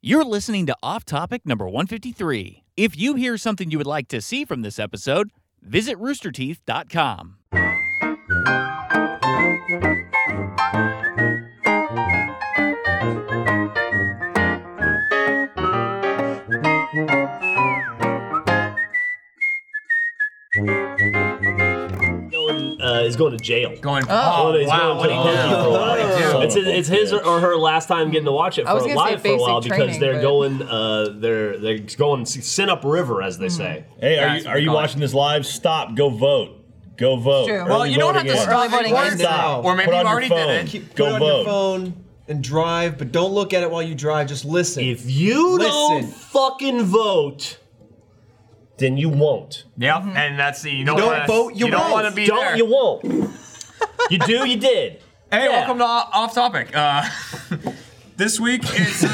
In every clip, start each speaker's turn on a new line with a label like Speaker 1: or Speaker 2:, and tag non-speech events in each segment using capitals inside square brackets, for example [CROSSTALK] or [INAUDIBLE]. Speaker 1: You're listening to Off Topic number 153. If you hear something you would like to see from this episode, visit roosterteeth.com.
Speaker 2: Going, uh, is going to jail.
Speaker 3: Going,
Speaker 2: Oh,
Speaker 3: oh,
Speaker 2: he's
Speaker 3: wow,
Speaker 2: going
Speaker 3: what
Speaker 2: to-
Speaker 3: he do? What
Speaker 2: It's,
Speaker 3: he do?
Speaker 2: it's his or her last time getting to watch it
Speaker 4: I
Speaker 2: for
Speaker 4: was gonna say
Speaker 2: live for a
Speaker 4: basic
Speaker 2: while because
Speaker 4: training,
Speaker 2: they're
Speaker 4: but-
Speaker 2: going uh, they're they're going sin up river
Speaker 4: Hmm.
Speaker 2: as they say.
Speaker 5: Hey, are
Speaker 3: That's
Speaker 5: you, are you
Speaker 3: gone.
Speaker 5: watching this live? Stop. Go vote. Go vote.
Speaker 4: True.
Speaker 3: Well, you don't have
Speaker 5: voting
Speaker 3: to
Speaker 5: is.
Speaker 3: stop
Speaker 4: Early voting
Speaker 3: at
Speaker 4: is
Speaker 3: once.
Speaker 5: now.
Speaker 3: Or maybe
Speaker 5: Put
Speaker 3: you
Speaker 5: on your
Speaker 3: already did
Speaker 5: phone.
Speaker 3: it.
Speaker 5: Keep-
Speaker 6: Keep,
Speaker 5: Go
Speaker 6: put it on
Speaker 5: vote.
Speaker 6: your phone and drive, but don't look at it while you drive. Just listen.
Speaker 2: If you don't
Speaker 6: Listen.
Speaker 2: fucking vote, then you won't.
Speaker 3: Yep,
Speaker 4: Mm-hmm.
Speaker 3: and that's the you don't,
Speaker 6: don't
Speaker 3: wanna,
Speaker 6: vote, you
Speaker 3: don't
Speaker 6: won't.
Speaker 3: want to be
Speaker 2: don't
Speaker 3: there.
Speaker 2: you won't. you do, you did.
Speaker 3: hey,
Speaker 2: Yeah.
Speaker 3: welcome to off Off topic. Uh, [LAUGHS] this week it's uh,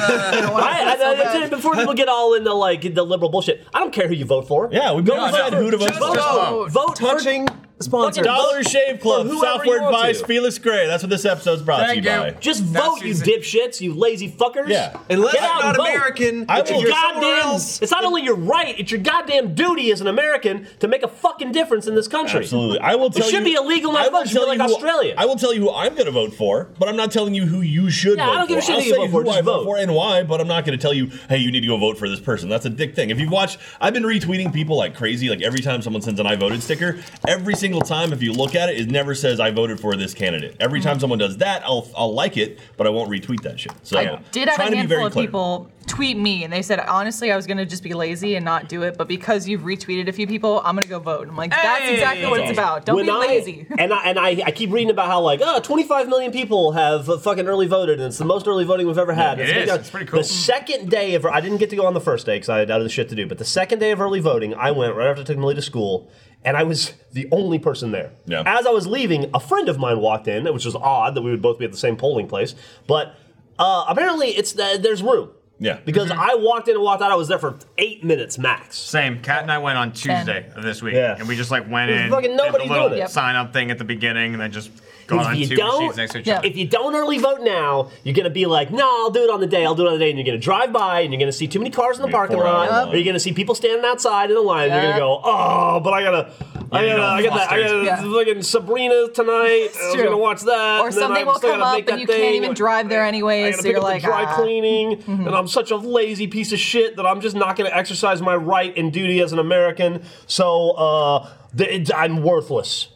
Speaker 2: I, I, I- before people get all into like the liberal bullshit, I don't care who you vote for.
Speaker 5: Yeah, we've been
Speaker 2: Go
Speaker 5: said
Speaker 2: vote.
Speaker 5: who to vote
Speaker 2: Just
Speaker 5: for.
Speaker 2: vote. Vote for-
Speaker 6: Touching sponsors.
Speaker 5: Dollar Shave Club,
Speaker 2: For whoever you
Speaker 5: Southward
Speaker 2: want
Speaker 5: Vice,
Speaker 2: to.
Speaker 5: Felix Gray. That's what this episode's brought
Speaker 3: Thank
Speaker 5: to you,
Speaker 3: you.
Speaker 5: by.
Speaker 2: Just
Speaker 3: That's
Speaker 2: vote, you
Speaker 3: easy.
Speaker 2: dipshits, you lazy fuckers.
Speaker 5: Yeah.
Speaker 6: Unless
Speaker 2: Get
Speaker 6: you're
Speaker 2: out
Speaker 6: not
Speaker 2: and vote.
Speaker 6: American,
Speaker 5: I
Speaker 6: if
Speaker 5: will-
Speaker 6: you're
Speaker 2: goddamn.
Speaker 6: somewhere else,
Speaker 2: It's not only your right; it's your goddamn duty as an American to make a fucking difference in this country.
Speaker 5: Absolutely. I will tell you.
Speaker 2: should be illegal not
Speaker 5: I
Speaker 2: to
Speaker 5: will
Speaker 2: vote,
Speaker 5: tell
Speaker 2: like
Speaker 5: you who-
Speaker 2: Australia.
Speaker 5: I will tell you who I'm going to vote for, but I'm not telling you who you should
Speaker 2: Yeah, I
Speaker 5: vote
Speaker 2: don't give a
Speaker 5: for.
Speaker 2: shit
Speaker 5: I'll
Speaker 2: who you
Speaker 5: say
Speaker 2: vote for,
Speaker 5: who I
Speaker 2: just
Speaker 5: vote
Speaker 2: vote.
Speaker 5: for and why, but I'm not going to tell you, hey, you need to go vote for this person. That's a dick thing. If you've watched, I've been retweeting people like crazy, like every time someone sends an I voted sticker, every single time if you look at it, it never says I voted for this candidate. Every time someone does that, I'll, I'll like it, but I won't retweet that shit. So
Speaker 4: I did have
Speaker 5: trying
Speaker 4: a
Speaker 5: to be very
Speaker 4: handful of
Speaker 5: clear.
Speaker 4: people tweet me and they said, honestly, I was going to just be lazy and not do it, but because you've retweeted a few people, I'm going to go vote. I'm like, that's
Speaker 3: Hey!
Speaker 4: exactly what it's
Speaker 5: That's awesome.
Speaker 4: about. Don't
Speaker 2: When
Speaker 4: be
Speaker 2: I-
Speaker 4: lazy. [LAUGHS]
Speaker 2: [LAUGHS] And I and I, I keep reading about how like oh, 25 million people have uh, fucking early voted, and it's the most early voting we've ever had.
Speaker 3: Yeah, it is. It's pretty cool.
Speaker 2: The second day of I didn't get to go on the first day because I had other shit to do, but the second day of early voting, I went right after I took Millie to school. And I was the only person there.
Speaker 5: Yeah.
Speaker 2: As I was leaving, a friend of mine walked in, which was odd that we would both be at the same polling place. But uh, apparently, it's uh, there's room.
Speaker 5: Yeah.
Speaker 2: Because
Speaker 3: Mm-hmm.
Speaker 2: I walked in and walked out. I was there for eight minutes max.
Speaker 3: [LAUGHS] same. Kat and I went on Tuesday of this week,
Speaker 2: Yeah.
Speaker 3: and we just like went
Speaker 2: There's
Speaker 3: in,
Speaker 2: fucking
Speaker 3: did the
Speaker 2: nobody doing
Speaker 3: little
Speaker 2: it. Yep.
Speaker 3: sign up thing at the beginning, and then just got on
Speaker 2: If you
Speaker 3: two
Speaker 2: don't,
Speaker 3: machines next to each
Speaker 4: Yeah.
Speaker 3: other.
Speaker 2: if you don't early vote now, you're gonna be like, no, I'll do it on the day. I'll do it on the day, and you're gonna drive by, and you're gonna see too many cars in the
Speaker 5: Be a
Speaker 2: parking
Speaker 5: four-hour
Speaker 2: lot,
Speaker 5: line.
Speaker 2: or you're gonna see people standing outside in the line. And you're gonna go, oh, but I gotta, I
Speaker 3: Yeah,
Speaker 2: gotta, I
Speaker 3: you're
Speaker 2: gotta, I gotta
Speaker 3: flustered.
Speaker 4: Yeah.
Speaker 2: fucking Sabrina tonight. I was
Speaker 4: true.
Speaker 2: gonna watch that,
Speaker 4: or
Speaker 2: and then I
Speaker 4: something will
Speaker 2: still
Speaker 4: come
Speaker 2: gotta
Speaker 4: up
Speaker 2: make
Speaker 4: and
Speaker 2: that
Speaker 4: you can't
Speaker 2: thing.
Speaker 4: even drive there
Speaker 2: I
Speaker 4: anyway,
Speaker 2: gotta
Speaker 4: so
Speaker 2: pick
Speaker 4: you're
Speaker 2: up the
Speaker 4: like,
Speaker 2: dry
Speaker 4: "Ah." [LAUGHS]
Speaker 2: cleaning, and I'm such a lazy piece of shit that I'm just not going to exercise my right and duty as an American. So uh, th- I'm worthless.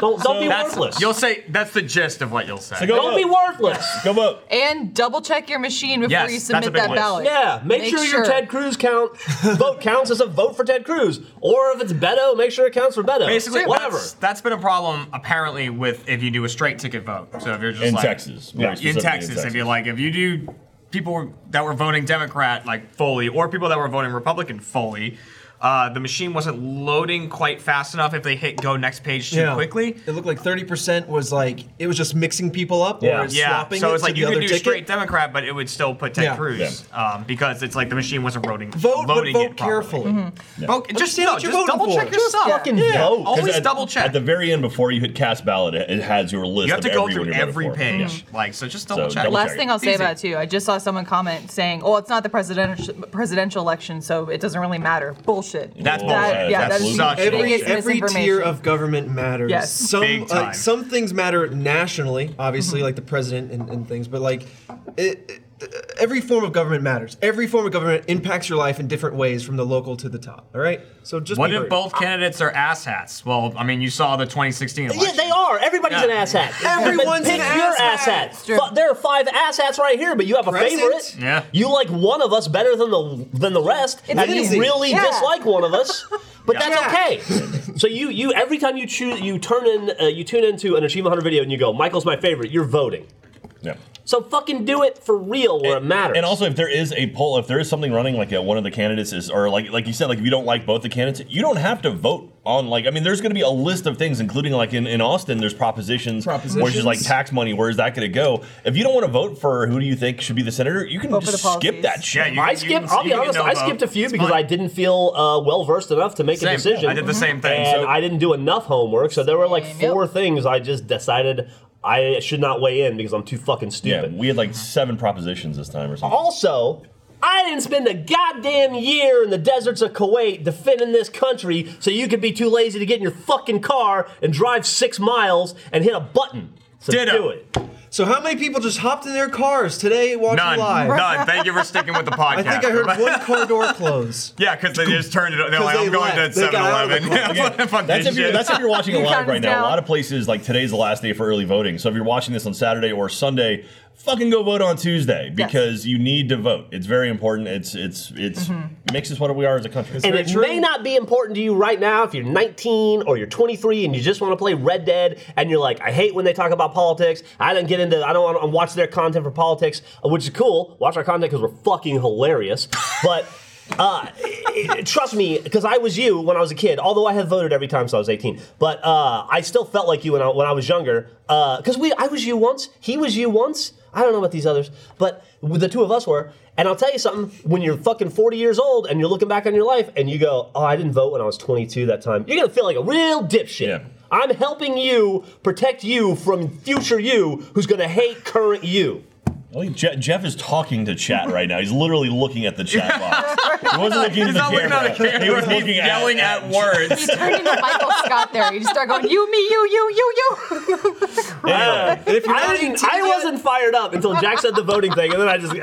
Speaker 2: Don't, don't be
Speaker 3: that's,
Speaker 2: worthless.
Speaker 3: You'll say that's the gist of what you'll say.
Speaker 5: So go
Speaker 2: Don't
Speaker 5: vote.
Speaker 2: be worthless.
Speaker 5: Go vote.
Speaker 4: and double check your machine before
Speaker 3: Yes,
Speaker 4: you
Speaker 3: that's a
Speaker 4: submit
Speaker 3: big
Speaker 4: that
Speaker 3: one.
Speaker 4: ballot.
Speaker 2: Yeah, make, sure, your Ted Cruz count vote counts as a vote for Ted Cruz, or if it's Beto, make sure it counts for Beto.
Speaker 3: Basically,
Speaker 2: whatever.
Speaker 3: Oh, that's- that's been a problem apparently with if you do a straight ticket vote. So if you're just
Speaker 5: In
Speaker 3: like,
Speaker 5: Texas, very
Speaker 3: yeah, in
Speaker 5: specifically in
Speaker 3: Texas, if you
Speaker 5: Texas.
Speaker 3: like, if you do people that were voting Democrat like fully, or people that were voting Republican fully. Uh, the machine wasn't loading quite fast enough if they hit go next page too quickly.
Speaker 6: It looked like 30% was like, it was just mixing people up
Speaker 2: Yeah.
Speaker 6: or
Speaker 3: Yeah,
Speaker 6: swapping
Speaker 3: so
Speaker 6: it
Speaker 3: it's
Speaker 6: to
Speaker 3: like
Speaker 6: the
Speaker 3: you
Speaker 6: other
Speaker 3: could do
Speaker 6: ticket.
Speaker 3: straight Democrat, but it would still put Ted
Speaker 6: Yeah.
Speaker 3: Cruz um, because it's like the machine wasn't loading.
Speaker 6: vote, but
Speaker 3: loading
Speaker 6: vote
Speaker 3: it properly. Mm-hmm.
Speaker 6: carefully.
Speaker 3: Vote, just
Speaker 6: Understand
Speaker 3: no,
Speaker 6: what you're
Speaker 3: just
Speaker 6: voting
Speaker 3: double check
Speaker 6: for.
Speaker 3: your
Speaker 6: Just
Speaker 3: stuff.
Speaker 6: fucking
Speaker 3: yeah.
Speaker 5: vote. 'cause
Speaker 3: Always
Speaker 5: at-
Speaker 3: double check.
Speaker 5: At the very end, before you hit cast ballot, it it has your list.
Speaker 3: you have
Speaker 5: of
Speaker 3: to go
Speaker 5: everyone
Speaker 3: through
Speaker 5: you're
Speaker 3: every
Speaker 5: voting for. Yeah.
Speaker 3: page. Like, so just double
Speaker 5: So
Speaker 3: check.
Speaker 5: double
Speaker 4: Last
Speaker 5: check.
Speaker 4: thing I'll say
Speaker 3: Easy.
Speaker 4: about it too, I just saw someone comment saying, "Oh, it's not the presidential presidential election, so it doesn't really matter." Bullshit.
Speaker 3: That's
Speaker 5: Whoa,
Speaker 3: bullshit.
Speaker 4: yeah,
Speaker 5: that's
Speaker 4: that is
Speaker 3: such
Speaker 4: the
Speaker 6: Every,
Speaker 4: biggest
Speaker 3: bullshit.
Speaker 6: every
Speaker 4: misinformation.
Speaker 6: tier of government matters.
Speaker 4: Yes.
Speaker 6: Some
Speaker 3: Big time.
Speaker 6: like some things matter nationally, obviously, like the president and, and things, but like it, it- every form of government matters. Every form of government impacts your life in different ways from the local to the top. All right? So just
Speaker 3: What
Speaker 6: be
Speaker 3: if
Speaker 6: very-
Speaker 3: both candidates are asshats? Well, I mean, you saw the 2016 election.
Speaker 2: yeah, they are. Everybody's an
Speaker 3: Yeah.
Speaker 2: asshat.
Speaker 6: Everyone's
Speaker 2: Pick
Speaker 6: an
Speaker 2: your
Speaker 6: asshat.
Speaker 2: asshat. Fu- There are five asshats right here, but you have a
Speaker 6: President?
Speaker 2: favorite.
Speaker 3: Yeah.
Speaker 2: You like one of us better than the than the rest, and
Speaker 6: easy.
Speaker 2: you really
Speaker 4: Yeah.
Speaker 2: dislike one of us. But
Speaker 3: Yeah.
Speaker 2: that's okay. so you you every time you choose you turn in uh, you tune into an achievement hunter video and you go Michael's my favorite. You're voting.
Speaker 5: Yeah.
Speaker 2: So fucking do it for real where it matters.
Speaker 5: And also, if there is a poll, if there is something running, like uh, one of the candidates is, or like like you said, like if you don't like both the candidates, you don't have to vote on. Like, I mean, there's going to be a list of things, including like in, in Austin, there's propositions, which is like
Speaker 6: Propositions.
Speaker 5: tax money. Where is that going to go? If you don't want to vote for who do you think should be the senator, you can
Speaker 4: Vote for
Speaker 5: just
Speaker 4: the
Speaker 5: skip
Speaker 4: policies.
Speaker 5: that shit.
Speaker 3: Yeah, you,
Speaker 2: I
Speaker 3: you
Speaker 2: skipped.
Speaker 3: can-
Speaker 2: I'll
Speaker 3: you
Speaker 2: be
Speaker 3: can
Speaker 2: honest.
Speaker 3: no
Speaker 2: I
Speaker 3: vote.
Speaker 2: skipped a few
Speaker 3: It's
Speaker 2: because
Speaker 3: fine.
Speaker 2: I didn't feel uh, well versed enough to make
Speaker 3: Same.
Speaker 2: a decision.
Speaker 3: I did the same thing.
Speaker 2: and
Speaker 3: So-
Speaker 2: I didn't do enough homework. So there were like
Speaker 4: Same, yep.
Speaker 2: four things I just decided I should not weigh in because I'm too fucking
Speaker 5: Yeah,
Speaker 2: stupid.
Speaker 5: we had like seven propositions this time or something.
Speaker 2: Also, I didn't spend a goddamn year in the deserts of Kuwait defending this country so you could be too lazy to get in your fucking car and drive six miles and hit a button. So
Speaker 3: Ditto.
Speaker 2: do it.
Speaker 6: So how many people just hopped in their cars today watching
Speaker 3: None.
Speaker 6: live?
Speaker 3: None. Thank you for sticking with the podcast.
Speaker 6: I think I heard one car door
Speaker 3: [LAUGHS]
Speaker 6: close.
Speaker 3: Yeah, because they just turned it. They're
Speaker 6: 'Cause
Speaker 3: like,
Speaker 6: they
Speaker 3: I'm going
Speaker 6: left.
Speaker 3: to
Speaker 6: They got out of
Speaker 3: 7-Eleven.
Speaker 6: the
Speaker 3: [LAUGHS]
Speaker 6: car.
Speaker 3: Yeah, fuck
Speaker 5: That's
Speaker 3: this
Speaker 5: if, you're,
Speaker 3: shit.
Speaker 5: that's
Speaker 3: [LAUGHS]
Speaker 5: if you're
Speaker 4: [LAUGHS]
Speaker 5: watching it
Speaker 4: You
Speaker 5: live
Speaker 4: counted
Speaker 5: right now. A
Speaker 4: down.
Speaker 5: lot of places, like today's the last day for early voting. So if you're watching this on Saturday or Sunday, fucking go vote on Tuesday because you need to vote. It's very important. It's it's it's
Speaker 4: Mm-hmm.
Speaker 5: makes us what we are as a country.
Speaker 2: And
Speaker 6: very
Speaker 2: it
Speaker 6: true.
Speaker 2: may not be important to you right now if you're 19 or you're 23 and you just want to play Red Dead and you're like, I hate when they talk about politics. I don't get into. I don't want to watch their content for politics, which is cool. Watch our content because we're fucking hilarious. But. Uh, trust me, because I was you when I was a kid. Although I had voted every time since I was 18, but uh, I still felt like you when I, when I was younger. Because we, I was you once, he was you once. I don't know about these others, but the two of us were. And I'll tell you something: when you're fucking 40 years old and you're looking back on your life and you go, "Oh, I didn't vote when I was 22 that time," you're gonna feel like a real dipshit.
Speaker 5: Yeah.
Speaker 2: I'm helping you protect you from future you who's gonna hate current you.
Speaker 5: Well, Je- Jeff is talking to chat right now. He's literally looking at the chat
Speaker 4: [LAUGHS]
Speaker 5: box. He wasn't looking at
Speaker 3: He's
Speaker 5: the
Speaker 3: not looking
Speaker 5: camera.
Speaker 3: at a camera.
Speaker 5: He was
Speaker 3: He's
Speaker 5: looking at-
Speaker 3: yelling at,
Speaker 4: [LAUGHS]
Speaker 3: words.
Speaker 4: Turned into Michael Scott there. You just start going, you, me, you, you, you, you. [LAUGHS]
Speaker 5: Anyway,
Speaker 6: And if you're
Speaker 2: [LAUGHS] I,
Speaker 6: not
Speaker 2: didn't, I wasn't fired up until Jack said the voting thing, and then I just [LAUGHS]
Speaker 3: You,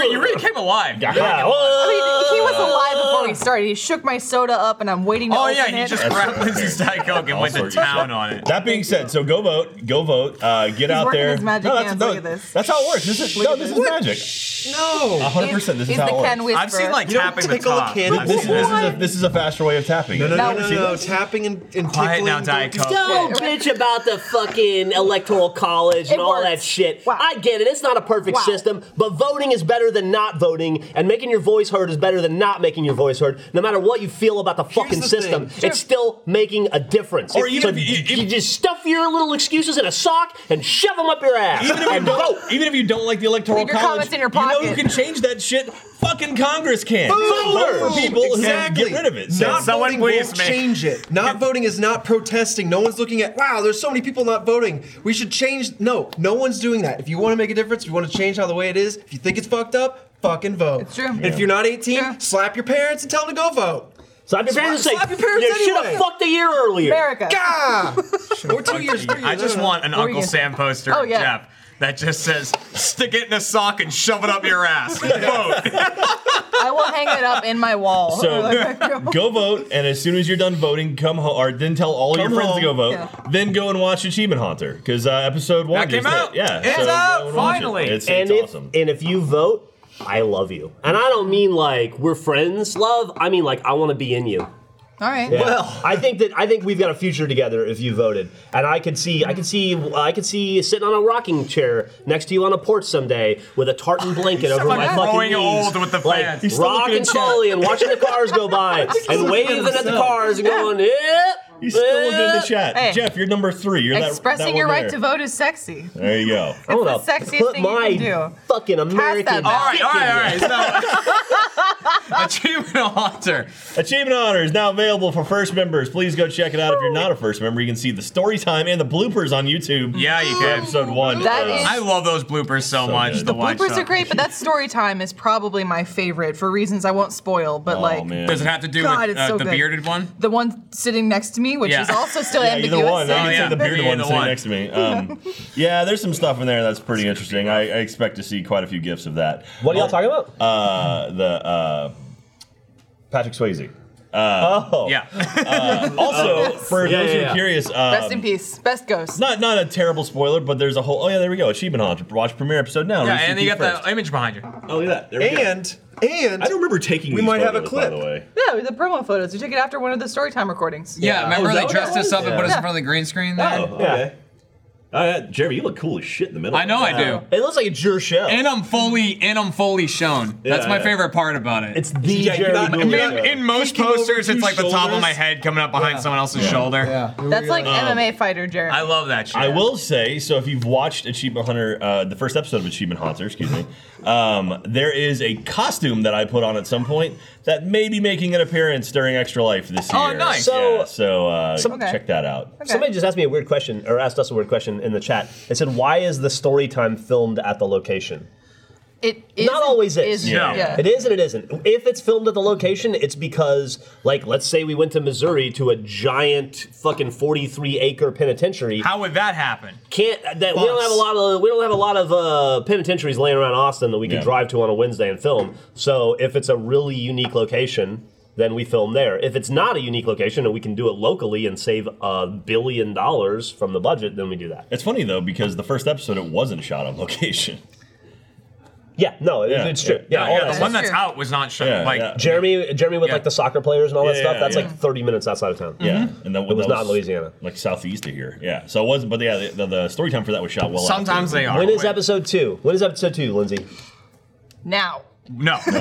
Speaker 3: re- you really came alive.
Speaker 2: Yeah,
Speaker 4: I
Speaker 2: well,
Speaker 4: mean, he was alive before we started. He shook my soda up, and I'm waiting to
Speaker 3: Oh
Speaker 4: open
Speaker 3: yeah, he
Speaker 4: it.
Speaker 3: just
Speaker 5: That's
Speaker 3: grabbed
Speaker 5: right.
Speaker 3: Lindsay's Diet Coke and went to
Speaker 5: sorts of
Speaker 3: town on it.
Speaker 5: That being said, so go vote, go vote, uh, get out
Speaker 4: working
Speaker 5: there.
Speaker 4: his magic
Speaker 5: that's,
Speaker 4: hands, look at this.
Speaker 5: that's how it works. This is, no, this is magic.
Speaker 6: No.
Speaker 5: hundred percent. This is
Speaker 4: He's
Speaker 5: how
Speaker 4: the
Speaker 5: it works.
Speaker 4: Ken Whisperer.
Speaker 3: I've seen like
Speaker 6: You don't
Speaker 3: tapping the
Speaker 6: tickle a
Speaker 3: top.
Speaker 6: kid.
Speaker 3: I've
Speaker 5: This,
Speaker 3: seen
Speaker 5: this is
Speaker 3: that.
Speaker 5: a this is a faster way of tapping.
Speaker 6: No,
Speaker 5: it.
Speaker 6: no, no,
Speaker 4: No.
Speaker 6: no,
Speaker 5: See
Speaker 6: no.
Speaker 5: this?
Speaker 6: Tapping and, and tickling.
Speaker 3: Quiet now, Diet
Speaker 6: don't do-
Speaker 3: Coke.
Speaker 2: Don't bitch about the fucking electoral college and
Speaker 4: It
Speaker 2: all
Speaker 4: works.
Speaker 2: that shit.
Speaker 4: Wow.
Speaker 2: I get it. It's not a perfect
Speaker 4: Wow.
Speaker 2: system, but voting is better than not voting, and making your voice heard is better than not making your voice heard. No matter what you feel about the fucking
Speaker 6: the
Speaker 2: system,
Speaker 6: thing.
Speaker 2: it's still making a difference.
Speaker 5: Or even
Speaker 2: so
Speaker 5: if you-
Speaker 2: you,
Speaker 5: if-
Speaker 2: you just stuff your little excuses in a sock and shove them up your ass.
Speaker 5: Even if you
Speaker 2: and vote.
Speaker 5: don't, even if you don't like the electoral
Speaker 4: Leave your
Speaker 5: college,
Speaker 4: comments in your
Speaker 5: you know who
Speaker 4: pocket.
Speaker 5: can change that shit. Fucking Congress can. Vote for
Speaker 6: Boom!
Speaker 5: people
Speaker 6: exactly.
Speaker 5: who get rid of it.
Speaker 6: not
Speaker 3: Someone
Speaker 6: voting
Speaker 3: please
Speaker 6: won't
Speaker 3: make-
Speaker 6: change it. Not voting is not protesting. No one's looking at, wow, there's so many people not voting. We should change. No, no one's doing that. If you want to make a difference, if you want to change how the way it is, if you think it's fucked up, fucking vote.
Speaker 4: It's true.
Speaker 6: And If you're not 18,
Speaker 4: Yeah.
Speaker 6: slap your parents and tell them to go vote.
Speaker 2: Slap your parents and say,
Speaker 6: Slap your parents
Speaker 2: you should have
Speaker 6: anyway."
Speaker 2: fucked a year earlier.
Speaker 4: America.
Speaker 6: Gah! or two years, three years.
Speaker 3: I just
Speaker 6: don't know.
Speaker 3: want an
Speaker 4: What were
Speaker 3: Uncle
Speaker 4: you gonna
Speaker 3: Sam poster,
Speaker 4: Oh,
Speaker 3: of
Speaker 4: yeah.
Speaker 3: Jeff, that just says "Stick it in a sock and shove it up your [LAUGHS] ass." Vote.
Speaker 4: I will hang it up in my wall. [LAUGHS]
Speaker 5: So go vote, and as soon as you're done voting, come home, or then tell all your
Speaker 6: Come
Speaker 5: friends to go
Speaker 6: home.
Speaker 5: vote.
Speaker 4: Yeah.
Speaker 5: Then go and watch Achievement Hunter because uh, episode one
Speaker 3: That came
Speaker 5: just hit.
Speaker 3: out.
Speaker 5: Yeah,
Speaker 3: It's
Speaker 5: go
Speaker 3: out,
Speaker 5: and watch it.
Speaker 3: finally.
Speaker 5: It's,
Speaker 2: and
Speaker 5: it's
Speaker 2: if,
Speaker 5: awesome.
Speaker 2: And if you vote, I love you. And I don't mean like we're friends, love. I mean like I want to be in you.
Speaker 4: All right.
Speaker 2: Well, I think that I think we've got a future together if you voted, and I could see I could see I could see you sitting on a rocking chair next to you on a porch someday with a tartan
Speaker 3: [LAUGHS]
Speaker 2: blanket over my
Speaker 3: like
Speaker 2: fucking
Speaker 3: growing
Speaker 2: knees,
Speaker 3: old with the
Speaker 2: like
Speaker 3: fans. He's still
Speaker 2: rocking
Speaker 5: looking in chat.
Speaker 2: slowly and watching the cars go
Speaker 3: [LAUGHS]
Speaker 2: by and waving at the cars and going, "Eh, yep.
Speaker 5: He's still looking in the
Speaker 2: yep."
Speaker 5: chat.
Speaker 4: Hey.
Speaker 5: Jeff, you're number three. You're that-
Speaker 4: Expressing
Speaker 5: that one
Speaker 4: your right
Speaker 5: there.
Speaker 4: to vote is sexy.
Speaker 5: There you go.
Speaker 2: I wanna
Speaker 4: It's the sexiest
Speaker 2: put
Speaker 4: thing you
Speaker 2: my
Speaker 4: can do.
Speaker 2: fucking American.
Speaker 4: that back.
Speaker 3: all right,
Speaker 2: dick
Speaker 3: all
Speaker 2: in you.
Speaker 3: right, all right. [LAUGHS] So, Achievement Hunter.
Speaker 5: Achievement Honor is now available for first members. Please go check it out. If you're not a first member, you can see the story time and the bloopers on YouTube.
Speaker 3: Yeah, you can.
Speaker 5: Episode one. Oh,
Speaker 4: That is-
Speaker 3: I love those bloopers Oh. so, much.
Speaker 5: good.
Speaker 3: The,
Speaker 5: The
Speaker 3: watch
Speaker 4: Bloopers are
Speaker 3: up.
Speaker 4: great, but that story time is probably my favorite for reasons I won't spoil. But
Speaker 5: oh,
Speaker 4: like
Speaker 5: man.
Speaker 3: Does it have to do
Speaker 4: God,
Speaker 3: with
Speaker 4: it's
Speaker 3: uh,
Speaker 4: so
Speaker 3: the
Speaker 4: good.
Speaker 3: bearded one?
Speaker 4: the one sitting next to me, which
Speaker 3: Yeah.
Speaker 5: [LAUGHS]
Speaker 4: is also still
Speaker 5: yeah,
Speaker 4: ambiguous.
Speaker 5: either one. I
Speaker 4: so-
Speaker 5: can
Speaker 3: Oh, yeah.
Speaker 5: see the bearded
Speaker 3: Yeah,
Speaker 5: one
Speaker 3: the
Speaker 5: sitting
Speaker 3: one.
Speaker 5: next
Speaker 3: [LAUGHS]
Speaker 5: to me. Um, yeah, there's some stuff in there that's pretty interesting. I, I expect to see quite a few gifs of that.
Speaker 2: What are y'all talking about?
Speaker 5: Uh, the uh, Patrick Swayze.
Speaker 2: oh,
Speaker 3: [LAUGHS] Yeah. Oh,
Speaker 5: Also, for
Speaker 2: Yeah,
Speaker 5: those
Speaker 2: yeah,
Speaker 5: who
Speaker 2: yeah.
Speaker 5: are curious, um,
Speaker 4: Rest in peace. Best ghost.
Speaker 5: not not a terrible spoiler, but there's a whole. Oh yeah, there we go. Achievement Hunter. Watch premiere episode now.
Speaker 3: yeah,
Speaker 5: Rooster
Speaker 3: and you
Speaker 5: Teeth
Speaker 3: got
Speaker 5: first.
Speaker 3: the image behind you.
Speaker 5: Oh look at that. There we go.
Speaker 6: And, and,
Speaker 5: I don't remember taking.
Speaker 6: We
Speaker 5: these
Speaker 6: might have a
Speaker 5: photos, By
Speaker 6: clip.
Speaker 5: the way.
Speaker 4: No, the promo photos. We took it after one of the story time recordings.
Speaker 3: Yeah, remember
Speaker 5: Oh, is that
Speaker 3: they
Speaker 5: what
Speaker 3: dressed
Speaker 5: that
Speaker 3: us up and
Speaker 5: was?
Speaker 3: put us
Speaker 4: Yeah.
Speaker 3: in front of the green screen
Speaker 5: Oh,
Speaker 3: there?
Speaker 5: okay. Uh, Jeremy, you look cool as shit in the middle.
Speaker 3: I know I do.
Speaker 2: It looks like it's your show.
Speaker 3: And I'm fully and I'm fully shown. That's
Speaker 5: Yeah,
Speaker 3: my
Speaker 5: yeah.
Speaker 3: favorite part about it.
Speaker 2: it's the Jerry
Speaker 6: not-
Speaker 2: Dooley
Speaker 6: I
Speaker 3: in,
Speaker 6: mean,
Speaker 2: show.
Speaker 3: in most
Speaker 6: Peeking over
Speaker 3: posters,
Speaker 6: two
Speaker 3: it's like the top of my
Speaker 6: shoulders.
Speaker 3: head coming up behind someone else's shoulder.
Speaker 6: Yeah. here we
Speaker 4: That's
Speaker 6: go.
Speaker 4: like MMA fighter Jeremy.
Speaker 3: I love that shit.
Speaker 5: I will say, so if you've watched Achievement Hunter, uh, the first episode of Achievement Hunter, excuse me, um, there is a costume that I put on at some point that may be making an appearance during Extra Life this year.
Speaker 3: Oh, nice.
Speaker 5: So, yeah, so uh,
Speaker 2: So-
Speaker 5: check that out.
Speaker 4: Okay.
Speaker 2: Somebody just asked me a weird question, or asked us a weird question. in, in the chat. It said, "Why is the story time filmed at the location?"
Speaker 4: It
Speaker 2: not
Speaker 4: isn't-
Speaker 2: always is.
Speaker 4: isn't,
Speaker 3: Yeah.
Speaker 4: yeah.
Speaker 2: It is and it isn't. If it's filmed at the location, it's because, like, let's say we went to Missouri to a giant fucking 43 acre penitentiary.
Speaker 3: How would that happen?
Speaker 2: Can't that we don't
Speaker 6: Bus.
Speaker 2: have a lot of we don't have a lot of uh, penitentiaries laying around Austin that we can
Speaker 5: Yeah.
Speaker 2: drive to on a Wednesday and film. So if it's a really unique location, then we film there. If it's not a unique location and we can do it locally and save a billion dollars from the budget, then we do that.
Speaker 5: It's funny though because the first episode it wasn't shot on [LAUGHS] location.
Speaker 3: Mm-hmm.
Speaker 2: Yeah, no, it-
Speaker 5: Yeah,
Speaker 2: it's true.
Speaker 5: yeah.
Speaker 2: Yeah, all
Speaker 3: Yeah,
Speaker 2: that
Speaker 3: the
Speaker 2: stuff.
Speaker 3: one that's
Speaker 4: true.
Speaker 3: out was not shown.
Speaker 5: Yeah,
Speaker 3: like,
Speaker 5: yeah.
Speaker 2: Jeremy, Jeremy with
Speaker 3: Yeah.
Speaker 2: like the soccer players and all that
Speaker 5: Yeah,
Speaker 2: stuff. That's
Speaker 5: yeah.
Speaker 2: like 30 minutes outside of town.
Speaker 5: Yeah, and that,
Speaker 2: It was
Speaker 5: that
Speaker 2: not Louisiana.
Speaker 5: like southeast of here. Yeah, so it wasn't. But yeah, the, the, the story time for that was shot well.
Speaker 3: sometimes they are.
Speaker 2: When is
Speaker 3: Wait,
Speaker 2: episode two? When is episode two, Lindsay?
Speaker 4: Now.
Speaker 2: [LAUGHS]
Speaker 3: No.
Speaker 5: after.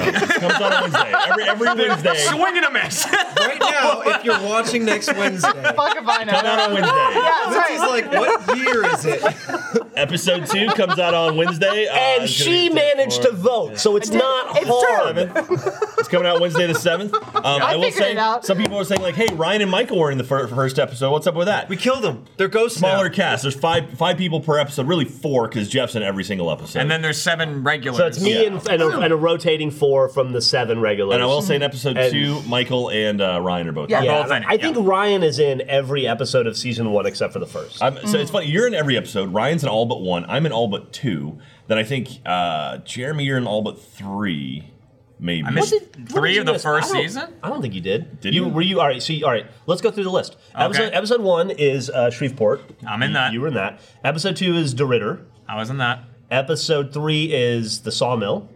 Speaker 5: comes out on Wednesday. Every every Wednesday.
Speaker 3: Swing and a miss.
Speaker 6: [LAUGHS]
Speaker 2: [LAUGHS]
Speaker 6: Right now, if you're watching next Wednesday,
Speaker 4: Fuck if I
Speaker 5: Come out
Speaker 4: know.
Speaker 5: on Wednesday.
Speaker 6: Lindsay's like, what year is it?
Speaker 5: Episode two comes out on Wednesday. Uh,
Speaker 2: And
Speaker 5: it's gonna be
Speaker 2: she
Speaker 5: the
Speaker 2: managed to
Speaker 5: fourth.
Speaker 2: vote, so it's
Speaker 4: did.
Speaker 2: not
Speaker 4: It's
Speaker 2: hard. [LAUGHS]
Speaker 5: It's coming out Wednesday the seventh. Um, I, will
Speaker 4: figured
Speaker 5: say
Speaker 4: it out.
Speaker 5: some people are saying like, "Hey, Ryan and Michael were in the fir- first episode. What's up with that?"
Speaker 6: We killed them. They're ghosts. now.
Speaker 5: Smaller cast. There's five five people per episode. Really four because Jeff's in every single episode.
Speaker 3: and then there's seven regulars.
Speaker 2: So it's me
Speaker 5: Yeah.
Speaker 2: and, and, a, and a rotating four from the seven regulars.
Speaker 5: And I will say in episode
Speaker 2: And-
Speaker 5: two, Michael and uh, Ryan are both.
Speaker 4: Yeah.
Speaker 5: in.
Speaker 2: yeah,
Speaker 3: both in it,
Speaker 2: I think
Speaker 3: yeah.
Speaker 2: Ryan is in every episode of season one except for the first.
Speaker 5: I'm, So it's funny. You're in every episode. Ryan's in all but one. I'm in all but two. Then I think uh, Jeremy, you're in all but three, maybe.
Speaker 3: I missed- Three
Speaker 2: you
Speaker 3: of the
Speaker 2: miss?
Speaker 3: first
Speaker 2: I don't-
Speaker 3: season?
Speaker 2: I don't think you did.
Speaker 5: Did
Speaker 2: you?
Speaker 5: you?
Speaker 2: Were you all right? So you, all right, let's go through the list. Episode episode one is uh, Shreveport.
Speaker 3: I'm in that.
Speaker 2: You were in that. Episode two is DeRitter.
Speaker 3: I was in that.
Speaker 2: Episode three is the Sawmill.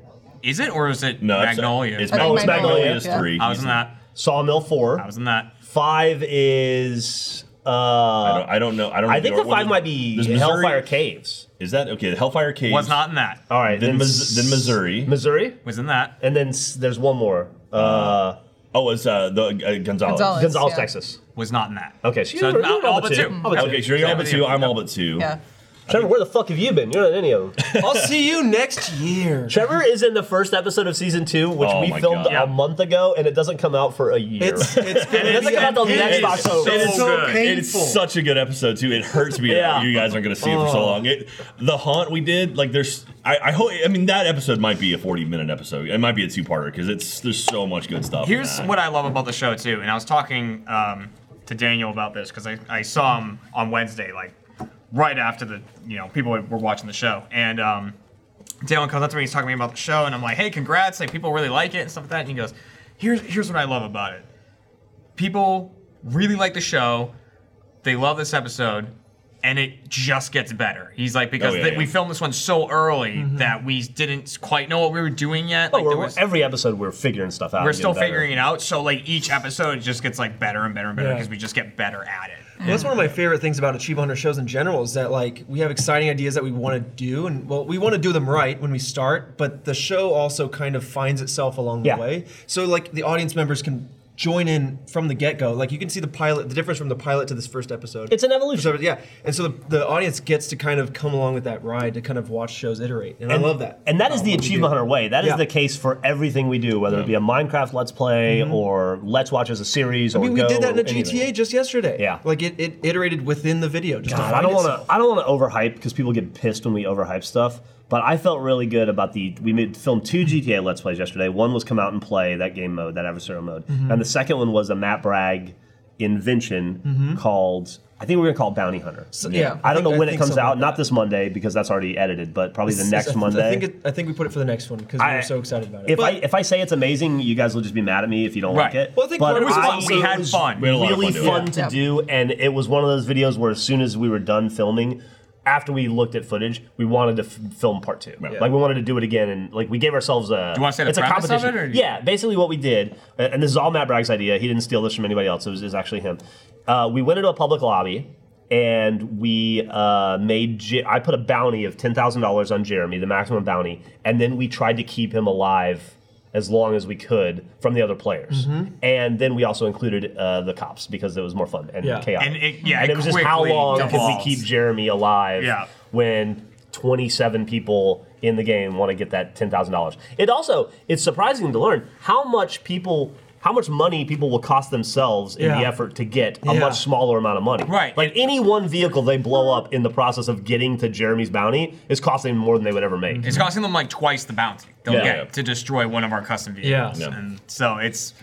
Speaker 3: Is it or is it
Speaker 5: no, it's-
Speaker 2: uh,
Speaker 3: Magnolia?
Speaker 5: It's,
Speaker 4: I think
Speaker 5: Magnolia. It's
Speaker 4: Magnolia.
Speaker 5: Magnolia's
Speaker 4: Yeah.
Speaker 5: three.
Speaker 3: I was in that.
Speaker 2: Sawmill four.
Speaker 3: I was in that.
Speaker 2: Five is.
Speaker 5: I
Speaker 2: Uh,
Speaker 5: don't, I don't know. I don't.
Speaker 2: I
Speaker 5: know
Speaker 2: think the
Speaker 5: what
Speaker 2: five
Speaker 5: is-
Speaker 2: might be
Speaker 5: there's Missouri-
Speaker 2: Hellfire Caves.
Speaker 5: Is that okay? The Hellfire Cage
Speaker 3: Was not in that.
Speaker 2: All right,
Speaker 5: Then
Speaker 2: s-
Speaker 5: Mis- then Missouri.
Speaker 2: Missouri,
Speaker 3: Was in that.
Speaker 2: and then s- there's one more. Uh,
Speaker 5: Oh, it's uh, the uh, Gonzalez.
Speaker 4: Gonzalez.
Speaker 2: Gonzales,
Speaker 4: yeah.
Speaker 2: Texas.
Speaker 3: Was not in that.
Speaker 2: Okay, so,
Speaker 3: So
Speaker 2: you're,
Speaker 3: not
Speaker 2: you're all but two. All but two.
Speaker 5: Okay, so you're all but two. I'm all but two.
Speaker 4: Yeah.
Speaker 2: Trevor, where the fuck have you been? You're not in any of them.
Speaker 5: [LAUGHS]
Speaker 6: I'll see you next year.
Speaker 2: Trevor is in the first episode of season two, which
Speaker 5: Oh
Speaker 2: we
Speaker 5: my
Speaker 2: filmed
Speaker 5: God.
Speaker 2: a month ago, and it doesn't come out for a year.
Speaker 6: It's it's gonna
Speaker 2: it doesn't
Speaker 6: be
Speaker 2: come out till
Speaker 6: a-
Speaker 2: next
Speaker 5: It is
Speaker 2: October.
Speaker 5: so
Speaker 3: It is so
Speaker 5: good.
Speaker 3: painful.
Speaker 5: It is such a good episode too. It hurts me
Speaker 2: Yeah.
Speaker 5: that you guys aren't going to see it for so long. It, the haunt we did, like there's, I, I hope. I mean, that episode might be a 40 minute episode. It might be a two parter because it's there's so much good stuff. in
Speaker 3: Here's
Speaker 5: that.
Speaker 3: what I love about the show too, and I was talking um, to Daniel about this because I, I saw him on Wednesday, like right after the you know people were watching the show, and um, Daniel comes up to me, he's talking to me about the show, and I'm like, hey, congrats, like people really like it and stuff like that, and he goes, here's here's what I love about it, people really like the show, they love this episode. And it just gets better. He's like, because
Speaker 5: yeah,
Speaker 3: th-
Speaker 5: yeah.
Speaker 3: we filmed this one so early that we didn't quite know what we were doing yet.
Speaker 2: Oh, [LAUGHS]
Speaker 3: there
Speaker 2: we're-
Speaker 3: was-
Speaker 2: every episode we're figuring stuff out.
Speaker 3: we're
Speaker 2: and
Speaker 3: still
Speaker 2: getting better.
Speaker 3: figuring it out. So like each episode just gets like better and better and better
Speaker 6: Yeah.
Speaker 3: because we just get better at it.
Speaker 6: Well, that's one of my favorite things about Achievement Hunter shows in general is that like we have exciting ideas that we want to do, and well, we want to do them right when we start, but the show also kind of finds itself along
Speaker 2: Yeah.
Speaker 6: the way. So like the audience members can join in from the get go. Like you can see the pilot, the difference from the pilot to this first episode.
Speaker 2: It's an evolution.
Speaker 6: So, yeah, and so the, the audience gets to kind of come along with that ride to kind of watch shows iterate, and, I love that. Oh,
Speaker 2: And that is the Achievement Hunter way. That is
Speaker 6: Yeah.
Speaker 2: the case for everything we do, whether it be a Minecraft Let's Play or Let's Watch as a series.
Speaker 6: Mm-hmm. I mean,
Speaker 2: or
Speaker 6: we
Speaker 2: Go
Speaker 6: did that in a
Speaker 2: or anything.
Speaker 6: GTA just yesterday.
Speaker 2: Yeah.
Speaker 6: like it, it iterated within the video. Just to
Speaker 2: God,
Speaker 6: find
Speaker 2: I don't want
Speaker 6: itself.
Speaker 2: to. I don't want to overhype because people get pissed when we overhype stuff. But I felt really good about the. We made filmed two GTA Let's Plays yesterday. One was come out and play that game mode, that adversarial mode,
Speaker 6: Mm-hmm.
Speaker 2: and the second one was a Matt Bragg invention called. I think we're gonna call it Bounty Hunter.
Speaker 6: Mm-hmm. So- yeah,
Speaker 2: I don't
Speaker 6: think-
Speaker 2: know when it
Speaker 6: think
Speaker 2: comes
Speaker 6: something
Speaker 2: out.
Speaker 6: like
Speaker 2: Not
Speaker 6: that.
Speaker 2: this Monday because that's already edited, but probably the
Speaker 6: It's-
Speaker 2: next
Speaker 6: [LAUGHS] I-
Speaker 2: Monday.
Speaker 6: I think, it, I think we put it for the next one because we
Speaker 2: I-
Speaker 6: were so excited about it.
Speaker 2: If I
Speaker 6: But-
Speaker 2: if I say it's amazing, you guys will just be mad at me if you don't like
Speaker 3: Right.
Speaker 2: it.
Speaker 6: Well, I think
Speaker 2: but
Speaker 6: part of it was
Speaker 2: I-
Speaker 6: fun. We
Speaker 2: it
Speaker 3: had
Speaker 2: was
Speaker 3: fun. We
Speaker 5: had a lot of
Speaker 2: Really
Speaker 5: fun doing
Speaker 2: fun
Speaker 5: it.
Speaker 2: to
Speaker 4: Yeah.
Speaker 2: do, and it was one of those videos where as soon as we were done filming. After we looked at footage, we wanted to f- film part two. Like we wanted to do it again, and like we gave ourselves a. Do
Speaker 3: you wanna say the
Speaker 2: it's a
Speaker 3: premise of
Speaker 2: competition?
Speaker 3: it, or-
Speaker 2: yeah, basically what we did, uh, and this is all Matt Bragg's idea. He didn't steal this from anybody else. It was, it was actually him. Uh, we went into a public lobby. And we uh, made. Je- I put a bounty of ten thousand dollars on Jeremy, the maximum bounty, and then we tried to keep him alive as long as we could from the other players. And then we also included uh, the cops because it was more fun and
Speaker 6: Yeah.
Speaker 2: chaotic.
Speaker 3: And it- yeah,
Speaker 2: and
Speaker 3: it
Speaker 2: it was just how
Speaker 3: quickly
Speaker 2: long could we
Speaker 3: devolves.
Speaker 2: keep Jeremy alive
Speaker 3: Yeah.
Speaker 2: when 27 people in the game want to get that $10,000. It also it's surprising to learn how much people how much money people will cost themselves in the
Speaker 6: Yeah.
Speaker 2: effort to get a
Speaker 6: Yeah.
Speaker 2: much smaller amount of money.
Speaker 3: Right.
Speaker 2: Like any one vehicle they blow up in the process of getting to Jeremy's bounty is costing more than they would ever make.
Speaker 3: It's costing them like twice the bounty they'll
Speaker 2: Yeah.
Speaker 3: get to destroy one of our custom vehicles.
Speaker 6: Yeah.
Speaker 3: And so it's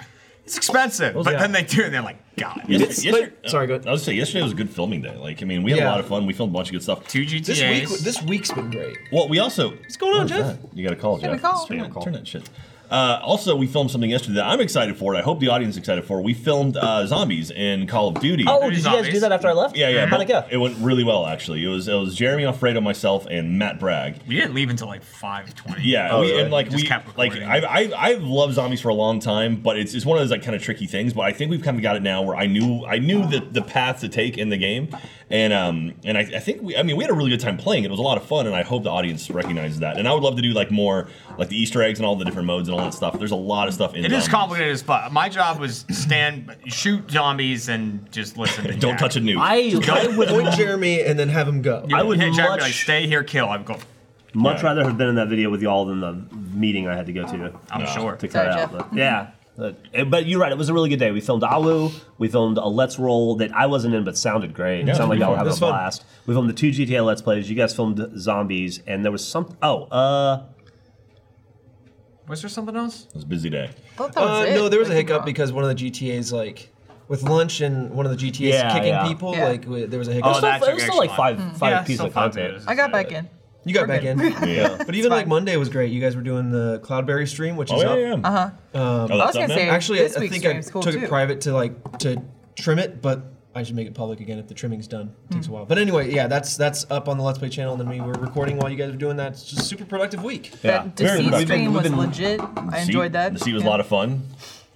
Speaker 3: it's expensive.
Speaker 6: Well,
Speaker 3: but
Speaker 6: yeah.
Speaker 3: then they do it and they're like, God.
Speaker 6: It's-
Speaker 5: Yesterday-
Speaker 6: but- sorry, go ahead.
Speaker 5: Uh, I was gonna say yesterday was a good filming day. Like, I mean, we had a
Speaker 6: Yeah.
Speaker 5: lot of fun. We filmed a bunch of good stuff.
Speaker 3: Two
Speaker 6: This
Speaker 3: GTAs.
Speaker 6: week, this week's been
Speaker 2: Oh,
Speaker 6: great.
Speaker 5: Well, we also. What's
Speaker 6: going on,
Speaker 5: is
Speaker 6: Jeff?
Speaker 5: that? You got a call, Jeff.
Speaker 4: a call.
Speaker 5: Turn,
Speaker 4: Got
Speaker 5: that, turn that shit. Uh, also, we filmed something yesterday that I'm excited for. and I hope the audience is excited for. We filmed uh, zombies in Call of Duty.
Speaker 2: Oh, did you guys
Speaker 3: Zombies.
Speaker 2: do that after I left?
Speaker 5: Yeah, yeah.
Speaker 2: How'd it go?
Speaker 5: It went really well, actually. It was it was Jeremy Alfredo, myself, and Matt Bragg.
Speaker 3: we didn't leave until like 520.
Speaker 5: Yeah, we,
Speaker 2: really?
Speaker 5: and like
Speaker 3: Oh, Just
Speaker 5: we
Speaker 3: kept
Speaker 5: like
Speaker 3: recording.
Speaker 5: I I I've loved zombies for a long time, but it's it's one of those like kind of tricky things. But I think we've kind of got it now where I knew I knew the the path to take in the game, and um and I, I think we I mean we had a really good time playing. It It was a lot of fun, and I hope the audience recognizes that. And I would love to do like more like the Easter eggs and all the different modes and all that stuff. There's a lot of stuff in
Speaker 3: It is
Speaker 5: zombies.
Speaker 3: complicated as fuck. My job was stand, shoot zombies, and just listen. [LAUGHS] To
Speaker 5: Don't
Speaker 3: Jack.
Speaker 5: touch a nuke.
Speaker 2: I, I would
Speaker 6: Point Jeremy and then have him go.
Speaker 3: I would
Speaker 2: would
Speaker 3: hit Jack and be like,
Speaker 2: much-
Speaker 3: stay here, kill. I'm going.
Speaker 2: much rather have been in that video with y'all than the meeting I had to go to.
Speaker 3: I'm sure.
Speaker 2: to cut
Speaker 4: Sorry,
Speaker 2: out.
Speaker 4: Jeff. [LAUGHS]
Speaker 2: But, yeah. But, eh, but you're right. It was a really good day. We filmed Awu. We filmed a Let's Roll that I wasn't in, but sounded great.
Speaker 5: Yeah,
Speaker 2: it sounded like y'all were
Speaker 5: it
Speaker 2: having a
Speaker 6: was fun.
Speaker 2: blast. We filmed the two GTA Let's Plays. You guys filmed Zombies, and there was some. Oh, uh,
Speaker 3: Was there something else?
Speaker 5: It was a busy day.
Speaker 4: Thought that
Speaker 6: Uh,
Speaker 4: was it.
Speaker 6: no, there was a
Speaker 4: Like,
Speaker 6: hiccup because one of the GTA's like with lunch and one of the GTA's
Speaker 2: Yeah,
Speaker 6: kicking
Speaker 2: yeah.
Speaker 6: people.
Speaker 4: Yeah.
Speaker 6: Like w- there was a
Speaker 2: it
Speaker 6: hiccup.
Speaker 2: was
Speaker 3: Oh,
Speaker 2: still,
Speaker 3: that's
Speaker 2: it was still like
Speaker 3: excellent.
Speaker 2: five five
Speaker 3: Yeah,
Speaker 2: pieces
Speaker 3: still
Speaker 2: of
Speaker 3: five
Speaker 2: content.
Speaker 3: videos.
Speaker 4: I got back in.
Speaker 6: you got back in.
Speaker 4: [LAUGHS]
Speaker 5: Yeah.
Speaker 6: But even like
Speaker 4: fine.
Speaker 6: Monday was great. You guys were doing the Cloudberry stream, which
Speaker 5: Oh
Speaker 6: is
Speaker 5: yeah,
Speaker 6: up.
Speaker 5: yeah. Uh huh.
Speaker 4: I was gonna say
Speaker 6: Actually, I,
Speaker 4: this
Speaker 6: I
Speaker 4: week's
Speaker 6: think I
Speaker 4: stream's cool
Speaker 6: took
Speaker 4: too.
Speaker 6: it private to like to trim it, but I should make it public again if the trimming's done. It takes a while. But anyway, yeah, that's that's up on the Let's Play channel, and then we were recording while you guys were doing that. It's just a super productive
Speaker 4: [LAUGHS]
Speaker 6: week.
Speaker 4: That
Speaker 5: Very
Speaker 4: Deceit
Speaker 5: productive.
Speaker 4: stream
Speaker 5: We've
Speaker 4: was
Speaker 5: been-
Speaker 4: legit. I enjoyed that.
Speaker 5: The seat was
Speaker 4: Yeah.
Speaker 5: a lot of fun.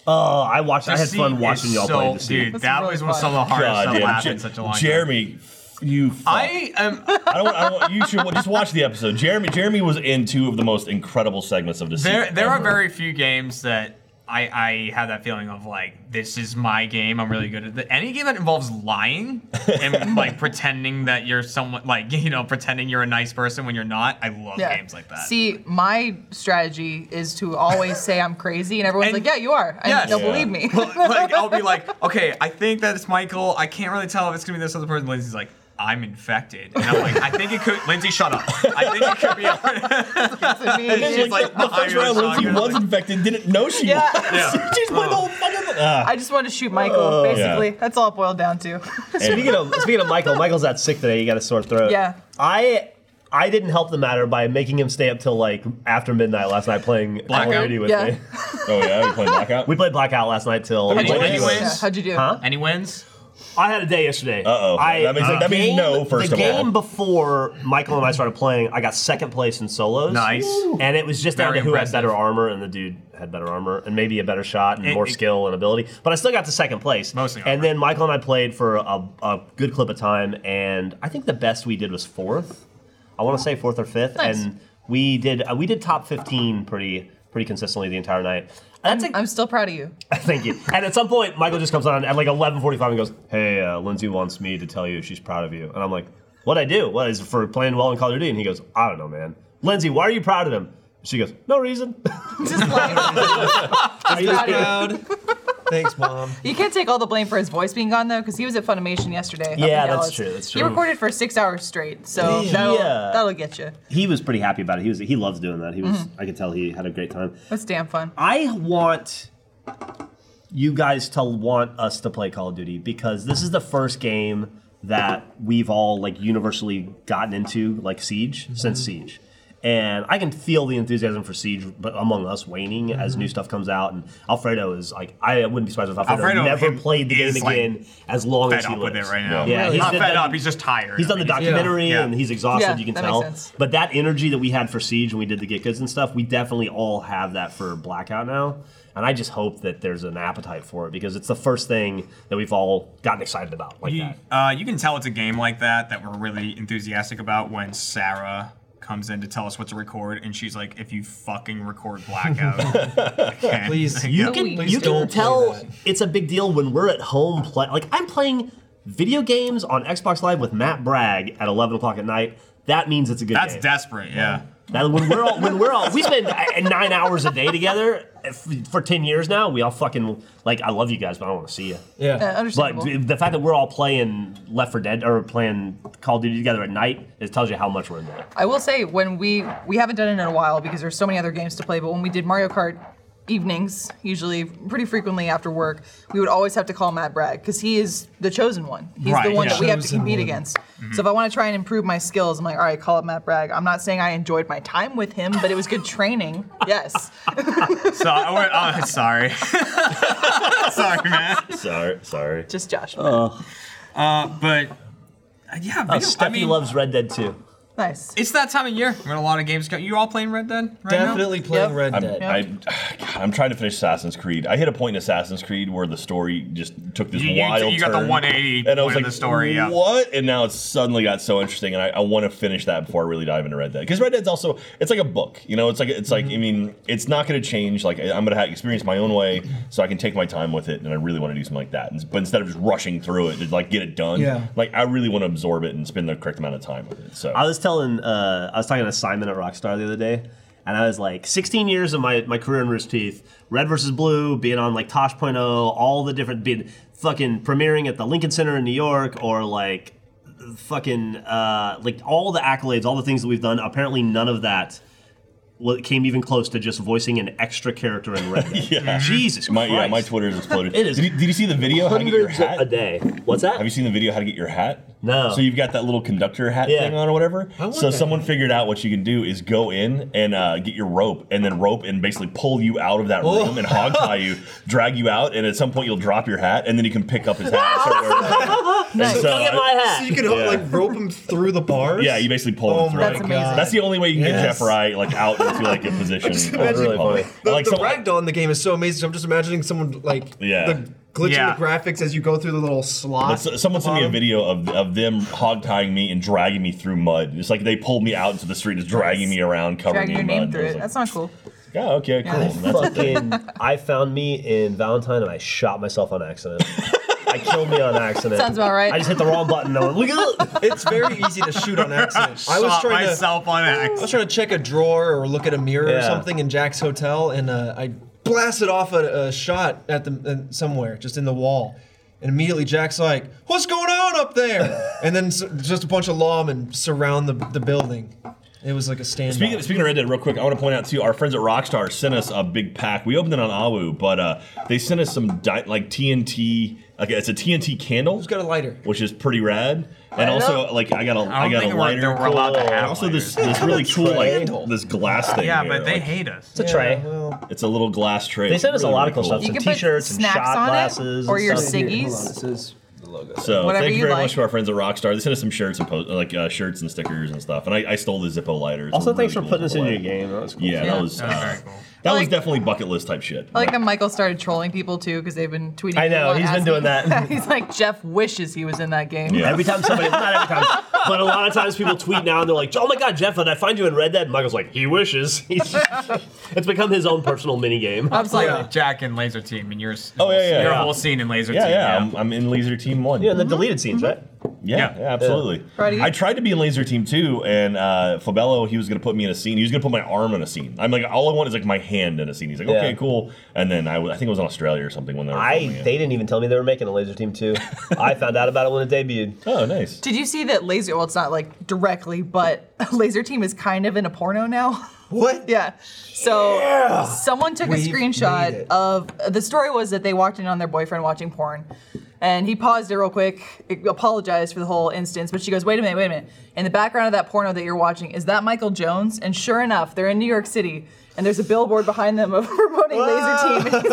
Speaker 2: Oh,
Speaker 5: Uh,
Speaker 2: I watched. I had
Speaker 3: The
Speaker 2: fun
Speaker 3: seat
Speaker 2: watching
Speaker 3: is
Speaker 2: y'all
Speaker 3: so,
Speaker 2: play the scene.
Speaker 3: Dude,
Speaker 4: That's
Speaker 3: that
Speaker 4: really
Speaker 3: was when
Speaker 4: fun.
Speaker 3: some of the hardest
Speaker 5: God
Speaker 3: stuff
Speaker 5: damn,
Speaker 3: happened in
Speaker 5: Je-
Speaker 3: such a long time.
Speaker 5: Jeremy, f- you. Fuck.
Speaker 3: I am.
Speaker 5: I don't, want- I don't want you should just watch the episode. Jeremy Jeremy was in two of the most incredible segments of this.
Speaker 3: There,
Speaker 5: season
Speaker 3: there are
Speaker 5: ever.
Speaker 3: very few games that I, I have that feeling of like this is my game. I'm really good at it. Any game that involves lying
Speaker 2: [LAUGHS]
Speaker 3: and like pretending that you're someone like you know pretending you're a nice person when you're not. I love games like that.
Speaker 4: See, my strategy is to always say I'm crazy, and everyone's
Speaker 3: And-
Speaker 4: like, "Yeah, you are," and
Speaker 3: Yes.
Speaker 4: they'll
Speaker 3: Yeah.
Speaker 4: believe me. [LAUGHS]
Speaker 3: Well, like I'll be like, okay, I think that it's Michael. I can't really tell if it's gonna be this other person. Lindsay's like, I'm infected, and I'm like, I think it could. Lindsay, shut up. I think it could be.
Speaker 2: [LAUGHS]
Speaker 4: To me,
Speaker 5: And then,
Speaker 4: it's-
Speaker 5: like,
Speaker 3: like,
Speaker 5: the
Speaker 3: behind
Speaker 5: first round,
Speaker 3: us,
Speaker 5: Lindsay
Speaker 3: talking,
Speaker 5: was
Speaker 3: like-
Speaker 5: infected, didn't know she
Speaker 4: Yeah.
Speaker 5: was.
Speaker 3: Yeah.
Speaker 5: She just played
Speaker 2: Oh,
Speaker 5: the whole fucking. Ah.
Speaker 4: I just wanted to shoot Michael. basically, that's all it boiled down to. [LAUGHS]
Speaker 2: Speaking of Um, speaking of Michael, Michael's out sick today. He got a sore throat.
Speaker 4: Yeah.
Speaker 2: I I didn't help the matter by making him stay up till like after midnight last night playing Call of
Speaker 3: Blackout?
Speaker 2: Duty with
Speaker 4: Yeah.
Speaker 2: me.
Speaker 5: oh yeah, we played blackout.
Speaker 2: We played Blackout last night till.
Speaker 5: How'd you
Speaker 2: late
Speaker 5: do?
Speaker 2: anyway.
Speaker 4: Yeah, how'd you do?
Speaker 2: Huh?
Speaker 3: [LAUGHS] Any wins?
Speaker 2: I had a day yesterday.
Speaker 5: Uh-oh.
Speaker 2: I-
Speaker 5: That means-
Speaker 2: the
Speaker 5: that means
Speaker 2: game-
Speaker 5: no, first
Speaker 2: the
Speaker 5: of all.
Speaker 2: game before Michael and I started playing, I got second place in solos.
Speaker 3: Nice.
Speaker 2: And it was just down
Speaker 3: Very
Speaker 2: to who
Speaker 3: impressive.
Speaker 2: had better armor, and the dude had better armor, and maybe a better shot, and
Speaker 3: It-
Speaker 2: more
Speaker 3: it-
Speaker 2: skill and ability. But I still got to second place.
Speaker 3: Mostly armor.
Speaker 2: And then Michael and I played for a, a good clip of time, and I think the best we did was fourth. I want to say fourth or fifth,
Speaker 4: Nice.
Speaker 2: and we did uh, we did top fifteen pretty pretty consistently the entire night. That's a,
Speaker 4: I'm still proud of you.
Speaker 2: Thank you. And at some point, Michael just comes on at like 11:45 and goes, "Hey, uh, Lindsay wants me to tell you she's proud of you." And I'm like, "What I do? What is it for playing well in Call of Duty?" And he goes, "I don't know, man. Lindsay, why are you proud of him?" She goes, "No reason." [LAUGHS]
Speaker 4: Just like
Speaker 2: I just-
Speaker 6: Proud. Thanks, mom.
Speaker 4: you can't take all the blame for his voice being gone though, because he was at Funimation yesterday. up
Speaker 2: Yeah, that's
Speaker 4: in Dallas.
Speaker 2: true, that's
Speaker 4: He
Speaker 2: true.
Speaker 4: recorded for six hours straight, so that'll,
Speaker 2: Yeah.
Speaker 4: that'll get you.
Speaker 2: he was pretty happy about it. He was he loves doing that. He was I could tell he had a great time.
Speaker 4: That's damn fun. Uh,
Speaker 2: I want you guys to want us to play Call of Duty because this is the first game that we've all like universally gotten into like Siege since
Speaker 3: Mm-hmm.
Speaker 2: Siege. And I can feel the enthusiasm for Siege but among us waning
Speaker 3: Mm-hmm.
Speaker 2: as new stuff comes out. And Alfredo is like, I wouldn't be surprised if Alfredo,
Speaker 3: Alfredo
Speaker 2: never
Speaker 3: him
Speaker 2: played the game
Speaker 3: is, like,
Speaker 2: again as long as
Speaker 3: Fed
Speaker 2: he
Speaker 3: up with
Speaker 2: lives.
Speaker 3: it right now.
Speaker 2: Yeah, he's
Speaker 3: not
Speaker 2: did
Speaker 3: fed
Speaker 2: that-
Speaker 3: up. He's just tired.
Speaker 2: He's done the
Speaker 3: I mean,
Speaker 2: documentary
Speaker 3: Yeah.
Speaker 2: and he's exhausted,
Speaker 4: Yeah,
Speaker 2: you can
Speaker 4: that
Speaker 2: tell.
Speaker 4: makes sense.
Speaker 2: But that energy that we had for Siege when we did the Get Goods and stuff, we definitely all have that for Blackout now. And I just hope that there's an appetite for it because it's the first thing that we've all gotten excited about like
Speaker 3: You,
Speaker 2: that.
Speaker 3: uh, you can tell it's a game like that that we're really enthusiastic about when Sarah comes in to tell us what to record, and she's like, "If you fucking record Blackout, okay."
Speaker 6: Please,
Speaker 3: Yeah.
Speaker 2: You can
Speaker 4: Please
Speaker 2: you can
Speaker 6: don't play
Speaker 2: tell
Speaker 6: that.
Speaker 2: it's a big deal when we're at home play like I'm playing video games on Xbox Live with Matt Bragg at eleven o'clock at night. That means it's a good
Speaker 3: That's
Speaker 2: game.
Speaker 3: desperate. Yeah.
Speaker 2: Now, when we're all, when we're all, we spend uh, nine hours a day together uh, f- for ten years now. We all fucking like. I love you guys, but I don't want to see you.
Speaker 6: Yeah.
Speaker 4: Uh, understandable.
Speaker 2: But d- the fact that we're all playing Left for Dead or playing Call of Duty together at night, it tells you how much we're in love.
Speaker 4: I will say when we we haven't done it in a while because there's so many other games to play, but when we did Mario Kart evenings, usually pretty frequently after work, we would always have to call Matt Bragg because he is the chosen one. He's
Speaker 3: Right,
Speaker 4: the one
Speaker 3: yeah.
Speaker 4: that we have to
Speaker 6: Chosen
Speaker 4: compete
Speaker 6: one.
Speaker 4: against.
Speaker 2: Mm-hmm.
Speaker 4: So if I want to try and improve my skills, I'm like, all right, call up Matt Bragg. I'm not saying I enjoyed my time with him, but it was good training. Yes.
Speaker 3: So I went, oh, [LAUGHS] sorry. sorry, man.
Speaker 5: Sorry, sorry.
Speaker 4: Just Josh.
Speaker 3: Uh, but uh, yeah,
Speaker 2: Oh,
Speaker 3: video, I
Speaker 2: Stephanie
Speaker 3: mean,
Speaker 2: loves Red Dead too.
Speaker 4: nice.
Speaker 3: it's that time of year when a lot of games go. You all playing Red Dead right now?
Speaker 6: Definitely playing
Speaker 4: Yep.
Speaker 6: Red
Speaker 5: I'm,
Speaker 4: [LAUGHS]
Speaker 6: Dead.
Speaker 5: I, God, I'm trying to finish Assassin's Creed. I hit a point in Assassin's Creed where the story just took this
Speaker 3: You- you-
Speaker 5: wild
Speaker 3: you got the
Speaker 5: turn,
Speaker 3: 180
Speaker 5: and I was
Speaker 3: point
Speaker 5: like,
Speaker 3: of the story, yeah.
Speaker 5: What? And now it's suddenly got so interesting, and I, I want to finish that before I really dive into Red Dead because Red Dead's also it's like a book. You know, it's like it's
Speaker 2: Mm-hmm.
Speaker 5: like I mean, it's not going to change. Like I'm going to have experience my own way, so I can take my time with it, and I really want to do something like that. And- But instead of just rushing through it to like get it done,
Speaker 6: Yeah.
Speaker 5: like I really want to absorb it and spend the correct amount of time with it. So
Speaker 2: I was telling, uh, I was talking to Simon at Rockstar the other day, and I was like, 16 years of my, my career in Rooster Teeth, Red versus Blue, being on like Tosh.0, all the different, being fucking premiering at the Lincoln Center in New York, or like fucking, uh, like all the accolades, all the things that we've done. Apparently, none of that wa- came even close to just voicing an extra character in Red Dead. Jesus
Speaker 5: my
Speaker 2: Christ.
Speaker 5: [LAUGHS] yeah, my Twitter has exploded.
Speaker 2: It is
Speaker 5: Did you, did you see the video? How to get your
Speaker 2: Hundreds
Speaker 5: hat?
Speaker 2: a day. What's that?
Speaker 5: Have you seen the video how to get your hat?
Speaker 2: No.
Speaker 5: So you've got that little conductor hat
Speaker 2: Yeah.
Speaker 5: thing on or whatever.
Speaker 6: want
Speaker 5: So
Speaker 6: that
Speaker 5: someone figured out what you can do is go in and uh, get your rope and then rope and basically pull you out of that room and hog tie you, drag you out, and at some point you'll drop your hat and then you can pick up his hat. and start wearing it. And
Speaker 4: Nice.
Speaker 5: so
Speaker 2: Look at
Speaker 5: I-
Speaker 2: my hat.
Speaker 6: So you can
Speaker 5: Yeah.
Speaker 6: like rope him through the bars.
Speaker 5: yeah, you basically pull
Speaker 6: Oh
Speaker 5: him through.
Speaker 6: my
Speaker 4: That's
Speaker 6: god.
Speaker 4: amazing.
Speaker 5: That's the only way you can get
Speaker 6: Yes.
Speaker 5: Jeff Wright like out into
Speaker 6: [LAUGHS]
Speaker 5: like a position.
Speaker 6: Just
Speaker 5: of
Speaker 6: imagine-
Speaker 5: the public.
Speaker 6: The,
Speaker 5: like
Speaker 6: the
Speaker 5: some-
Speaker 6: ragdoll in the game is so amazing. I'm just imagining someone like
Speaker 5: Yeah.
Speaker 6: the glitch
Speaker 3: Yeah.
Speaker 6: in the graphics as you go through the little slot.
Speaker 5: But so- someone sent me a
Speaker 6: Bottom.
Speaker 5: video of, of them hog tying me and dragging me through mud. It's like they pulled me out into the street, just dragging me around, covering
Speaker 4: Drag
Speaker 5: me
Speaker 4: your
Speaker 5: in
Speaker 4: name
Speaker 2: uh,
Speaker 5: mud. I
Speaker 4: through
Speaker 5: was
Speaker 4: it.
Speaker 5: like,
Speaker 4: That's not cool.
Speaker 5: Yeah, okay, cool. That's a thing.
Speaker 2: fucking I found me in Valentine and I shot myself on accident. I killed me on accident.
Speaker 4: Sounds about right.
Speaker 2: I just hit the wrong button. I went, look at that.
Speaker 6: it's very easy to
Speaker 5: [LAUGHS]
Speaker 6: shoot on accident. I
Speaker 3: I
Speaker 6: was
Speaker 3: was
Speaker 6: trying to
Speaker 3: myself on
Speaker 6: I
Speaker 3: X.
Speaker 6: was trying to check a drawer or look at a mirror or
Speaker 2: Yeah.
Speaker 6: something in Jack's hotel, and uh, I blasted off a, a shot at the uh, somewhere just in the wall, and immediately Jack's like, "What's going on up there?" and then s just a bunch of lawmen surround the, the building. It was like a standoff.
Speaker 5: Speaking of, speaking of Red Dead, real quick, I want to point out too. Our friends at Rockstar sent us a big pack. We opened it on Awu, but uh, they sent us some di- like TNT. Like it's a TNT candle.
Speaker 6: Who's got a lighter?
Speaker 5: which is pretty rad. And also, like I got a
Speaker 3: I
Speaker 5: I,
Speaker 3: don't
Speaker 5: got
Speaker 3: think
Speaker 5: a
Speaker 3: we're-
Speaker 5: lighter.
Speaker 3: they were allowed to
Speaker 5: and
Speaker 3: have
Speaker 5: also this
Speaker 3: lighters.
Speaker 5: this really cool like
Speaker 6: Candle.
Speaker 5: this glass thing.
Speaker 3: Yeah,
Speaker 5: here,
Speaker 3: but they
Speaker 5: like,
Speaker 3: hate us.
Speaker 2: It's a tray.
Speaker 6: Well,
Speaker 5: It's a little glass tray.
Speaker 2: They sent us a lot of cool
Speaker 5: stuff.
Speaker 2: stuff.
Speaker 4: You
Speaker 2: Some
Speaker 4: can put
Speaker 2: t-shirts and
Speaker 4: snacks
Speaker 2: shot
Speaker 4: on
Speaker 2: glasses and
Speaker 4: it or your
Speaker 2: stuff.
Speaker 6: here, hold on,
Speaker 4: ciggies.
Speaker 6: this is the logo.
Speaker 5: So
Speaker 4: Whatever
Speaker 5: thank you
Speaker 4: you
Speaker 5: very
Speaker 4: like.
Speaker 5: much to our friends at Rockstar. They sent us some shirts and po- like uh, shirts and stickers and stuff. And I, I stole the Zippo lighters.
Speaker 2: Also,
Speaker 5: They're
Speaker 2: thanks
Speaker 5: really
Speaker 2: for
Speaker 5: cool
Speaker 2: putting this in
Speaker 5: Zippo
Speaker 2: your
Speaker 5: lighters.
Speaker 2: game. That was cool.
Speaker 5: Yeah,
Speaker 4: Yeah.
Speaker 5: that was
Speaker 3: That was
Speaker 5: uh,
Speaker 3: very cool.
Speaker 5: that was
Speaker 4: Like-
Speaker 5: definitely bucket list type shit.
Speaker 4: I like that Michael started trolling people too because they've been tweeting.
Speaker 2: I
Speaker 4: him a
Speaker 2: know,
Speaker 4: lot,
Speaker 2: he's been doing
Speaker 4: asking-
Speaker 2: that.
Speaker 4: [LAUGHS] he's like Jeff wishes he was in that game.
Speaker 5: Yeah.
Speaker 2: Every time somebody, not every time, but a lot of times people tweet now and they're like, "Oh my God, Jeff, did I find you in Red Dead?" And Michael's like, "He wishes." [LAUGHS] He's just- it's become his own personal mini game.
Speaker 4: I was like,
Speaker 3: Jack and Laser Team and yours.
Speaker 5: Oh, yeah, yeah,
Speaker 3: Your
Speaker 5: yeah.
Speaker 3: whole scene in Laser
Speaker 5: [LAUGHS] yeah,
Speaker 3: Team.
Speaker 5: yeah, I'm, I'm in Laser Team One.
Speaker 2: Yeah, and the deleted scenes, right?
Speaker 5: Yeah,
Speaker 3: Yeah.
Speaker 5: yeah, absolutely.
Speaker 4: Right.
Speaker 5: I tried to be in Laser Team 2, and uh, Fabello, he was going to put me in a scene. He was going to put my arm in a scene. I'm like, all I want is like my hand in a scene. He's like, okay,
Speaker 2: Yeah.
Speaker 5: cool. And then I, w- I think it was in Australia or something when they were
Speaker 2: I
Speaker 5: filming it.
Speaker 2: they didn't even tell me they were making a Laser Team two. I found out about it when it debuted.
Speaker 5: Oh, nice.
Speaker 4: Did you see that laser? Well, it's not like directly, but [LAUGHS] Laser Team is kind of in a porno now. [LAUGHS]
Speaker 6: What?
Speaker 4: yeah. So someone took
Speaker 6: We've
Speaker 4: a
Speaker 6: Ah, made
Speaker 4: screenshot
Speaker 6: it.
Speaker 4: of the story was that they walked in on their boyfriend watching porn, and he paused it real quick, apologized for the whole instance, but she goes, "Wait a minute, wait a minute." In the background of that porno that you're watching, is that Michael Jones? And sure enough, they're in New York City, and there's a billboard behind them of promoting Laser Team. [LAUGHS]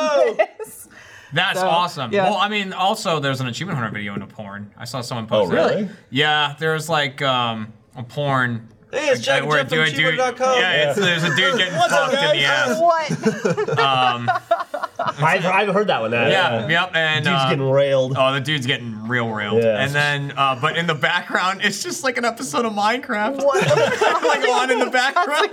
Speaker 4: And he's like, "This."
Speaker 3: That's
Speaker 4: So,
Speaker 3: awesome.
Speaker 4: yeah.
Speaker 3: Well, I mean, also there's an achievement hunter video in a porn. I saw someone
Speaker 5: Oh,
Speaker 3: post. it.
Speaker 5: really?
Speaker 4: Really?
Speaker 3: Yeah, there's like um, a porn.
Speaker 6: Hey, it's Jack
Speaker 3: uh, where
Speaker 6: Jeff from
Speaker 3: a dude-
Speaker 6: Cheaper.com.
Speaker 3: Yeah, It's, there's a dude getting
Speaker 5: What's up,
Speaker 3: fucked in the
Speaker 5: guys?
Speaker 3: ass.
Speaker 4: what?
Speaker 2: I've, I've heard that one. Now.
Speaker 3: Yeah, yep, and
Speaker 2: dude's
Speaker 3: uh,
Speaker 2: getting railed.
Speaker 3: Oh, the dude's getting real railed.
Speaker 2: Yeah.
Speaker 3: And then, uh, but in the background, it's just like an episode of Minecraft. [LAUGHS] like on in the background.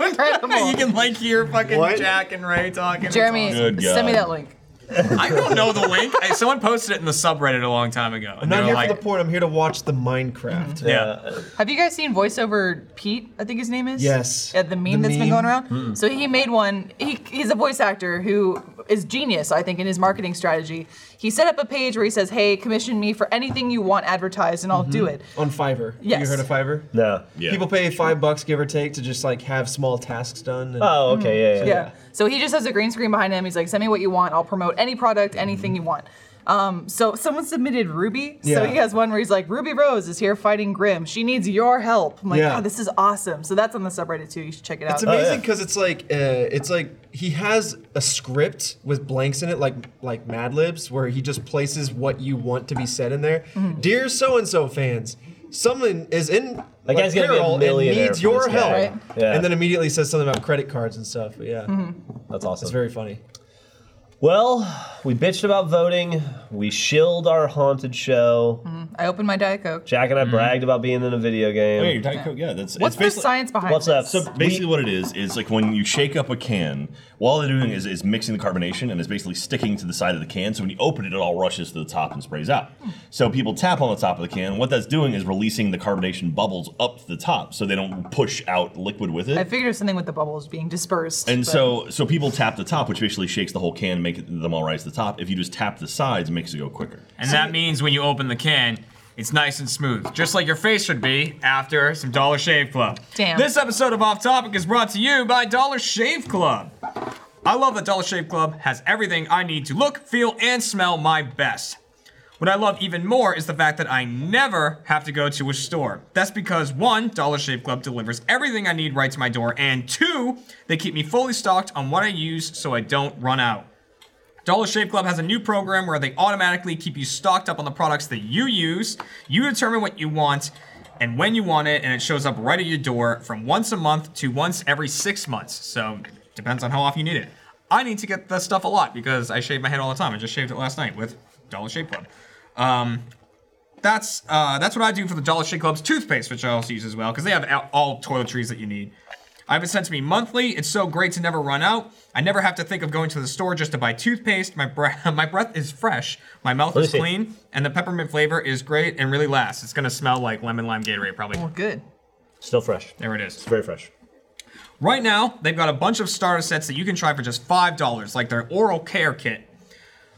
Speaker 3: [LAUGHS]
Speaker 4: incredible.
Speaker 3: you can like hear fucking
Speaker 2: What?
Speaker 3: Jack and Ray talking. It's
Speaker 4: Jeremy,
Speaker 5: Good
Speaker 4: send me
Speaker 5: God.
Speaker 4: that link.
Speaker 3: I don't know the link. I, someone posted it in the subreddit a long time ago.
Speaker 6: I'm
Speaker 3: and they
Speaker 6: not
Speaker 3: were
Speaker 6: here
Speaker 3: like, Mm-hmm.
Speaker 6: for the porn. I'm here to watch the Minecraft.
Speaker 3: Yeah.
Speaker 4: Have you guys seen voiceover Pete? I think his name is.
Speaker 6: Yes.
Speaker 4: Yeah, the
Speaker 6: The
Speaker 4: meme that's been
Speaker 6: meme. Hmm.
Speaker 4: going around. So he made one. He, he's a voice actor who is genius, I think, in his marketing strategy. He set up a page where he says, "Hey, commission me for anything you want advertised, and I'll do it."
Speaker 6: uh, On Fiverr. You
Speaker 4: Yes.
Speaker 6: heard of Fiverr?
Speaker 2: No.
Speaker 5: Yeah.
Speaker 6: People pay five bucks, give or take, to just like have small tasks done. And
Speaker 2: Oh, okay, yeah, yeah.
Speaker 4: Yeah. So he just has a green screen behind him. He's like, send me what you want. I'll promote any product,
Speaker 6: Mm-hmm.
Speaker 4: anything you want. Um, so someone submitted Ruby. So
Speaker 6: Yeah.
Speaker 4: he has one where he's like, Ruby Rose is here fighting Grim. She needs your help. I'm like,
Speaker 6: Yeah.
Speaker 4: oh, this is awesome. So that's on the subreddit too. You should check it out.
Speaker 6: It's amazing because it's like uh, it's like he has a script with blanks in it, like like Mad Libs, where he just places what you want to be said in there.
Speaker 4: Mm-hmm.
Speaker 6: Dear so and so fans, someone is in like,
Speaker 2: guy's gonna be a
Speaker 6: peril and
Speaker 2: millionaire
Speaker 6: needs
Speaker 2: from
Speaker 6: your
Speaker 2: this guy.
Speaker 6: help,
Speaker 4: Right.
Speaker 2: Yeah.
Speaker 6: and then immediately says something about credit cards and stuff. But yeah,
Speaker 4: Mm-hmm.
Speaker 2: That's awesome.
Speaker 6: it's very funny.
Speaker 2: well, we bitched about voting. We shilled our haunted show.
Speaker 4: I opened my Diet Coke.
Speaker 2: Jack and I bragged about being in a video game.
Speaker 5: Oh, yeah, your Diet Coke, yeah, that's
Speaker 4: What's
Speaker 5: it's
Speaker 4: the
Speaker 5: basically-
Speaker 4: science behind
Speaker 2: What's up?
Speaker 4: this?
Speaker 5: So basically, what it is is like when you shake up a can, all they're doing is, is mixing the carbonation and it's basically sticking to the side of the can. So when you open it, it all rushes to the top and sprays out. So people tap on the top of the can. What that's doing is releasing the carbonation bubbles up to the top, so they don't push out liquid with it.
Speaker 4: I figured it was something with the bubbles being dispersed.
Speaker 5: And
Speaker 4: but-
Speaker 5: so, so people tap the top, which basically shakes the whole can, and make it, them all rise to the top. If you just tap the sides, it makes it go quicker.
Speaker 3: and that means when you open the can, it's nice and smooth, just like your face should be after some Dollar Shave Club.
Speaker 4: Damn.
Speaker 3: This episode of Off Topic is brought to you by Dollar Shave Club. I love that Dollar Shave Club has everything I need to look, feel, and smell my best. What I love even more is the fact that I never have to go to a store. That's because one, Dollar Shave Club delivers everything I need right to my door, and two, they keep me fully stocked on what I use so I don't run out. Dollar Shave Club has a new program where they automatically keep you stocked up on the products that you use. You determine what you want and when you want it, and it shows up right at your door from once a month to once every six months. So depends on how often you need it. I need to get the stuff a lot because I shave my head all the time. I just shaved it last night with Dollar Shave Club. Um, that's uh, that's what I do for the Dollar Shave Club's toothpaste, which I also use as well, because they have out- all toiletries that you need. I have it sent to me monthly. It's so great to never run out. I never have to think of going to the store just to buy toothpaste. My breath, [LAUGHS] my breath is fresh. My mouth
Speaker 2: Let me
Speaker 3: is
Speaker 2: see.
Speaker 3: clean, and the peppermint flavor is great and really lasts. It's gonna smell like lemon lime Gatorade probably.
Speaker 4: Well, good.
Speaker 2: Still fresh.
Speaker 3: There it is.
Speaker 2: Very fresh.
Speaker 3: Right now, they've got a bunch of starter sets that you can try for just $5, like their oral care kit.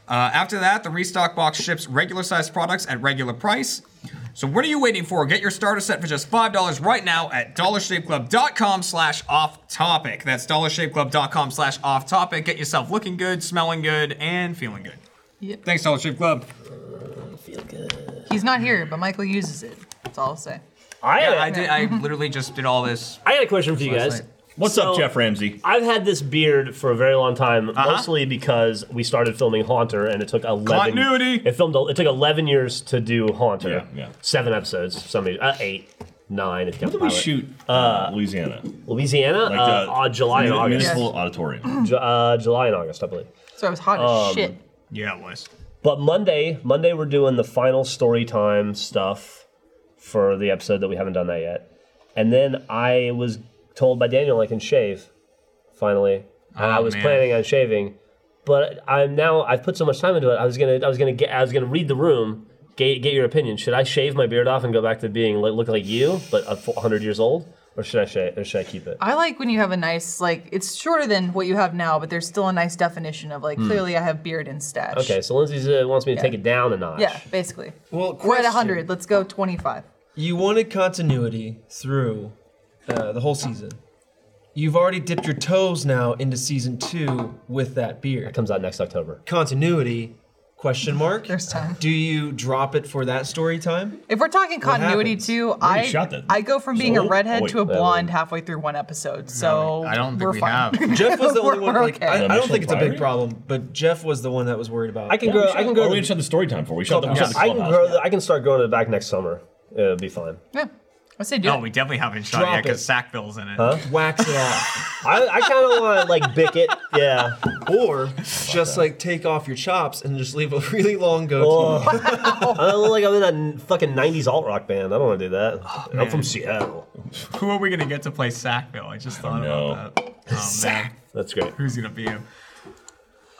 Speaker 3: Uh, after that, the restock box ships regular sized products at regular price. So what are you waiting for? Get your starter set for just $5 right now at dollarshaveclub.com slash off topic. That's dollarshaveclub.com slash off topic. Get yourself looking good, smelling good, and feeling good.
Speaker 4: Yep.
Speaker 3: Thanks, Dollar Shave Club.
Speaker 4: He's not here, but Michael uses it. That's all I'll say.
Speaker 2: I,
Speaker 3: Yeah,
Speaker 2: had,
Speaker 3: I, did, I literally just did all this.
Speaker 2: I had a question for you guys.
Speaker 3: night.
Speaker 5: What's up,
Speaker 2: So-
Speaker 5: Jeff Ramsey?
Speaker 2: I've had this beard for a very long time,
Speaker 5: Uh-huh.
Speaker 2: mostly because we started filming Haunter, and it took eleven
Speaker 3: Continuity.
Speaker 2: It filmed. It took eleven years to do Haunter.
Speaker 5: Yeah, yeah.
Speaker 2: Seven episodes. Some uh, eight, nine. If you count
Speaker 5: What did
Speaker 2: the
Speaker 5: we
Speaker 2: pilot.
Speaker 5: shoot? Uh, Louisiana,
Speaker 2: Louisiana,
Speaker 5: like
Speaker 2: uh,
Speaker 5: the
Speaker 2: uh, July and
Speaker 5: muni-
Speaker 2: August.
Speaker 5: municipal auditorium.
Speaker 2: Ju- uh, July and August, I believe.
Speaker 4: So I was hot
Speaker 5: Um,
Speaker 4: as shit.
Speaker 3: Yeah, it was.
Speaker 2: But Monday, Monday we're doing the final story time stuff for the episode that we haven't done that yet. And then I was told by Daniel I can shave finally. and I
Speaker 3: Oh,
Speaker 2: was
Speaker 3: man.
Speaker 2: planning on shaving, but I'm now I've put so much time into it. I was going to I was going to get I was going to read the room, get, get your opinion. Should I shave my beard off and go back to being like look like you but a fu- 100 years old or should I shave or should I keep it?
Speaker 4: I like when you have a nice, like, it's shorter than what you have now, but there's still a nice definition of, like,
Speaker 5: Hmm.
Speaker 4: clearly I have beard and stash.
Speaker 2: Okay, so Lindsay uh, wants me to take it down a notch.
Speaker 4: Yeah, basically.
Speaker 6: Well,
Speaker 4: We're at
Speaker 6: question.
Speaker 4: 100. Let's go 25.
Speaker 6: You wanted continuity through uh, the whole season. You've already dipped your toes now into season two with that beard.
Speaker 2: Comes out next October.
Speaker 6: Continuity?
Speaker 4: [LAUGHS]
Speaker 6: Question mark.
Speaker 4: There's time.
Speaker 6: Do you drop it for that
Speaker 4: [LAUGHS]
Speaker 6: story time?
Speaker 4: If we're talking continuity,
Speaker 6: happens?
Speaker 4: too,
Speaker 5: already
Speaker 4: I
Speaker 5: shot that.
Speaker 4: I go from being a
Speaker 5: Zoe? Oh,
Speaker 4: redhead
Speaker 5: wait.
Speaker 4: to a blonde halfway through one episode. So
Speaker 3: I don't think
Speaker 4: we're
Speaker 3: we
Speaker 4: fine.
Speaker 3: have.
Speaker 6: Jeff was the only
Speaker 4: We're
Speaker 6: one. Like,
Speaker 4: okay.
Speaker 6: I,
Speaker 5: Yeah,
Speaker 6: I don't
Speaker 5: Mitchell
Speaker 6: think it's a big
Speaker 5: Pryor.
Speaker 6: problem, but Jeff was the one that was worried about.
Speaker 2: I can grow. I can grow.
Speaker 5: Or
Speaker 2: the
Speaker 5: we didn't shut the story time for. We shut the, we shut the
Speaker 2: I can
Speaker 5: clubhouse.
Speaker 2: grow. The, I can start growing it back next summer. It'll be fine.
Speaker 4: [LAUGHS] Yeah. I say do
Speaker 3: No,
Speaker 4: it.
Speaker 3: we definitely haven't shot
Speaker 6: Drop
Speaker 3: yet because
Speaker 6: it.
Speaker 3: Sackville's in it.
Speaker 6: wax it
Speaker 2: [LAUGHS]
Speaker 6: off,
Speaker 2: I, I kind of want to like bick it. [LAUGHS] Yeah.
Speaker 6: or just like take off your chops and just leave a really long
Speaker 2: Oh,
Speaker 6: goatee.
Speaker 2: I look like I'm in a n- fucking '90s alt rock band. I don't want to do that. I'm from
Speaker 3: man.
Speaker 2: Seattle.
Speaker 3: Who are we gonna get to play Sackville? I just thought
Speaker 5: know.
Speaker 3: about that. Oh, man.
Speaker 2: That's great.
Speaker 3: Who's gonna be him?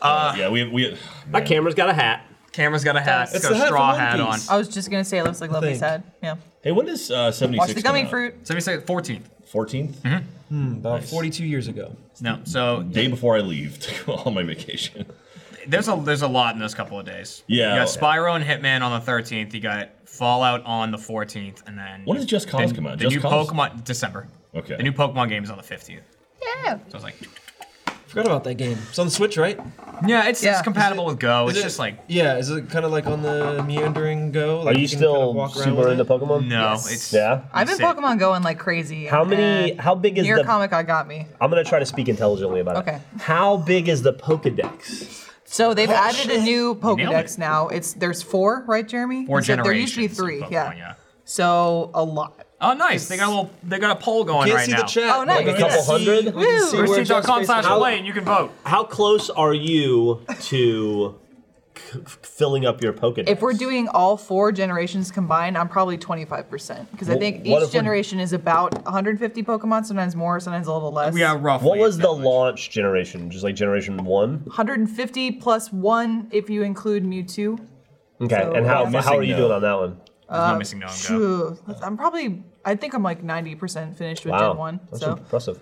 Speaker 5: Uh, yeah, we we.
Speaker 2: My camera's got a hat.
Speaker 3: Camera's got a hat.
Speaker 4: It's
Speaker 3: It's got
Speaker 6: the
Speaker 3: a
Speaker 6: hat
Speaker 3: straw
Speaker 6: from One
Speaker 3: hat on.
Speaker 6: Piece.
Speaker 4: I was just gonna say it looks like Lovely
Speaker 6: think.
Speaker 4: said. Yeah.
Speaker 5: Hey, when does uh, 76
Speaker 4: Watch the gummy fruit.
Speaker 3: So we say 14th.
Speaker 5: 14th?
Speaker 2: Mm-hmm.
Speaker 6: About 42 years ago.
Speaker 3: No. So
Speaker 5: Day before I leave to go on my vacation. [LAUGHS]
Speaker 3: there's a there's a lot in those couple of days.
Speaker 5: Yeah.
Speaker 3: You got Spyro and Hitman on the 13th. You got Fallout on the 14th, and then
Speaker 5: When does Just Cause come out?
Speaker 3: The
Speaker 5: Just
Speaker 3: new
Speaker 5: Cause?
Speaker 3: Pokemon December.
Speaker 5: Okay.
Speaker 3: The new Pokemon game is on the 15th.
Speaker 4: Yeah.
Speaker 3: So it's like,
Speaker 6: Forgot about that game. It's on the Switch, right?
Speaker 3: yeah, it's,
Speaker 4: Yeah.
Speaker 3: it's compatible with Go. It's
Speaker 6: Is it-
Speaker 3: just like
Speaker 6: Yeah, is it kind of like on the meandering go? Like
Speaker 2: Are you
Speaker 6: can kinda
Speaker 2: still
Speaker 6: walk around with
Speaker 2: super
Speaker 6: it?
Speaker 2: into Pokemon?
Speaker 3: no, it's
Speaker 2: Yeah.
Speaker 4: I've been
Speaker 3: Sick.
Speaker 4: Pokemon going like crazy.
Speaker 2: How many?
Speaker 4: and
Speaker 2: How big is
Speaker 4: Near
Speaker 2: the?
Speaker 4: Comic Con got me.
Speaker 2: I'm gonna try to speak intelligently about it.
Speaker 4: Okay.
Speaker 2: How big is the Pokedex?
Speaker 4: So they've added a new
Speaker 3: Oh, Nailed
Speaker 4: Pokedex
Speaker 3: it.
Speaker 4: now. It's there's four, right, Jeremy?
Speaker 3: four
Speaker 4: Instead-
Speaker 3: generations.
Speaker 4: There used to be
Speaker 3: of
Speaker 4: three.
Speaker 3: Pokemon,
Speaker 4: yeah. So a lot.
Speaker 3: Oh, nice. They got a little. They got a poll going
Speaker 6: Can't
Speaker 3: right
Speaker 6: see
Speaker 3: now.
Speaker 6: the chat.
Speaker 4: Oh, nice.
Speaker 6: but we
Speaker 4: Like a
Speaker 6: can
Speaker 2: couple
Speaker 6: see-
Speaker 2: hundred?
Speaker 6: we can see
Speaker 4: Woo.
Speaker 6: where
Speaker 3: Roosterteeth.com
Speaker 6: Jack's
Speaker 3: slash
Speaker 6: face is.
Speaker 3: play, and you can vote.
Speaker 2: How close are you to c- c- filling up your Pokedex?
Speaker 4: If we're doing all four generations combined, I'm probably 25% because I think
Speaker 2: what
Speaker 4: each
Speaker 2: if we're-
Speaker 4: generation is about 150 Pokemon, sometimes more, sometimes a little less.
Speaker 3: We are roughly.
Speaker 2: what was the
Speaker 3: that much.
Speaker 2: launch generation? Just like generation one.
Speaker 4: 150 plus one if you include Mewtwo.
Speaker 2: Okay.
Speaker 4: So-
Speaker 2: and how
Speaker 4: Yeah.
Speaker 2: how are
Speaker 5: Missing
Speaker 2: you
Speaker 5: no.
Speaker 2: doing on that one?
Speaker 3: There's no missing no and go.
Speaker 4: Phew, that's- I'm probably, I think I'm like 90% finished with
Speaker 2: Wow.
Speaker 4: Gen 1.
Speaker 2: That's
Speaker 4: so,
Speaker 2: impressive.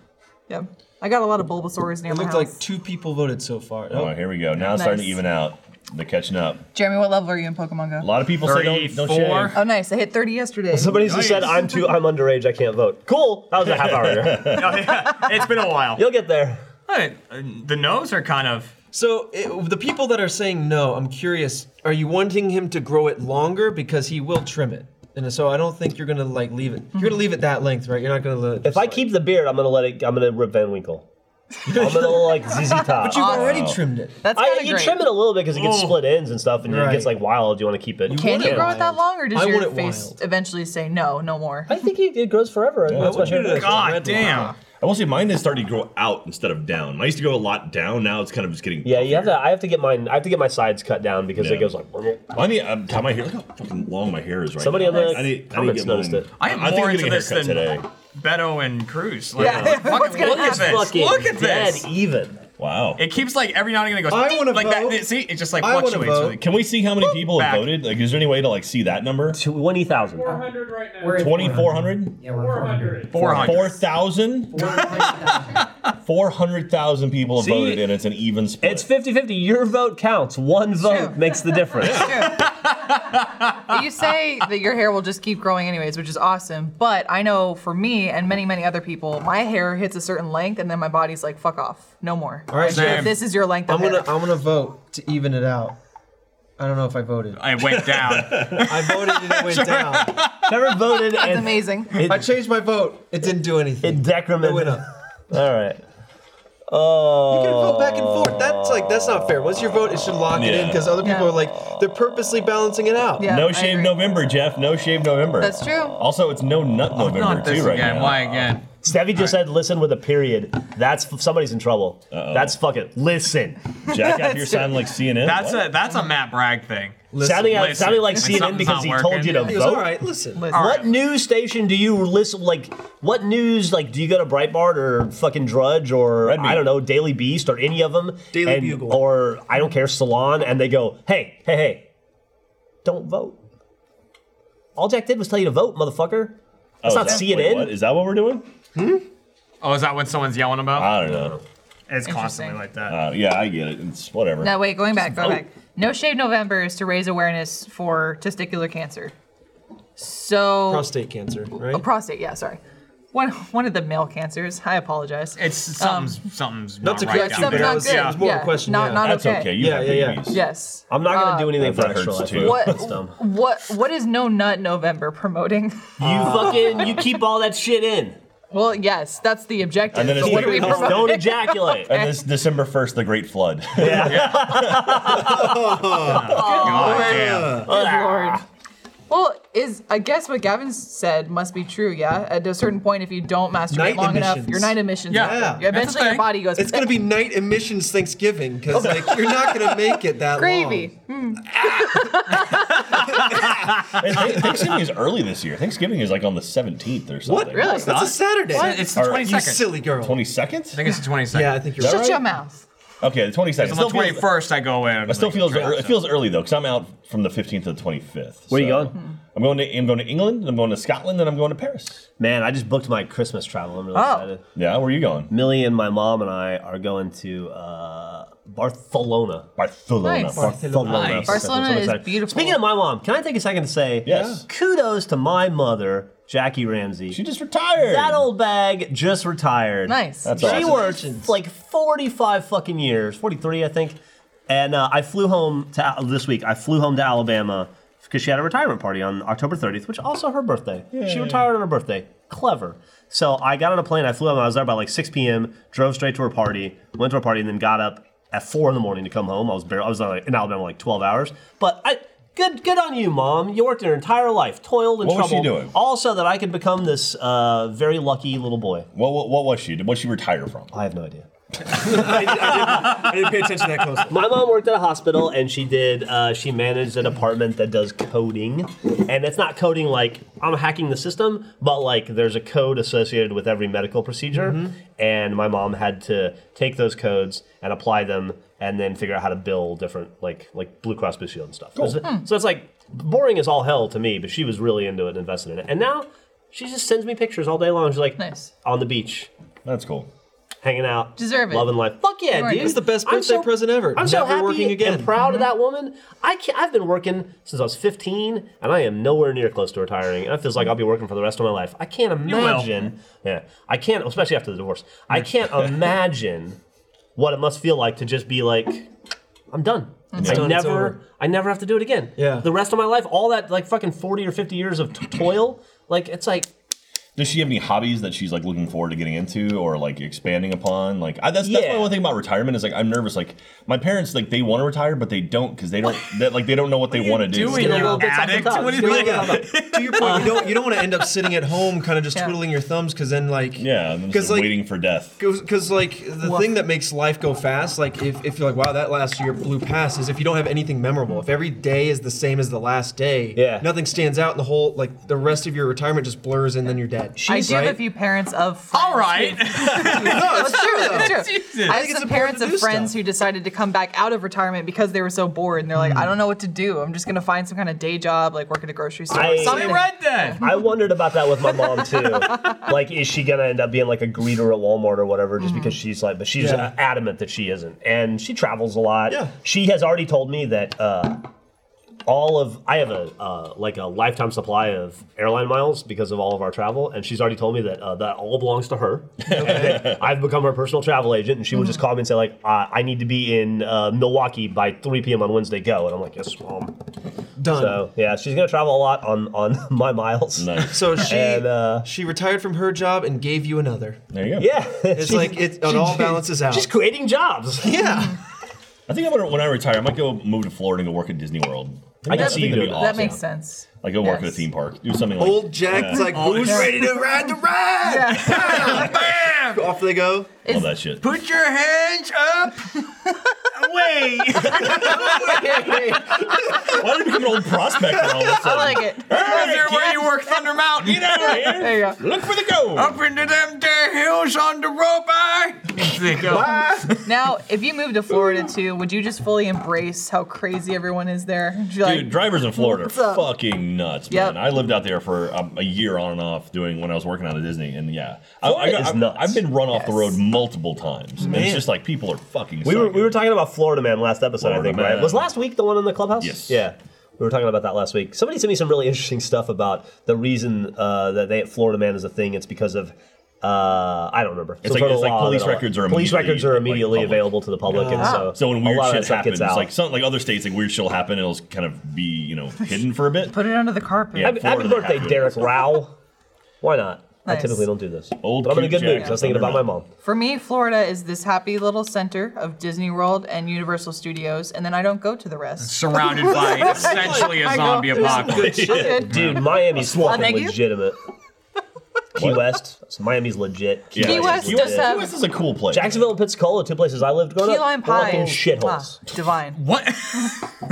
Speaker 4: yeah. I got a lot of Bulbasaurs near
Speaker 6: It
Speaker 4: my
Speaker 6: looked
Speaker 4: house.
Speaker 6: like two people voted so far.
Speaker 5: Oh, here we go. Now it's starting to
Speaker 4: Nice.
Speaker 5: even out. They're catching up.
Speaker 4: Jeremy, what level are you in Pokemon
Speaker 5: A
Speaker 4: Go?
Speaker 5: lot of people say don't, don't
Speaker 3: 34.
Speaker 4: [LAUGHS]
Speaker 5: shave.
Speaker 4: Oh, nice. I hit 30 yesterday.
Speaker 2: Somebody just said
Speaker 3: Nice.
Speaker 2: I'm too I'm underage. I can't vote. Cool. That was a half hour ago.
Speaker 3: Oh, yeah. [LAUGHS] It's been a while.
Speaker 2: You'll get there.
Speaker 3: Hey, uh, The nose are kind of.
Speaker 6: So it, the people that are saying no, I'm curious. Are you wanting him to grow it longer because he will trim it? And so I don't think you're gonna like leave it. You're gonna leave it that length, right? You're not gonna. Let it
Speaker 2: If I keep the beard, I'm gonna let it. I'm gonna rip Van Winkle. I'm gonna like ZZ Top.
Speaker 6: you've already trimmed it.
Speaker 4: That's
Speaker 2: I,
Speaker 4: kind of
Speaker 2: you
Speaker 4: great.
Speaker 2: trim it a little bit because it gets
Speaker 3: Ooh.
Speaker 2: split ends and stuff, and it
Speaker 6: Right.
Speaker 2: gets like wild. You want to keep it.
Speaker 4: Can you
Speaker 6: it
Speaker 4: grow it that
Speaker 6: wild.
Speaker 4: long, or does
Speaker 6: I want
Speaker 4: your
Speaker 6: it
Speaker 4: face
Speaker 6: wild.
Speaker 4: eventually say no, no more?
Speaker 6: [LAUGHS]
Speaker 2: I think it, it grows forever. That's
Speaker 6: what
Speaker 2: my
Speaker 6: you
Speaker 2: favorite.
Speaker 6: do.
Speaker 3: God
Speaker 6: red
Speaker 3: damn.
Speaker 6: line.
Speaker 5: I will say mine is starting to grow out instead of down. Mine used to go a lot down. Now it's kind of just getting.
Speaker 2: Yeah, you have to.
Speaker 5: puffier.
Speaker 2: I have to get mine. I have to get my sides cut down because
Speaker 5: Yeah.
Speaker 2: it goes like.
Speaker 5: I need. I'm, my hair. Look how fucking long my hair is right
Speaker 2: Somebody
Speaker 5: now.
Speaker 2: on the
Speaker 5: I need, I need to
Speaker 2: comments
Speaker 5: get mine.
Speaker 2: noticed it.
Speaker 3: I am
Speaker 5: I think
Speaker 3: more
Speaker 5: I'm
Speaker 3: into
Speaker 5: getting a
Speaker 3: this
Speaker 5: haircut
Speaker 3: than
Speaker 5: today.
Speaker 3: Beto and Cruz. Like,
Speaker 4: Yeah.
Speaker 3: fucking
Speaker 4: What's gonna
Speaker 3: look at
Speaker 4: happen?
Speaker 3: this.
Speaker 2: Fucking
Speaker 3: Look at
Speaker 2: dead
Speaker 3: this.
Speaker 2: even.
Speaker 5: Wow.
Speaker 3: It keeps like every now and again it goes.
Speaker 6: I wanna
Speaker 3: like that.
Speaker 6: vote.
Speaker 3: See, it just like
Speaker 6: I wanna
Speaker 3: fluctuates.
Speaker 6: vote.
Speaker 3: Really.
Speaker 5: Can we see how many people have
Speaker 3: Back.
Speaker 5: voted? Like, is there any way to like see that number?
Speaker 2: Twenty e thousand.
Speaker 7: 400 right now.
Speaker 8: We're at
Speaker 5: 2,400?
Speaker 8: Yeah, we're at 400.
Speaker 3: 400.
Speaker 5: 4,000? 400,000 people have
Speaker 2: See,
Speaker 5: voted, and it's an even split.
Speaker 2: It's 50-50. Your vote counts. One vote
Speaker 4: Sure.
Speaker 2: makes the difference.
Speaker 4: [LAUGHS] you say that your hair will just keep growing anyways, which is awesome. But I know for me and many, many other people, my hair hits a certain length and then my body's like, fuck off. No more. All
Speaker 6: right,
Speaker 3: Same.
Speaker 4: This is your length
Speaker 6: I'm
Speaker 4: of
Speaker 6: gonna.
Speaker 4: hair.
Speaker 6: I'm gonna vote to even it out. I don't know if I voted.
Speaker 3: I went down.
Speaker 6: I voted and [LAUGHS] it went down.
Speaker 2: Never voted.
Speaker 4: It's
Speaker 2: and
Speaker 4: amazing.
Speaker 6: I changed my vote. It didn't do
Speaker 2: It
Speaker 6: anything. It went up.
Speaker 2: decremented. [LAUGHS] All right.
Speaker 6: You
Speaker 2: Oh.
Speaker 6: can vote back and forth. That's like that's not fair. Once your vote, it should lock it in
Speaker 5: Yeah.
Speaker 6: because other people
Speaker 4: Yeah.
Speaker 6: are like they're purposely balancing it out.
Speaker 4: Yeah,
Speaker 5: no
Speaker 4: I
Speaker 5: shave
Speaker 4: agree.
Speaker 5: November, Jeff. No shave November.
Speaker 4: That's true.
Speaker 5: Also, it's no nut November
Speaker 3: Not
Speaker 5: too
Speaker 3: this
Speaker 5: right
Speaker 3: again.
Speaker 5: now.
Speaker 3: Why again?
Speaker 2: Stevie just said, "Listen with a period." That's somebody's in trouble. That's fucking listen.
Speaker 5: Jack
Speaker 3: [LAUGHS]
Speaker 5: out here sounding like CNN.
Speaker 3: That's
Speaker 5: What?
Speaker 3: a that's a Matt Bragg thing.
Speaker 2: sounding like
Speaker 3: listen,
Speaker 2: sounding like
Speaker 3: when
Speaker 2: CNN
Speaker 3: something's
Speaker 2: because
Speaker 3: not
Speaker 2: he
Speaker 3: working.
Speaker 2: told you to
Speaker 6: He
Speaker 2: vote.
Speaker 6: goes, all right, listen.
Speaker 4: Listen.
Speaker 2: What news station do you listen? Like, what news? Like, do you go to Breitbart or fucking Drudge or
Speaker 5: Red
Speaker 2: I don't
Speaker 5: Meat.
Speaker 2: know Daily Beast or any of them?
Speaker 6: Daily
Speaker 2: and-
Speaker 6: Bugle.
Speaker 2: or I don't care Salon, and they go, hey, hey, hey, don't vote. All Jack did was tell you to vote, motherfucker. That's
Speaker 5: Oh,
Speaker 2: not
Speaker 5: is that-
Speaker 2: CNN.
Speaker 5: wait, what? Is that what we're doing?
Speaker 3: Oh, is that what someone's yelling about?
Speaker 5: I don't know.
Speaker 3: It's constantly
Speaker 4: Interesting.
Speaker 3: like that.
Speaker 5: Uh, yeah, I get it. It's whatever.
Speaker 4: No, wait, going back,
Speaker 6: Oh.
Speaker 4: going
Speaker 5: vote.
Speaker 4: back. No Shave November is to raise awareness for testicular cancer. So,
Speaker 6: Prostate cancer, right?
Speaker 4: Oh, prostate, yeah, sorry. One, one of the male cancers. I apologize.
Speaker 3: it's something's something's
Speaker 6: not
Speaker 3: not
Speaker 6: to
Speaker 3: right.
Speaker 6: correct
Speaker 3: down
Speaker 6: you,
Speaker 4: something's
Speaker 6: but
Speaker 3: there.
Speaker 6: I
Speaker 4: not
Speaker 6: was-
Speaker 4: good.
Speaker 6: it was more
Speaker 4: yeah.
Speaker 6: a question,
Speaker 4: Not,
Speaker 6: yeah.
Speaker 4: not
Speaker 5: That's okay. You
Speaker 6: Yeah,
Speaker 5: have
Speaker 6: yeah,
Speaker 5: big
Speaker 6: yeah.
Speaker 5: penis.
Speaker 4: Yes.
Speaker 2: I'm not gonna do anything
Speaker 5: That
Speaker 2: for
Speaker 5: hurts
Speaker 2: extra life.
Speaker 5: too.
Speaker 4: Uh, What,
Speaker 2: That's dumb.
Speaker 4: what what is no nut November promoting? [LAUGHS]
Speaker 2: You
Speaker 4: Uh.
Speaker 2: fucking you keep all that shit [LAUGHS] in.
Speaker 4: Well, yes, that's the objective.
Speaker 5: And then
Speaker 4: but
Speaker 5: it's
Speaker 4: what are
Speaker 5: like-
Speaker 4: we
Speaker 5: it's
Speaker 4: promoting?
Speaker 2: Don't [LAUGHS] ejaculate.
Speaker 5: And this December 1st, the Great Flood. [LAUGHS]
Speaker 6: Oh,
Speaker 3: God damn.
Speaker 4: Good [LAUGHS]
Speaker 5: [LAUGHS]
Speaker 4: lord.
Speaker 5: Ah.
Speaker 4: Well, is I guess what Gavin said must be true, yeah. At a certain point, if you don't masturbate
Speaker 6: Night
Speaker 4: long enough,
Speaker 6: emissions.
Speaker 4: your night emissions.
Speaker 3: Yeah.
Speaker 4: happen.
Speaker 6: Yeah.
Speaker 3: That's
Speaker 4: Your-
Speaker 3: a
Speaker 4: Eventually, your
Speaker 3: thing.
Speaker 4: body goes.
Speaker 6: It's gonna be night emissions Thanksgiving because
Speaker 3: [LAUGHS]
Speaker 6: like you're not gonna make it that
Speaker 4: gravy.
Speaker 5: Hey, Th- Thanksgiving is early this year. Thanksgiving is like on the 17th or something.
Speaker 6: long. What?
Speaker 4: Really?
Speaker 6: That's a Saturday.
Speaker 3: It's the
Speaker 5: All right,
Speaker 3: twenty
Speaker 6: You
Speaker 3: second.
Speaker 6: silly girl.
Speaker 5: 22nd?
Speaker 3: I think it's the twenty second.
Speaker 6: Yeah, I think you're
Speaker 4: Shut
Speaker 6: right.
Speaker 4: your mouth.
Speaker 5: Okay, the 22nd.
Speaker 3: On the
Speaker 5: Still feels-
Speaker 3: twenty first, I go in.
Speaker 5: It still
Speaker 3: like,
Speaker 5: feels
Speaker 3: try
Speaker 5: it
Speaker 3: stuff.
Speaker 5: feels early though, because I'm out from the 15th to the 25th.
Speaker 2: Where you
Speaker 5: so-
Speaker 4: Hmm.
Speaker 2: going?
Speaker 5: I'm going to I'm going to England, and I'm going to Scotland, and I'm going to Paris.
Speaker 2: Man, I just booked my Christmas travel. I'm really
Speaker 4: Oh.
Speaker 2: excited.
Speaker 5: Yeah, where are you going?
Speaker 2: Millie and my mom and I are going to uh, Barcelona.
Speaker 5: Barcelona.
Speaker 4: Nice.
Speaker 5: Bar-
Speaker 2: Barcelona.
Speaker 3: Nice.
Speaker 4: Barcelona
Speaker 2: I'm
Speaker 4: is
Speaker 2: excited.
Speaker 4: beautiful.
Speaker 2: Speaking of my mom, can I take a second to say
Speaker 5: Yes.
Speaker 2: kudos to my mother, Jackie Ramsey.
Speaker 5: She just retired.
Speaker 2: that old bag just retired.
Speaker 4: Nice.
Speaker 5: That's
Speaker 2: She
Speaker 5: awesome.
Speaker 2: worked like 45 fucking years, 43, I think. And uh, I flew home to Al- this week. I flew home to Alabama because she had a retirement party on October 30th, which also her birthday. She retired on her birthday. Clever. So I got on a plane. I flew home. I was there by like 6 p.m. Drove straight to her party. Went to her party and then got up at four in the morning to come home. I was barely, I was uh, in Alabama like 12 hours. But I good good on you, mom. You worked your entire life, toiled and
Speaker 5: What was she
Speaker 2: troubled,
Speaker 5: doing?
Speaker 2: all so that I could become this uh, very lucky little boy.
Speaker 5: What, what what was she? What would she retire from?
Speaker 2: I have no idea.
Speaker 6: I, didn't- I didn't, I didn't pay attention that closely.
Speaker 2: My mom worked at a hospital, and she did. Uh, she managed a department that does coding, and it's not coding like I'm hacking the system, but like there's a code associated with every medical procedure, and my mom had to take those codes and apply them, and then figure out how to bill different like like Blue Cross Blue Shield and stuff. So, so it's like boring as all hell to me, but she was really into it and invested in it, and now she just sends me pictures all day long. She's like,
Speaker 4: Nice.
Speaker 2: on the beach,
Speaker 5: That's cool.
Speaker 2: hanging out,
Speaker 4: Deserve it.
Speaker 2: loving life. Fuck yeah,
Speaker 4: Right.
Speaker 2: dude!
Speaker 4: It's
Speaker 6: the best
Speaker 2: I'm
Speaker 6: birthday present ever.
Speaker 2: I'm so
Speaker 6: Never
Speaker 2: happy
Speaker 6: working again.
Speaker 2: and proud of that woman. I can't, I've been working since I was 15, and I am nowhere near close to retiring. And it feels like I'll be working for the rest of my life. I can't
Speaker 3: will.
Speaker 2: imagine. Yeah, I can't, especially after the divorce. I
Speaker 6: Mm. [LAUGHS]
Speaker 2: can't imagine what it must feel like to just be like, I'm done.
Speaker 6: done,
Speaker 2: I
Speaker 6: it's
Speaker 2: never,
Speaker 6: over.
Speaker 2: I never have to do it again.
Speaker 6: Yeah.
Speaker 2: The rest of my life, all that like fucking 40 or 50 years of t- toil, like it's like.
Speaker 5: Does she have any hobbies that she's like looking forward to getting into or like expanding upon? Like I, that's that's
Speaker 2: Yeah.
Speaker 5: my one thing about retirement is like I'm nervous. Like my parents like they want to retire but they don't because they don't that like they don't know what they want to do.
Speaker 3: doing?
Speaker 2: Get a
Speaker 3: You
Speaker 2: little bit off the
Speaker 3: addict.
Speaker 2: top.
Speaker 3: What do you
Speaker 2: Get a
Speaker 3: mean?
Speaker 2: little bit off the top.
Speaker 6: to your point, you don't you don't want to end up sitting at home, kind of just
Speaker 4: Yeah.
Speaker 6: twiddling your thumbs, because then like
Speaker 5: Yeah, I'm just
Speaker 6: because like
Speaker 5: waiting for death.
Speaker 6: because like the thing that makes life go fast, like if, if you're like wow that last year blew past, is if you don't have anything memorable. If every day is the same as the last day,
Speaker 2: Yeah.
Speaker 6: nothing stands out, and the whole like the rest of your retirement just blurs, and then you're dead.
Speaker 4: I
Speaker 6: She's
Speaker 4: do have
Speaker 6: right?
Speaker 4: a few parents of friends.
Speaker 3: All right.
Speaker 6: No, it's true. though.
Speaker 4: It's true.
Speaker 3: Jesus.
Speaker 4: I
Speaker 6: I
Speaker 4: have
Speaker 6: think it's
Speaker 4: some
Speaker 6: important
Speaker 4: parents
Speaker 6: to
Speaker 4: of
Speaker 6: do
Speaker 4: friends
Speaker 6: stuff.
Speaker 4: who decided to come back out of retirement because they were so bored and they're like, I don't know what to do. I'm just gonna find some kind of day job, like work at a grocery store.
Speaker 2: I-
Speaker 4: or something.
Speaker 3: Only Red Dead.
Speaker 2: I wondered about that with my mom too. like, is she gonna end up being like a greeter at Walmart or whatever, just because she's like? But she's
Speaker 6: Mm-hmm. Yeah.
Speaker 2: adamant that she isn't, and she travels a lot.
Speaker 6: Yeah.
Speaker 2: She has already told me that uh, all of I have a uh, like a lifetime supply of airline miles because of all of our travel, and she's already told me that uh, that all belongs to her. And that [LAUGHS] I've become her personal travel agent, and she will
Speaker 6: Mm-hmm.
Speaker 2: just call me and say like, uh, "I need to be in uh, Milwaukee by 3 p.m. on Wednesday. Go." And I'm like, "Yes, mom."
Speaker 6: Done.
Speaker 2: So yeah, she's gonna travel a lot on on [LAUGHS] my miles.
Speaker 5: Nice.
Speaker 2: [LAUGHS]
Speaker 6: So she
Speaker 2: And, uh,
Speaker 6: she retired from her job and gave you another.
Speaker 5: There you go.
Speaker 2: Yeah, [LAUGHS]
Speaker 6: It's like it, it all balances out.
Speaker 2: She's creating
Speaker 5: [LAUGHS]
Speaker 2: jobs.
Speaker 6: yeah.
Speaker 5: I think I'm gonna, when I retire, I might go move to Florida and go work at Disney World. I,
Speaker 2: can
Speaker 5: think
Speaker 2: see you
Speaker 5: that'd be
Speaker 2: doing
Speaker 4: That
Speaker 5: awesome.
Speaker 4: makes sense.
Speaker 5: Like go work at a
Speaker 4: Yes.
Speaker 5: theme park, do something like
Speaker 6: Old Jack's like, who's ready to ride the ride?
Speaker 3: Bam!
Speaker 6: Off they go.
Speaker 5: all that shit.
Speaker 3: Put your hands up. Wait.
Speaker 5: Why did you become an old prospector all of a
Speaker 4: I
Speaker 5: sudden?
Speaker 4: [LAUGHS] like it.
Speaker 3: there where you work Thunder Mountain. You know.
Speaker 4: There you go.
Speaker 5: Look for the gold.
Speaker 3: Up into them there hills on the rope, I. There you go.
Speaker 4: Now, if you moved to Florida too, would you just fully embrace how crazy everyone is there? Would you like,
Speaker 5: Dude, drivers in Florida
Speaker 4: What's
Speaker 5: are
Speaker 4: up?
Speaker 5: fucking nuts,
Speaker 4: Yep.
Speaker 5: man. I lived out there for um, a year on and off doing when I was working out at Disney, and yeah, I, I,
Speaker 2: Florida is nuts.
Speaker 5: have been run off the
Speaker 4: Yes.
Speaker 5: road multiple times, and it's
Speaker 6: Man.
Speaker 5: just like people are fucking.
Speaker 2: We were,
Speaker 5: psycho.
Speaker 2: we were talking about Florida Man last episode, I
Speaker 5: Florida
Speaker 2: think, right?
Speaker 5: Man.
Speaker 2: Was last week the one in the clubhouse?
Speaker 5: Yes.
Speaker 2: Yeah. We were talking about that last week. Somebody sent me some really interesting stuff about the reason uh, that they Florida Man is a thing. It's because of uh, I don't remember. Some
Speaker 5: It's like-
Speaker 2: sort of
Speaker 5: it's like
Speaker 2: law
Speaker 5: police
Speaker 2: that-
Speaker 5: records are
Speaker 2: police
Speaker 5: immediately,
Speaker 2: records are
Speaker 5: like,
Speaker 2: immediately
Speaker 5: public. Ah.
Speaker 2: available to the public, and so
Speaker 5: So when
Speaker 2: a
Speaker 5: weird
Speaker 2: lot of
Speaker 5: shit
Speaker 2: that stuff
Speaker 5: happens,
Speaker 2: gets out.
Speaker 5: like some like other states, like weird shit will happen. It'll kind of be you know hidden for a bit.
Speaker 4: put it under the carpet?
Speaker 5: Yeah.
Speaker 2: happy,
Speaker 5: Florida
Speaker 2: happy birthday,
Speaker 5: happened.
Speaker 2: Derek Rao. Why not? I
Speaker 4: Nice.
Speaker 2: typically don't do this.
Speaker 5: Old
Speaker 2: but I'm in a
Speaker 5: cute
Speaker 2: good mood
Speaker 5: Jack
Speaker 2: 'cause I was thinking about my mom.
Speaker 4: For me, Florida is this happy little center of Disney World and Universal Studios, and then I don't go to the rest.
Speaker 3: Surrounded
Speaker 2: [LAUGHS]
Speaker 3: by essentially a
Speaker 4: I go,
Speaker 3: zombie
Speaker 4: "There's some
Speaker 3: apocalypse.
Speaker 4: I'm good.
Speaker 2: Dude, Miami's fucking
Speaker 4: thank you. [LAUGHS]
Speaker 2: legitimate. Key West, Miami's legit. Key
Speaker 5: Yeah,
Speaker 4: Key
Speaker 5: like,
Speaker 4: West
Speaker 5: Key
Speaker 4: does
Speaker 5: Key
Speaker 4: have-
Speaker 5: West is a cool place.
Speaker 2: Jacksonville and Pensacola, two places I lived growing
Speaker 4: Key
Speaker 2: up.
Speaker 4: lime
Speaker 2: they're
Speaker 4: pie.
Speaker 2: fucking
Speaker 4: is-
Speaker 2: shitholes.
Speaker 4: ah, divine.
Speaker 3: What?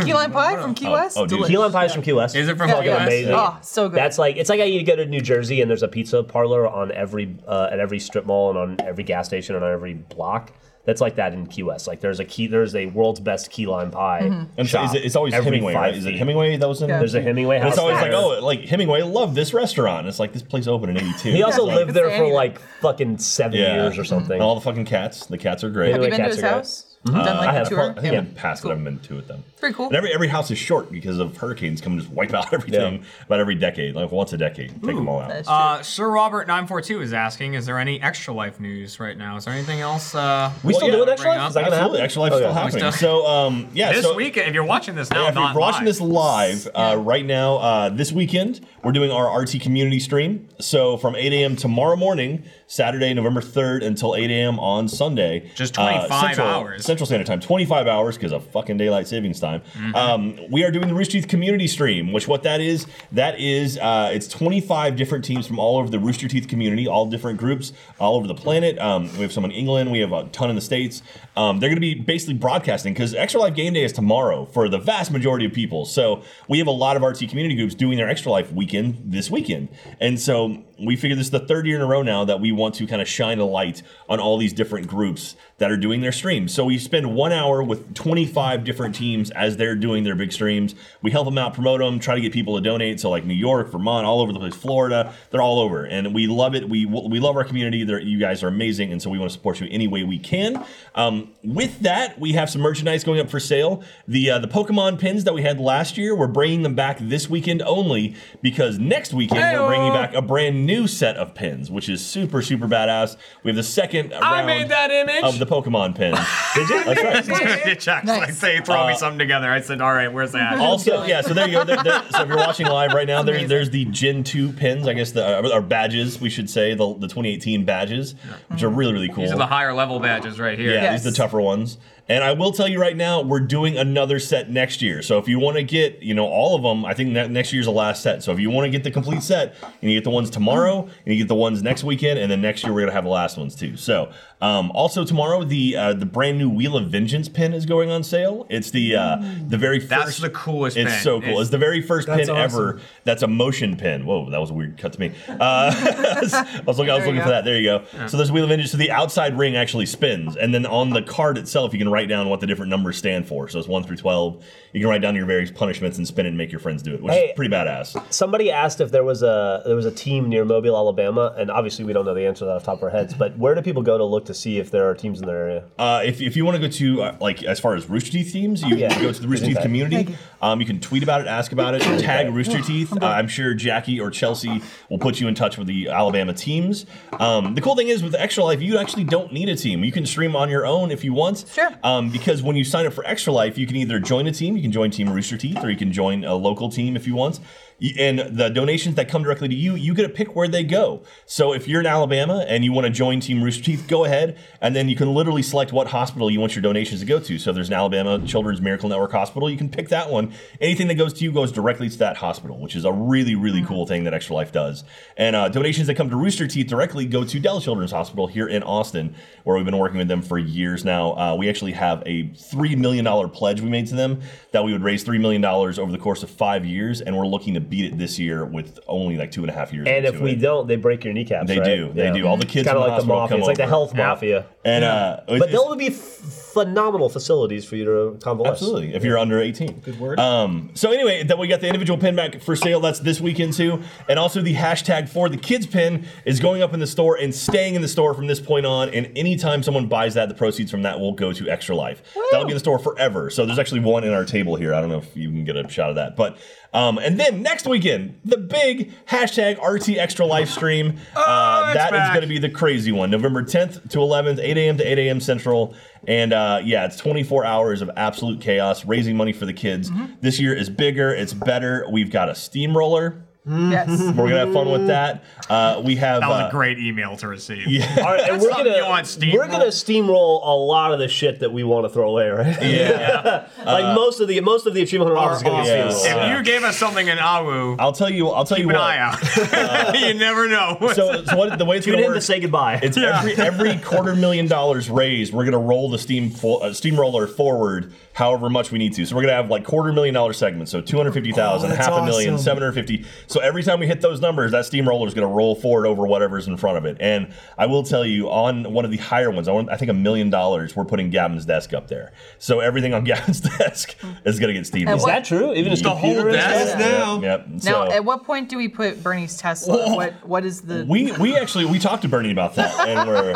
Speaker 4: Key lime pie from Key West?
Speaker 5: oh, dude.
Speaker 4: Delish.
Speaker 2: Key lime pie is from Key West.
Speaker 3: Is it from
Speaker 4: Yeah,
Speaker 3: Key
Speaker 4: yeah.
Speaker 3: West?
Speaker 2: Amazing.
Speaker 4: Oh, so good.
Speaker 2: That's like it's like I you go to New Jersey and there's a pizza parlor on every uh, at every strip mall and on every gas station and on every block. that's like that in Key West. Like there's a key, there's a world's best key lime pie.
Speaker 4: Mm-hmm.
Speaker 5: And so
Speaker 2: shop
Speaker 5: is it, it's always
Speaker 2: every
Speaker 5: Hemingway,
Speaker 2: five
Speaker 5: right? Is it
Speaker 2: feet.
Speaker 5: Hemingway that was in?
Speaker 4: Yeah.
Speaker 2: There's a Hemingway
Speaker 5: And
Speaker 2: house.
Speaker 5: it's always like,
Speaker 2: there.
Speaker 5: oh, like Hemingway loved this restaurant. It's like this place opened in '82.
Speaker 2: He also
Speaker 4: Yeah,
Speaker 2: lived
Speaker 4: it's
Speaker 2: there
Speaker 4: there
Speaker 2: for
Speaker 4: anyway.
Speaker 2: like fucking seven
Speaker 5: Yeah. Oh,
Speaker 2: years or something.
Speaker 5: And all the fucking cats. The cats are great.
Speaker 4: Have you
Speaker 2: Anyway,
Speaker 4: been to
Speaker 2: cats
Speaker 4: his
Speaker 2: are great.
Speaker 4: house? Done like
Speaker 5: I
Speaker 4: a
Speaker 5: have
Speaker 4: tour?
Speaker 5: I think
Speaker 4: Yeah.
Speaker 5: I've passed it. I haven't been to it then.
Speaker 4: Pretty cool.
Speaker 5: And every every house is short because of hurricanes come and just wipe out [LAUGHS] everything about every decade. Like once a decade, take them all out.
Speaker 4: That's
Speaker 3: [LAUGHS]
Speaker 4: true.
Speaker 3: Uh, Sir Robert nine four two is asking, is there any extra life news right now? Is there anything else? Uh,
Speaker 2: We still
Speaker 5: Well, yeah,
Speaker 2: doing Extra
Speaker 3: bring
Speaker 2: Life?
Speaker 3: up?
Speaker 2: Is that gonna
Speaker 5: Absolutely,
Speaker 2: happen?
Speaker 5: extra life
Speaker 2: Oh,
Speaker 5: still
Speaker 2: yeah.
Speaker 5: happening.
Speaker 3: Still-
Speaker 5: So um, yeah,
Speaker 3: this
Speaker 5: so,
Speaker 3: weekend, if you're watching this now,
Speaker 5: Yeah, if
Speaker 3: not
Speaker 5: you're watching
Speaker 3: live. [LAUGHS]
Speaker 5: this live uh, right now, uh, this weekend, we're doing our RT community stream. So from 8 a.m. tomorrow morning, Saturday, November 3rd, until 8 a.m. on Sunday.
Speaker 3: Just
Speaker 5: uh,
Speaker 3: 25
Speaker 5: Central-
Speaker 3: hours.
Speaker 5: Central Standard Time, 25 hours because of fucking daylight savings time. Um, we are doing the Rooster Teeth community stream, which what that is, that is, uh, it's 25 different teams from all over the Rooster Teeth community, all different groups, all over the planet. Um, we have some in England, we have a ton in the States. Um, they're going to be basically broadcasting because Extra Life Game Day is tomorrow for the vast majority of people. So we have a lot of RT community groups doing their Extra Life weekend this weekend. And so we figured this is the third year in a row now that we want to kind of shine a light on all these different groups that are doing their streams. So we spend one hour with 25 different teams as they're doing their big streams. We help them out, promote them, try to get people to donate. So like New York, Vermont, all over the place, Florida, they're all over, and we love it. We we love our community. They're, you guys are amazing, and so we want to support you any way we can. Um, with that, we have some merchandise going up for sale. The uh, the Pokemon pins that we had last year, we're bringing them back this weekend only because next weekend we're bringing back a brand new set of pins, which is super super badass. We have the second
Speaker 3: I
Speaker 5: round
Speaker 3: made that image.
Speaker 5: of the Pokemon pins. Did you? That's right.
Speaker 3: Jack's
Speaker 4: Nice.
Speaker 3: like, say, throw
Speaker 5: Uh,
Speaker 3: me something together. I said, all right, where's that?
Speaker 5: Also, yeah. So there you go. There- there- so if you're watching live right now, there,
Speaker 4: Amazing.
Speaker 5: there's the Gen two pins. I guess the or, or badges, we should say, the, the 2018 badges, which are really really cool.
Speaker 3: These are the higher level badges right here.
Speaker 5: yeah,
Speaker 4: Yes.
Speaker 5: these are the tougher ones. And I will tell you right now, we're doing another set next year. So if you want to get, you know, all of them, I think that next year's the last set. So if you want to get the complete set, and you get the ones tomorrow, and you get the ones next weekend, and then next year we're gonna have the last ones too. So um, also tomorrow, the uh, the brand new Wheel of Vengeance pin is going on sale. It's the uh, the very
Speaker 3: That's
Speaker 5: first.
Speaker 3: the coolest
Speaker 5: It's
Speaker 3: pin.
Speaker 5: so cool. It's,
Speaker 3: It's-
Speaker 5: the very first
Speaker 6: That's
Speaker 5: pin ever. That's a motion pin. Whoa, that was a weird cut to me. Uh, [LAUGHS] I was looking, I was
Speaker 4: There you
Speaker 5: looking for
Speaker 4: go.
Speaker 5: that. There you go. So there's Wheel of Vengeance. So the outside ring actually spins, and then on the card itself, you can write down what the different numbers stand for. So it's one through twelve. You can write down your various punishments and spin it and make your friends do it, which
Speaker 2: Hey.
Speaker 5: is pretty badass.
Speaker 2: Somebody asked if there was a there was a team near Mobile, Alabama, and obviously we don't know the answer to that off the top of our heads. But where do people go to look to see if there are teams in their area?
Speaker 5: Uh, if, if you want to go to uh, like as far as Rooster Teeth themes, Oh, you
Speaker 2: Yeah.
Speaker 5: can go to the Rooster Teeth community. Um, you can tweet about it, ask about it, tag Rooster Teeth. Uh, I'm sure Jackie or Chelsea will put you in touch with the Alabama teams. Um, the cool thing is with Extra Life, you actually don't need a team. You can stream on your own if you want.
Speaker 4: Sure.
Speaker 5: Um, because when you sign up for Extra Life, you can either join a team, you can join Team Rooster Teeth, or you can join a local team if you want. Y- And the donations that come directly to you, you get to pick where they go. So if you're in Alabama and you want to join Team Rooster Teeth, go ahead, and then you can literally select what hospital you want your donations to go to. So if there's an Alabama Children's Miracle Network hospital, you can pick that one. Anything that goes to you goes directly to that hospital, which is a really, really
Speaker 2: Mm-hmm.
Speaker 5: cool thing that Extra Life does. And uh, donations that come to Rooster Teeth directly go to Dell Children's Hospital here in Austin, where we've been working with them for years now. Uh, we actually have a $3 million pledge we made to them that we would raise $3 million over the course of five years, and we're looking to beat it this year with only like two and a half years.
Speaker 2: And if
Speaker 5: into
Speaker 2: we
Speaker 5: it.
Speaker 2: don't, they break your kneecaps.
Speaker 5: They
Speaker 2: right?
Speaker 5: do. They
Speaker 2: Yeah.
Speaker 5: do. All the
Speaker 2: It's
Speaker 5: kids
Speaker 2: kind
Speaker 5: from
Speaker 2: of like the
Speaker 5: the hospital
Speaker 2: mafia.
Speaker 5: come
Speaker 2: It's like the
Speaker 5: over.
Speaker 2: health
Speaker 5: Yeah.
Speaker 2: mafia.
Speaker 5: And uh,
Speaker 2: But
Speaker 5: it's-
Speaker 2: there will be f- phenomenal facilities for you to convalesce.
Speaker 5: Absolutely, if you're under 18. Good
Speaker 6: word.
Speaker 5: Um, so anyway, then we got the individual pin back for sale. That's this weekend too, and also the hashtag for the kids pin is going up in the store and staying in the store from this point on. And anytime someone buys that, the proceeds from that will go to Extra Life. That'll be in the store forever. So there's actually one in our table here. I don't know if you can get a shot of that, but um, and then next weekend the big hashtag RT Extra
Speaker 3: [LAUGHS]
Speaker 5: Life stream. uh,
Speaker 3: Oh, it's
Speaker 5: that is
Speaker 3: back.
Speaker 5: going to be be the crazy one. November 10th to 11th, 8 a.m. to 8 a.m. Central. And uh, yeah, it's 24 hours of absolute chaos, raising money for the kids.
Speaker 3: Mm-hmm.
Speaker 5: This year is bigger, it's better. We've got a steamroller.
Speaker 4: yes.
Speaker 5: We're gonna have fun with that. Uh, we have
Speaker 3: Mm. That was
Speaker 5: uh,
Speaker 3: a great email to receive.
Speaker 2: All right, and
Speaker 3: That's
Speaker 2: we're
Speaker 3: something
Speaker 2: gonna
Speaker 3: you want steamroll.
Speaker 2: we're gonna steamroll a lot of the shit that we want to throw away, right?
Speaker 5: Yeah.
Speaker 2: [LAUGHS]
Speaker 5: Uh,
Speaker 2: like most of the most of the achievement hunter office is gonna be
Speaker 5: awesome.
Speaker 2: steamrolled.
Speaker 5: Yeah.
Speaker 3: If you gave us something in Awu,
Speaker 5: I'll tell you. I'll tell you
Speaker 3: keep
Speaker 5: what.
Speaker 3: an eye
Speaker 5: [LAUGHS]
Speaker 3: out. [LAUGHS] you never know.
Speaker 5: uh, So, so what, the
Speaker 3: [LAUGHS]
Speaker 5: way it's
Speaker 2: Tune
Speaker 5: gonna
Speaker 2: in
Speaker 5: work
Speaker 2: to say goodbye.
Speaker 5: It's every every quarter million dollars raised, we're gonna roll the steam fo- uh, steamroller forward however much we need to. So we're gonna have like quarter million dollar segments. So 250,000,
Speaker 6: Oh, that's
Speaker 5: half a million,
Speaker 6: awesome.
Speaker 5: 750. So every time we hit those numbers, that steamroller is gonna roll forward over whatever's in front of it. And I will tell you, on one of the higher ones, I, want, I think a million dollars, we're putting Gavin's desk up there. So everything on [LAUGHS] Gavin's desk is gonna get steamrolled.
Speaker 4: And
Speaker 2: Is
Speaker 4: what-
Speaker 2: that true? Even his
Speaker 5: The
Speaker 3: whole
Speaker 2: computer is
Speaker 3: desk?
Speaker 2: dead?
Speaker 6: Yes, now.
Speaker 5: Yep, yep.
Speaker 4: Now,
Speaker 5: So-
Speaker 4: at what point do we put Bernie's Tesla? What what is the
Speaker 5: We we actually we talked to Bernie about that, and we're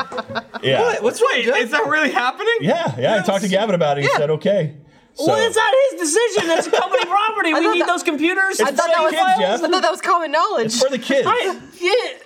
Speaker 5: yeah
Speaker 6: What? What's wrong,
Speaker 3: Wait,
Speaker 6: Jeff?
Speaker 3: is that really happening?
Speaker 5: yeah yeah. I talked to Gavin about it. He
Speaker 4: Yeah.
Speaker 5: said okay. So,
Speaker 2: Well, it's not his decision. [LAUGHS] That's a company property.
Speaker 4: I
Speaker 2: We
Speaker 4: thought
Speaker 2: need
Speaker 4: that-
Speaker 2: those computers.
Speaker 4: I thought, that was,
Speaker 5: kids, Jeff.
Speaker 4: I thought that was common knowledge.
Speaker 5: it's
Speaker 4: [LAUGHS]
Speaker 5: for the kids.
Speaker 2: I- yeah,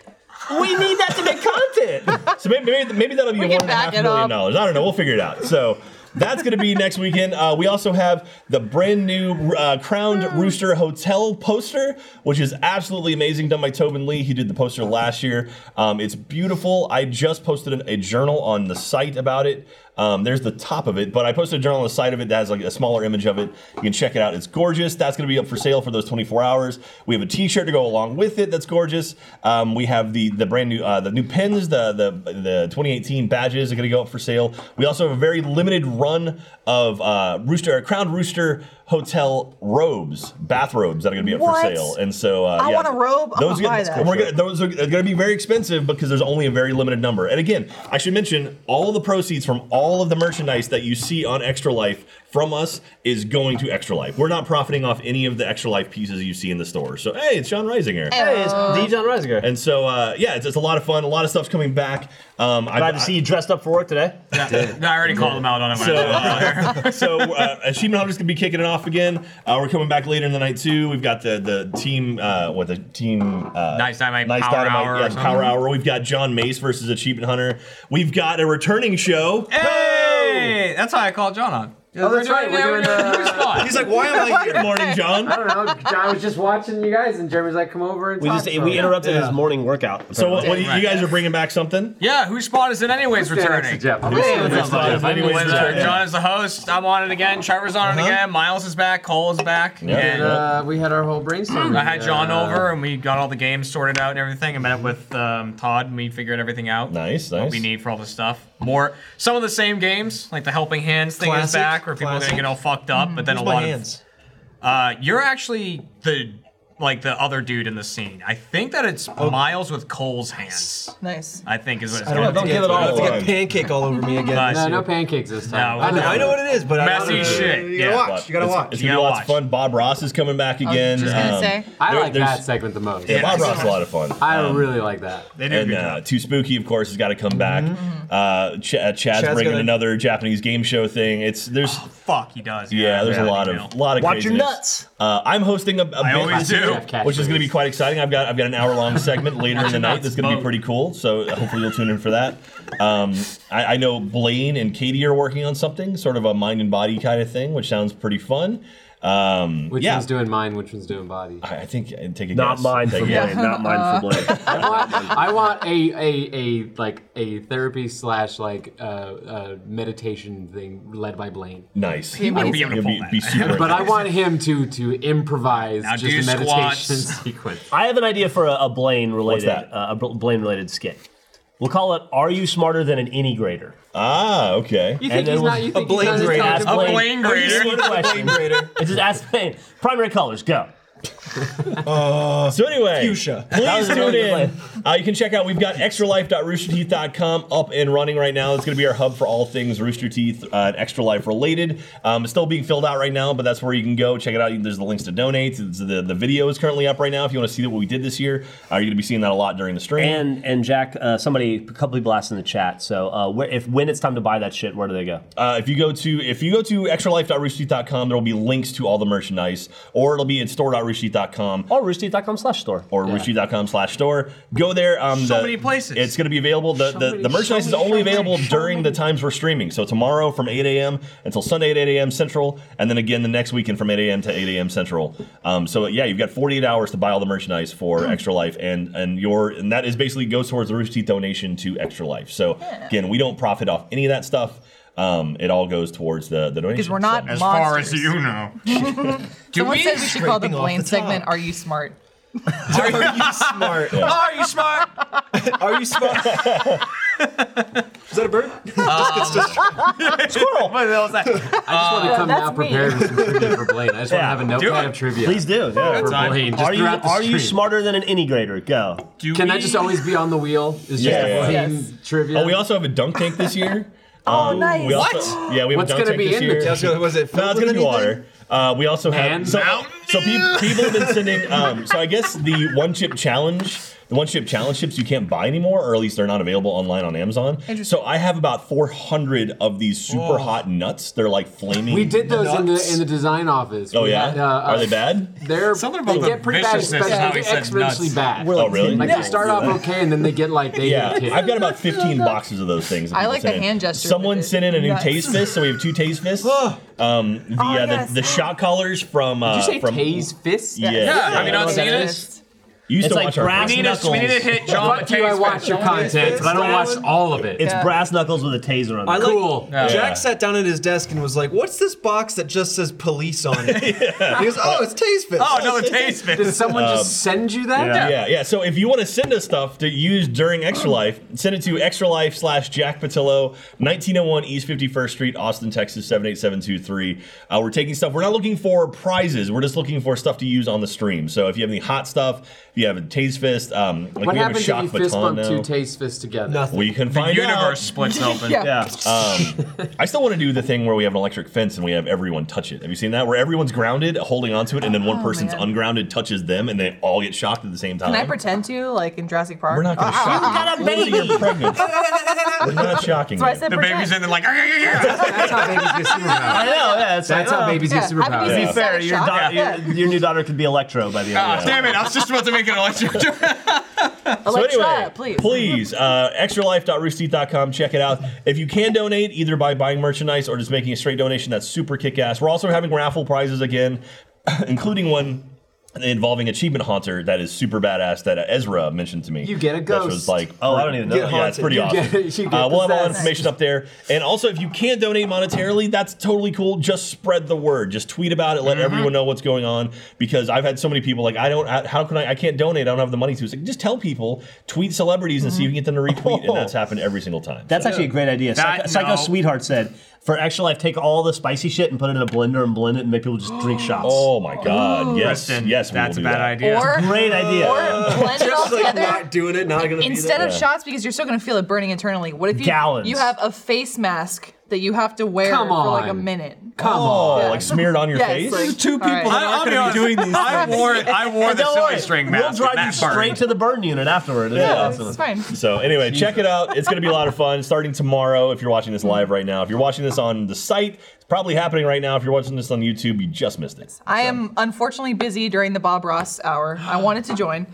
Speaker 2: we need that to make content.
Speaker 5: [LAUGHS] So maybe maybe, maybe that'll be
Speaker 4: We
Speaker 5: one
Speaker 4: can
Speaker 5: and a half
Speaker 4: back it
Speaker 5: million
Speaker 4: up.
Speaker 5: dollars. I don't know. We'll figure it out. So. That's going to be [LAUGHS] next weekend. Uh, we also have the brand new uh,
Speaker 4: Hmm.
Speaker 5: Crowned Rooster Hotel poster, which is absolutely amazing, done by Tobin Lee. He did the poster last year. Um, it's beautiful. I just posted an, a journal on the site about it. Um, there's the top of it, but I posted a journal on the side of it that has like a smaller image of it. You can check it out. It's gorgeous. That's going to be up for sale for those 24 hours. We have a T-shirt to go along with it. That's gorgeous. Um, we have the the brand new uh, the new pins. The the the 2018 badges are going to go up for sale. We also have a very limited run of uh, rooster crown rooster hotel robes, bathrobes that are going to be up
Speaker 4: What?
Speaker 5: for sale. And so uh,
Speaker 4: I
Speaker 5: yeah,
Speaker 4: want a robe. I'm
Speaker 5: Those
Speaker 4: gonna
Speaker 5: get-
Speaker 4: buy that.
Speaker 5: and we're gonna- those are going to be very expensive because there's only a very limited number. And again, I should mention all the proceeds from all of the merchandise that you see on Extra Life from us is going to Extra Life. We're not profiting off any of the Extra Life pieces you see in the store. So hey, it's Sean Reisinger.
Speaker 2: Hey, it's
Speaker 4: uh,
Speaker 2: D. John Reisinger.
Speaker 5: And so uh, yeah, it's, it's a lot of fun. A lot of stuff's coming back. Um, I-
Speaker 2: Glad to
Speaker 5: I-
Speaker 2: see you dressed up for work today.
Speaker 3: Yeah. No, I already called them out on it. when I
Speaker 5: So,
Speaker 3: saw them earlier.
Speaker 5: uh, so uh, Achievement Hunters gonna be kicking it off again. Uh, we're coming back later in the night too. We've got the the team, uh, what the team? Uh,
Speaker 3: Nice Dynamite Power Hour or
Speaker 5: yeah,
Speaker 3: something.
Speaker 5: Power Hour. We've got John Mace versus Achievement Hunter. We've got a returning show.
Speaker 3: Hey, that's how I called John on.
Speaker 7: Oh, that's right, we're doing, uh,
Speaker 3: Who's spot?
Speaker 5: He's like, why am I here? Good morning,
Speaker 7: I
Speaker 5: John.
Speaker 7: don't know. I was just watching you guys, and Jeremy's like, "Come over and
Speaker 2: We
Speaker 7: talk
Speaker 2: just
Speaker 7: to
Speaker 2: we
Speaker 7: him."
Speaker 2: interrupted
Speaker 6: Yeah.
Speaker 2: his morning workout.
Speaker 5: So what, what, you
Speaker 3: Right.
Speaker 5: guys are bringing back something?
Speaker 3: Yeah, whose spot is it anyways?
Speaker 7: Stand next
Speaker 3: Returning.
Speaker 7: to Jeff.
Speaker 5: Next
Speaker 2: Jeff?
Speaker 5: time, anyways,
Speaker 3: With, uh,
Speaker 5: returning. Uh-huh.
Speaker 3: John is the host. I'm on it again. Trevor's on it again. Miles is back. Cole is back. And
Speaker 7: And, uh, we had our whole brainstorm.
Speaker 3: I had John
Speaker 7: Uh,
Speaker 3: over, and we got all the games sorted out and everything. I met up with um, Todd, and we figured everything out.
Speaker 5: Nice,
Speaker 3: What
Speaker 5: nice.
Speaker 3: we need for all the stuff. More, some of the same games, like the helping hands thing is
Speaker 6: Classic,
Speaker 3: back, where people are gonna
Speaker 6: classic.
Speaker 3: get all fucked up. But then
Speaker 6: Use
Speaker 3: a
Speaker 6: my
Speaker 3: lot
Speaker 6: hands.
Speaker 3: of, uh, you're actually the like the other dude in the scene. I think that it's Miles with Cole's hands.
Speaker 4: [LAUGHS] nice.
Speaker 3: I think is what it's
Speaker 6: I don't,
Speaker 3: called.
Speaker 6: have to
Speaker 2: don't
Speaker 6: get,
Speaker 2: give it
Speaker 6: I don't
Speaker 5: all
Speaker 6: have to
Speaker 5: away.
Speaker 6: get pancake all over me again.
Speaker 3: Nice.
Speaker 6: this
Speaker 7: No, no
Speaker 6: year.
Speaker 7: pancakes this time.
Speaker 3: No,
Speaker 7: I know.
Speaker 6: I know what it is, but I
Speaker 3: Messy
Speaker 6: don't-
Speaker 3: shit,
Speaker 6: You
Speaker 3: yeah.
Speaker 6: gotta watch.
Speaker 5: But
Speaker 6: You gotta
Speaker 5: it's,
Speaker 6: watch.
Speaker 5: It's
Speaker 3: You
Speaker 5: gonna be
Speaker 3: gotta
Speaker 5: lots of
Speaker 3: watch. Oh,
Speaker 5: fun. Bob Ross is coming back again. Um,
Speaker 4: just gonna say.
Speaker 7: I
Speaker 5: there-
Speaker 7: like
Speaker 5: there's-
Speaker 7: that segment the most.
Speaker 5: Yeah,
Speaker 3: Yeah.
Speaker 5: Bob Ross is a lot of fun.
Speaker 7: I
Speaker 5: Um,
Speaker 7: really like that.
Speaker 3: They did a
Speaker 5: And
Speaker 3: good
Speaker 5: uh,
Speaker 3: job.
Speaker 5: Too Spooky, of course, has got to come back. Uh, Ch- uh, Chad's,
Speaker 6: Chad's
Speaker 5: bringing
Speaker 6: gonna-
Speaker 5: another Japanese game show thing. It's there's
Speaker 3: Fuck, he does.
Speaker 5: yeah, there's a
Speaker 3: Oh, Yeah.
Speaker 5: lot
Speaker 3: Email.
Speaker 5: of lot of
Speaker 2: Watch your
Speaker 5: craziness.
Speaker 2: nuts.
Speaker 5: Uh, I'm hosting a, a
Speaker 3: I
Speaker 5: bit-
Speaker 3: always do.
Speaker 7: Jeff Cat
Speaker 5: which is going to be
Speaker 7: movies.
Speaker 5: quite exciting. I've got I've got an hour long segment later in the night that's going to be
Speaker 3: Vote.
Speaker 5: pretty cool. So uh, hopefully you'll tune in for that. Um, I, I know Blaine and Katie are working on something, sort of a mind and body kind of thing, which sounds pretty fun. Um,
Speaker 7: Which
Speaker 5: yeah.
Speaker 7: one's doing mine? Which one's doing body?
Speaker 5: I I think I'd take a
Speaker 2: Not
Speaker 5: guess.
Speaker 2: mine
Speaker 5: Take
Speaker 2: for
Speaker 5: a guess.
Speaker 2: Blaine. Not mine for Blaine.
Speaker 7: I want, I want a, a a like a therapy slash like uh, uh, meditation thing led by Blaine.
Speaker 5: Nice.
Speaker 4: He would
Speaker 3: be able to
Speaker 5: You'll
Speaker 3: pull
Speaker 5: be,
Speaker 3: that.
Speaker 5: be super
Speaker 7: [LAUGHS] But I want him to to improvise
Speaker 3: Now
Speaker 7: just
Speaker 3: do
Speaker 7: a meditation
Speaker 3: squats.
Speaker 7: [LAUGHS] sequence.
Speaker 2: I have an idea for a, a Blaine related
Speaker 5: What's that?
Speaker 2: uh, a Blaine related skit. We'll call it "Are You Smarter Than an Any Grader?"
Speaker 5: Ah, okay.
Speaker 7: You
Speaker 2: And
Speaker 7: think
Speaker 2: then
Speaker 7: he's
Speaker 2: we'll-
Speaker 7: not? You
Speaker 2: a
Speaker 7: think he's
Speaker 6: Blaine
Speaker 7: not as
Speaker 6: grade.
Speaker 7: talented?
Speaker 3: A
Speaker 2: Blaine.
Speaker 3: Blaine grader.
Speaker 2: Good question.
Speaker 6: Grader.
Speaker 2: It's just ask Blaine. Primary colors. Go.
Speaker 5: So anyway,
Speaker 6: Fuchsia.
Speaker 2: That was
Speaker 5: please
Speaker 2: a
Speaker 5: tune
Speaker 2: really good
Speaker 5: in. Uh, you can check out. We've got extralife.roosterteeth.com up and running right now. It's going to be our hub for all things Rooster Teeth uh, and Extra Life related. Um, it's still being filled out right now, but that's where you can go check it out. There's the links to donate. It's- The, the video is currently up right now. If you want to see what we did this year, uh, you're going to be seeing that a lot during the stream.
Speaker 2: And and Jack, uh, somebody, a couple people asked in the chat. So uh, where, if when it's time to buy that shit, where do they go?
Speaker 5: Uh, if you go to if you go to extralife.roosterteeth.com, there will be links to all the merchandise, or it'll be at store.roosterteeth.com.
Speaker 2: Or roosterteeth.com slash store.
Speaker 5: or yeah. slash store. Go there. Um,
Speaker 3: So
Speaker 5: the-
Speaker 3: many places.
Speaker 5: It's going to be available. The, the, the
Speaker 7: many,
Speaker 5: merchandise
Speaker 7: so
Speaker 5: is
Speaker 7: many,
Speaker 5: only
Speaker 7: so many,
Speaker 5: available
Speaker 7: so
Speaker 5: during the times we're streaming. So tomorrow from 8 a.m. until Sunday at 8 a.m. Central, and then again the next weekend from 8 a.m. to 8 a.m. Central. Um, so yeah, you've got 48 hours to buy all the merchandise
Speaker 2: Hmm.
Speaker 5: for Extra Life, and and your and that is basically goes towards the Rooster Teeth donation to Extra Life. So again, we don't profit off any of that stuff. Um, it all goes towards the the donation.
Speaker 4: Because we're not
Speaker 3: As
Speaker 4: monsters.
Speaker 3: far as you know. Do
Speaker 4: Someone
Speaker 3: we?
Speaker 4: said we should call the
Speaker 6: Scraping off
Speaker 4: Blaine
Speaker 6: the
Speaker 4: segment
Speaker 6: top.
Speaker 4: "Are You Smart?"
Speaker 6: [LAUGHS] [LAUGHS] Are you smart?
Speaker 3: Are you smart?
Speaker 6: [LAUGHS] Are you smart? Is that a bird?
Speaker 3: What the hell is that?
Speaker 7: I just want to
Speaker 4: that's
Speaker 7: come now
Speaker 4: me.
Speaker 7: prepared with some trivia for Blaine. I just want to have a
Speaker 3: do
Speaker 7: notepad
Speaker 3: it.
Speaker 7: of trivia.
Speaker 2: Please do. Yeah.
Speaker 7: For
Speaker 3: time.
Speaker 7: Blaine, just
Speaker 2: Are you
Speaker 7: throughout the
Speaker 2: are you
Speaker 7: stream.
Speaker 2: smarter than an any grader? Go.
Speaker 3: Do
Speaker 7: Can
Speaker 3: we...
Speaker 7: that just always be on the wheel? Is just
Speaker 5: Yeah.
Speaker 7: a
Speaker 4: Yes.
Speaker 7: Blaine trivia?
Speaker 5: Oh, we also have a dunk tank this year.
Speaker 4: Oh,
Speaker 2: Um,
Speaker 4: nice.
Speaker 5: We Also, yeah, we have
Speaker 7: What's
Speaker 5: a dunk
Speaker 7: gonna
Speaker 5: tank
Speaker 7: be
Speaker 5: this
Speaker 7: in
Speaker 5: year.
Speaker 7: the-
Speaker 6: Yeah, I was gonna- was it
Speaker 5: No,
Speaker 6: filled
Speaker 5: it's
Speaker 6: with
Speaker 5: gonna be
Speaker 6: anything?
Speaker 5: water. Uh, we also
Speaker 7: Man.
Speaker 5: have so,
Speaker 3: Mountain
Speaker 5: so peop people have been sending. Um, so I guess the one chip challenge, the one chip challenge chips you can't buy anymore, or at least they're not available online on Amazon.
Speaker 4: Interesting.
Speaker 5: So I have about 400 of these super hot nuts. They're like flaming.
Speaker 7: We did those in the
Speaker 6: Nuts.
Speaker 7: in the design office.
Speaker 5: Oh
Speaker 7: We
Speaker 5: yeah,
Speaker 7: had, uh,
Speaker 5: are they
Speaker 7: uh,
Speaker 5: bad?
Speaker 7: They're
Speaker 3: Something
Speaker 7: they
Speaker 3: about the
Speaker 7: get pretty bad,
Speaker 3: viciousness is
Speaker 7: especially
Speaker 3: how he
Speaker 7: they
Speaker 3: said
Speaker 7: get exponentially
Speaker 3: nuts.
Speaker 7: bad.
Speaker 5: Oh really?
Speaker 7: Like they start off okay and then they get like they
Speaker 5: Yeah,
Speaker 7: get hit.
Speaker 5: I've got about 15 boxes of those things. that
Speaker 4: I
Speaker 5: people
Speaker 4: like
Speaker 5: sent
Speaker 4: the
Speaker 5: in.
Speaker 4: hand gesture
Speaker 5: Someone
Speaker 4: with it.
Speaker 5: sent in a new
Speaker 4: Nuts.
Speaker 5: taste fist, so we have two taste
Speaker 7: [GASPS]
Speaker 5: fists. um, the,
Speaker 4: Oh,
Speaker 5: uh,
Speaker 4: yes.
Speaker 5: the the shot collars from uh,
Speaker 7: Did you say
Speaker 5: from
Speaker 7: Tase Fist?
Speaker 5: Yeah,
Speaker 3: Yeah, I mean,
Speaker 4: I've
Speaker 3: I've seen
Speaker 4: seen
Speaker 3: this.
Speaker 5: You used
Speaker 2: It's
Speaker 5: to
Speaker 2: like
Speaker 5: watch our
Speaker 2: brass
Speaker 3: We
Speaker 5: first
Speaker 3: need, to, we need to
Speaker 5: Knuckles.
Speaker 3: hit John
Speaker 7: Fuck you, I
Speaker 3: Mateus
Speaker 7: watch
Speaker 3: first.
Speaker 7: your content, but I don't watch all of it.
Speaker 2: It's brass knuckles with a taser on it.
Speaker 6: I like,
Speaker 7: Cool. Yeah.
Speaker 5: Yeah.
Speaker 6: Jack sat down at his desk and was like, "What's this box that just says police on [LAUGHS] it?" He goes, "Oh, it's Taste Fist."
Speaker 3: Oh, no, the taste
Speaker 7: Did
Speaker 3: fist.
Speaker 7: someone just send you that?
Speaker 3: yeah.
Speaker 5: Yeah, yeah. So if you want to send us stuff to use during Extra Life, send it to Extra Life slash Jack Patillo, 1901 East 51st Street, Austin, Texas 78723. Uh, we're taking stuff. We're not looking for prizes. We're just looking for stuff to use on the stream. So if you have any hot stuff, if you have a taste fist, um, like
Speaker 7: What
Speaker 5: we have a
Speaker 7: happens if
Speaker 5: shock
Speaker 7: you fist
Speaker 5: baton
Speaker 7: bump
Speaker 5: now.
Speaker 7: two Taste Fists together?
Speaker 6: Nothing.
Speaker 5: we can
Speaker 3: The
Speaker 5: find
Speaker 3: universe
Speaker 5: out.
Speaker 3: splits open.
Speaker 4: Yeah.
Speaker 2: yeah.
Speaker 5: um, I still want to do the thing where we have an electric fence and we have everyone touch it. Have you seen that? Where everyone's grounded, holding onto it, and then one person's
Speaker 4: Oh, man.
Speaker 5: ungrounded touches them, and they all get shocked at the same time.
Speaker 4: Can I pretend to, like in Jurassic Park?
Speaker 5: We're not
Speaker 4: [LAUGHS]
Speaker 5: going to shock you.
Speaker 2: got a baby.
Speaker 5: You're pregnant. We're not shocking
Speaker 4: That's why I
Speaker 5: you.
Speaker 4: said
Speaker 3: The
Speaker 4: pretend.
Speaker 3: baby's in there like, [LAUGHS] "Ah, yeah, yeah, yeah."
Speaker 7: That's how babies
Speaker 2: I
Speaker 7: get superpowers.
Speaker 2: know. Yeah, it's
Speaker 7: That's
Speaker 2: like,
Speaker 7: how
Speaker 2: oh,
Speaker 7: babies get
Speaker 4: Yeah,
Speaker 7: superpowers.
Speaker 4: how do
Speaker 2: To
Speaker 4: you
Speaker 2: be
Speaker 4: Yeah.
Speaker 2: fair, your,
Speaker 4: Yeah.
Speaker 2: da-
Speaker 4: Yeah.
Speaker 5: [LAUGHS]
Speaker 2: your, your new daughter could be Electro by the end.
Speaker 3: Ah,
Speaker 2: of it.
Speaker 3: damn it, I was just about to make an electric joke.
Speaker 5: So
Speaker 4: Electra,
Speaker 5: anyway,
Speaker 4: please.
Speaker 5: please, uh, extralife.roosterteeth.com. Check it out. If you can donate, either by buying merchandise or just making a straight donation, that's super kick-ass. We're also having raffle prizes again, [CLEARS THROAT] including one involving Achievement Haunter that is super badass that uh, Ezra mentioned to me.
Speaker 7: You get a
Speaker 5: That was
Speaker 7: ghost.
Speaker 5: like,
Speaker 2: Oh, I don't even know.
Speaker 5: yeah, it's pretty
Speaker 7: You
Speaker 5: awesome.
Speaker 7: get- [LAUGHS] you get
Speaker 5: uh, we'll have all that
Speaker 7: possessed.
Speaker 5: information up there. And also, if you can donate monetarily, that's totally cool. Just spread the word. Just tweet about it. Let
Speaker 2: Mm-hmm.
Speaker 5: everyone know what's going on. Because I've had so many people like, I don't. How can I? I can't donate. I don't have the money to. It's like, just tell people. Tweet celebrities and see if you can get them to retweet. And that's happened every single time.
Speaker 2: Mm-hmm. That's actually a great idea. Psycho,
Speaker 3: That-
Speaker 2: Psycho
Speaker 3: no.
Speaker 2: Sweetheart said, for Extra Life, take all the spicy shit and put it in a blender and blend it and make people just
Speaker 5: [GASPS]
Speaker 2: drink shots.
Speaker 5: oh my god. Yes.
Speaker 3: Kristen,
Speaker 5: yes. we
Speaker 3: that's a
Speaker 5: will do
Speaker 3: bad
Speaker 5: that.
Speaker 3: idea.
Speaker 4: Or
Speaker 2: Great idea.
Speaker 4: Or blend it all
Speaker 6: Just like
Speaker 4: together.
Speaker 6: not doing it, not gonna be
Speaker 4: Instead
Speaker 6: there.
Speaker 4: of shots, because you're still gonna feel it burning internally. What if you
Speaker 2: Gallons.
Speaker 4: you have a face mask that you have to wear
Speaker 7: Come
Speaker 4: for like a
Speaker 7: on.
Speaker 4: minute?
Speaker 7: Come
Speaker 5: Oh,
Speaker 7: on.
Speaker 5: like smeared on your
Speaker 4: Yes,
Speaker 5: face.
Speaker 4: like-
Speaker 5: two
Speaker 4: all right.
Speaker 3: I, I'll be honest, I wore, I wore
Speaker 2: And
Speaker 3: the
Speaker 2: don't
Speaker 3: silly
Speaker 2: worry,
Speaker 3: string
Speaker 2: we'll
Speaker 3: mask.
Speaker 2: drive
Speaker 3: and
Speaker 2: you
Speaker 3: that burned.
Speaker 2: straight to the burn unit afterward. Yeah.
Speaker 4: It's fine.
Speaker 5: So anyway, check it out. It's going to be a lot of fun. Starting tomorrow, if you're watching this live right now, if you're watching this on the site, it's probably happening right now. If you're watching this on YouTube, you just missed it.
Speaker 4: I am unfortunately busy during the Bob Ross hour. I wanted to join,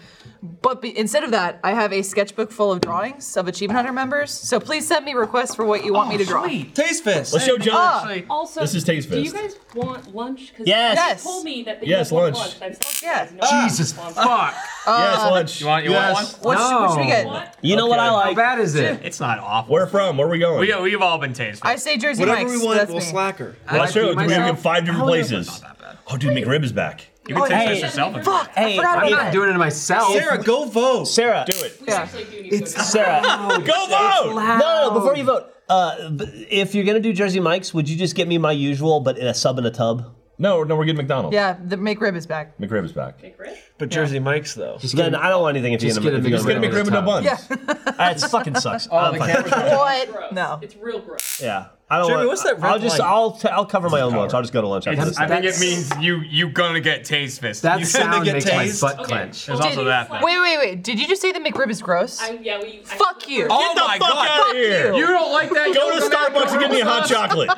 Speaker 4: but be, instead of that, I have a sketchbook full of drawings of Achievement Hunter members. So please send me requests for what you want me to draw.
Speaker 6: Taste Fist.
Speaker 5: Let's show John.
Speaker 4: Ah,
Speaker 8: Also,
Speaker 5: This is Taste
Speaker 8: do you
Speaker 5: Fest.
Speaker 8: guys want lunch? 'Cause
Speaker 2: Yes.
Speaker 8: you
Speaker 4: Yes.
Speaker 8: Told me that they
Speaker 5: Yes,
Speaker 8: want
Speaker 5: lunch.
Speaker 8: lunch. and I'm still
Speaker 4: Yeah.
Speaker 8: surprised no one
Speaker 2: Jesus
Speaker 8: wants lunch.
Speaker 7: Fuck.
Speaker 5: yes, lunch.
Speaker 3: You want, you want
Speaker 6: Yes.
Speaker 3: one?
Speaker 4: what, should, what should we
Speaker 7: No.
Speaker 4: get?
Speaker 8: What?
Speaker 2: You know what I
Speaker 7: How
Speaker 2: like?
Speaker 7: bad is it?
Speaker 3: It's not awful.
Speaker 5: Where from? Where are we going?
Speaker 3: We, we've all been tased.
Speaker 4: I say Jersey
Speaker 6: Whatever
Speaker 4: Mike's.
Speaker 6: we
Speaker 4: so
Speaker 6: want,
Speaker 4: that's
Speaker 6: we'll
Speaker 4: me.
Speaker 6: slacker.
Speaker 5: Well,
Speaker 7: I'd
Speaker 5: sure.
Speaker 7: be
Speaker 5: We have
Speaker 7: myself.
Speaker 5: five different places.
Speaker 3: It's not that bad.
Speaker 5: Oh, dude, McRib is back.
Speaker 3: You can taste
Speaker 2: hey.
Speaker 3: this yourself. if you want.
Speaker 4: Fuck, I forgot about
Speaker 7: I'm
Speaker 4: that.
Speaker 7: not doing it myself.
Speaker 6: Sarah, go vote.
Speaker 2: Sarah.
Speaker 5: Do it.
Speaker 4: Yeah.
Speaker 8: Actually, I do need to go to
Speaker 2: Sarah.
Speaker 5: Go vote.
Speaker 2: No, no, before you vote. Uh, b- if you're gonna do Jersey Mike's, would you just get me my usual, but in a sub and a tub?
Speaker 5: No, no, we're getting McDonald's.
Speaker 4: Yeah, the make rib is back.
Speaker 5: McRib is back. Just
Speaker 8: the break.
Speaker 6: But Jersey Mike's though.
Speaker 2: Then I don't want anything if you're
Speaker 7: Just
Speaker 2: gonna.
Speaker 7: get a
Speaker 2: If you're
Speaker 7: McRib.
Speaker 5: get a
Speaker 2: gonna
Speaker 7: Just
Speaker 5: McRib and no buns.
Speaker 4: Yeah.
Speaker 2: uh, it fucking sucks. I'm fine.
Speaker 4: What?
Speaker 8: Gross.
Speaker 4: No.
Speaker 8: It's real gross.
Speaker 2: Yeah, I don't.
Speaker 6: Jeremy,
Speaker 2: want,
Speaker 6: what's that red
Speaker 2: I'll just
Speaker 6: light?
Speaker 2: I'll t- I'll cover my own lunch.
Speaker 5: power.
Speaker 2: I'll just go to lunch after
Speaker 3: It's-
Speaker 2: this.
Speaker 3: I think
Speaker 4: That's-
Speaker 3: it means you you gonna get taste fist.
Speaker 7: That
Speaker 6: You finna
Speaker 7: sound
Speaker 6: get
Speaker 7: makes
Speaker 6: tased?
Speaker 7: my butt
Speaker 8: Okay.
Speaker 7: clench.
Speaker 3: There's
Speaker 8: Well,
Speaker 3: also
Speaker 8: did
Speaker 3: that
Speaker 8: you-
Speaker 3: fact.
Speaker 4: Wait, wait, wait. Did you just say the McRib is gross?
Speaker 8: I, yeah, we, I
Speaker 4: Fuck
Speaker 8: prefer-
Speaker 4: you.
Speaker 3: Oh
Speaker 5: Get the
Speaker 3: my
Speaker 5: fuck
Speaker 3: god.
Speaker 5: out of here.
Speaker 4: you.
Speaker 7: You don't like that?
Speaker 5: Go to Starbucks and get me a hot chocolate.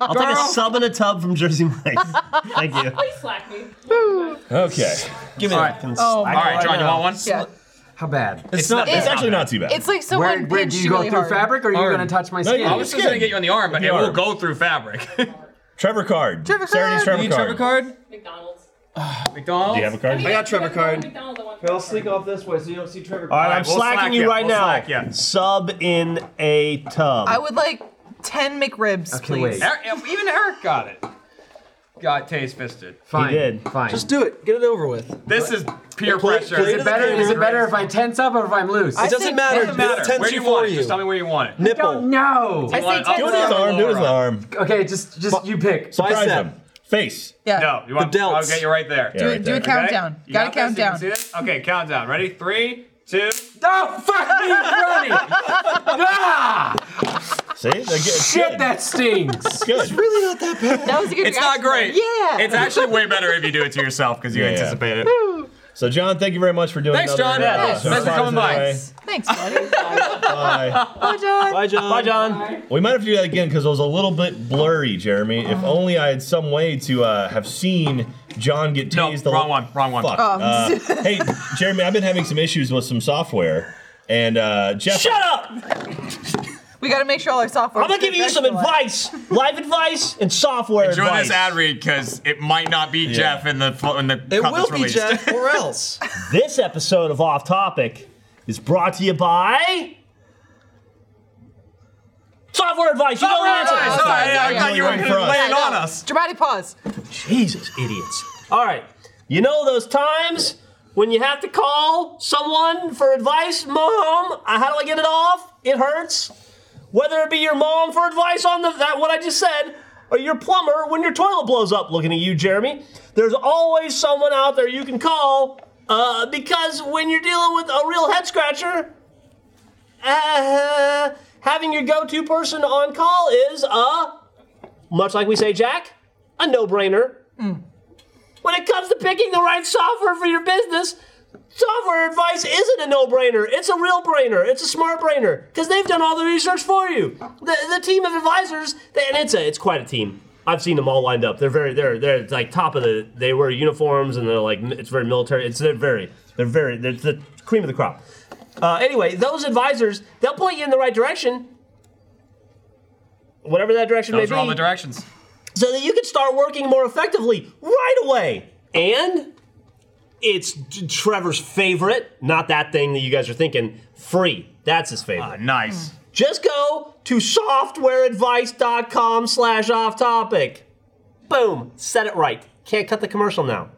Speaker 2: I'll take a sub and a tub from Jersey Mike's. [LAUGHS] Thank you.
Speaker 8: Please slack me.
Speaker 5: Okay.
Speaker 6: Give me
Speaker 3: All
Speaker 6: that.
Speaker 3: right.
Speaker 4: Oh my
Speaker 3: All right, John, you want one?
Speaker 4: Yeah.
Speaker 7: How bad?
Speaker 5: It's not. It's actually not too bad.
Speaker 4: It's like someone
Speaker 7: Where, where
Speaker 4: pinched
Speaker 7: do you
Speaker 4: you
Speaker 7: go
Speaker 4: really
Speaker 7: through
Speaker 4: hard.
Speaker 7: fabric or are you
Speaker 6: Arm.
Speaker 7: going to touch my
Speaker 5: No,
Speaker 7: skin?
Speaker 5: you-
Speaker 3: I was just gonna get you on the arm, but it
Speaker 5: Your
Speaker 3: will
Speaker 5: arm.
Speaker 3: go through fabric.
Speaker 5: Trevor Card.
Speaker 4: Trevor
Speaker 5: Sarah needs
Speaker 4: Card.
Speaker 5: Trevor
Speaker 6: You need
Speaker 5: Card.
Speaker 6: Trevor card?
Speaker 8: McDonald's.
Speaker 3: McDonald's.
Speaker 5: Do you have a card?
Speaker 8: I
Speaker 6: got Trevor card.
Speaker 8: McDonald's, I want
Speaker 6: I'll
Speaker 8: Trevor
Speaker 6: sneak off this way so you don't see Trevor.
Speaker 2: All right,
Speaker 3: All
Speaker 2: I'm
Speaker 3: right, we'll
Speaker 2: slacking
Speaker 3: slack
Speaker 2: you
Speaker 3: ya,
Speaker 2: right
Speaker 3: we'll
Speaker 2: now.
Speaker 3: slack ya.
Speaker 2: Sub in a tub.
Speaker 4: I would like 10 McRibs,
Speaker 7: Okay,
Speaker 4: please.
Speaker 7: wait.
Speaker 3: Eric- even Eric got it. got taste fisted.
Speaker 7: Fine.
Speaker 2: did.
Speaker 7: Fine.
Speaker 6: Just do it. Get it over with.
Speaker 3: This is peer
Speaker 6: Play-
Speaker 3: pressure.
Speaker 6: play
Speaker 7: is it better? Is it better if I tense up or if I'm loose?
Speaker 6: It doesn't
Speaker 4: think-
Speaker 6: matter.
Speaker 4: doesn't
Speaker 6: It's
Speaker 4: matter.
Speaker 6: tense
Speaker 3: Where do you
Speaker 6: for
Speaker 3: want it?
Speaker 6: you.
Speaker 3: Just tell me where you want it.
Speaker 6: Nipple.
Speaker 7: don't know.
Speaker 4: I say
Speaker 3: want up
Speaker 5: Do it
Speaker 4: tense
Speaker 5: in his
Speaker 4: up.
Speaker 5: arm. Do it in his arm.
Speaker 7: okay, just just you pick.
Speaker 6: So I
Speaker 5: Surprise
Speaker 6: said-
Speaker 5: him. Face.
Speaker 4: Yeah.
Speaker 3: No, you want
Speaker 6: delts.
Speaker 3: I'll get you right there.
Speaker 5: Yeah,
Speaker 4: Do,
Speaker 5: right
Speaker 4: do
Speaker 5: there.
Speaker 4: a countdown.
Speaker 3: You
Speaker 4: Gotta
Speaker 3: got
Speaker 4: count
Speaker 3: this? You can
Speaker 4: down.
Speaker 3: see this? Okay, countdown. Ready? Three, two.
Speaker 7: Oh fuck me, Ronnie! ah,
Speaker 5: See? They get- it's
Speaker 7: shit,
Speaker 5: good.
Speaker 7: that stings.
Speaker 5: Good.
Speaker 4: That was a good
Speaker 3: It's not
Speaker 4: reaction.
Speaker 3: great.
Speaker 4: Yeah.
Speaker 3: It's actually way better if you do it to yourself because you
Speaker 5: Yeah.
Speaker 3: anticipate it.
Speaker 5: So, John, thank you very much for doing
Speaker 3: Thanks,
Speaker 5: another,
Speaker 3: John.
Speaker 5: uh,
Speaker 3: Yeah, thanks. Thanks for
Speaker 5: surprise
Speaker 3: coming by.
Speaker 5: anyway.
Speaker 4: Thanks, buddy.
Speaker 5: Bye.
Speaker 4: Bye, John.
Speaker 6: Bye, John.
Speaker 2: Bye, John.
Speaker 5: We might have to do that again because it was a little bit blurry, Jeremy. If only I had some way to uh, have seen John get
Speaker 3: No,
Speaker 5: tased. a
Speaker 3: wrong
Speaker 5: li-
Speaker 3: one, wrong one.
Speaker 5: Fuck. Uh, hey, Jeremy, I've been having some issues with some software, and uh, Jeff.
Speaker 2: Shut up!
Speaker 4: We gotta make sure all our software.
Speaker 2: I'm gonna give you some advice, life advice, and software
Speaker 3: Enjoy
Speaker 2: advice.
Speaker 3: this ad read because it might not be Jeff in the fo- in the
Speaker 6: It
Speaker 3: cut
Speaker 6: will
Speaker 3: that's
Speaker 6: be
Speaker 3: released.
Speaker 6: Jack or else.
Speaker 2: This episode of Off Topic is brought to you by Software Advice. You know the
Speaker 3: Sorry,
Speaker 2: answer.
Speaker 3: sorry, sorry, I thought you were
Speaker 5: Sorry,
Speaker 3: going
Speaker 5: sorry.
Speaker 3: to lay it
Speaker 4: No.
Speaker 3: on us.
Speaker 4: Dramatic pause.
Speaker 2: Jesus, idiots. All right. You know those times when you have to call someone for advice? Mom, uh, how do I get it off? It hurts. Whether it be your mom for advice on the, that what I just said, or your plumber when your toilet blows up. Looking at you, Jeremy. There's always someone out there you can call uh, because when you're dealing with a real head scratcher, uh, having your go-to person on call is uh, much like we say, Jack, a no-brainer. When it comes to picking the right software for your business, software advice isn't a no-brainer. It's a real brainer. It's a smart brainer because they've done all the research for you. The, the team of advisors, they- and it's a it's quite a team. I've seen them all lined up. They're very they're they're like top of the. They wear uniforms and they're like it's very military. It's they're very they're very they're the cream of the crop. Uh, anyway, those advisors they'll point you in the right direction. Whatever that direction
Speaker 3: [LAUGHS] Those
Speaker 2: may
Speaker 3: are all
Speaker 2: be
Speaker 3: the directions.
Speaker 2: so that you can start working more effectively right away. And it's t- Trevor's favorite, not that thing that you guys are thinking, free. That's his favorite.
Speaker 3: Ah, nice.
Speaker 2: Just go to softwareadvice.com slash off topic. Boom, set it right. Can't cut the commercial now.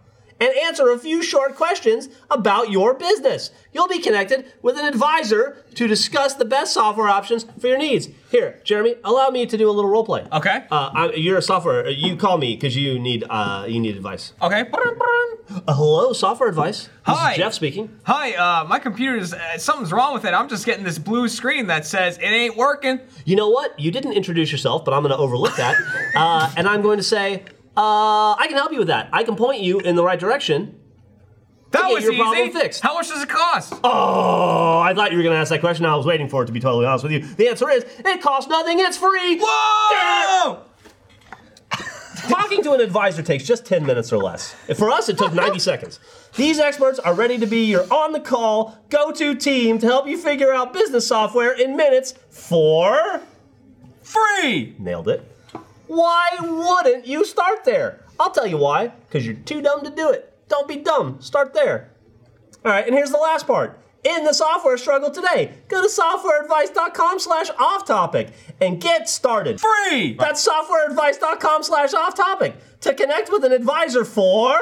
Speaker 2: And answer a few short questions about your business. You'll be connected with an advisor to discuss the best software options for your needs. Here, Jeremy, allow me to do a little role play.
Speaker 3: Okay.
Speaker 2: Uh, I, you're a software. You call me because you need uh, you need advice.
Speaker 3: Okay. Ba-dum, ba-dum.
Speaker 2: Uh, hello, software advice. This
Speaker 3: Hi.
Speaker 2: is Jeff speaking.
Speaker 3: Hi, uh, my computer is uh, something's wrong with it. I'm just getting this blue screen that says it ain't working.
Speaker 2: You know what? You didn't introduce yourself, but I'm going to overlook [LAUGHS] that, uh, and I'm going to say uh, I can help you with that. I can point you in the right direction.
Speaker 3: That
Speaker 2: get
Speaker 3: was
Speaker 2: your
Speaker 3: easy.
Speaker 2: problem fixed.
Speaker 3: How much does it cost?
Speaker 2: Oh, I thought you were going to ask that question. I was waiting for it. To be totally honest with you, the answer is it costs nothing. It's free.
Speaker 3: Whoa!
Speaker 2: Talking to an advisor takes just 10 minutes or less. For us, it took 90 seconds. These experts are ready to be your on the call, go to team to help you figure out business software in minutes for.
Speaker 3: Free.
Speaker 2: Nailed it. Why wouldn't you start there? I'll tell you why. Because you're too dumb to do it. Don't be dumb. Start there. All right, and here's the last part. In the software struggle today, go to softwareadvice.com slash off topic and get started.
Speaker 3: Free.
Speaker 2: That's softwareadvice.com slash off topic to connect with an advisor for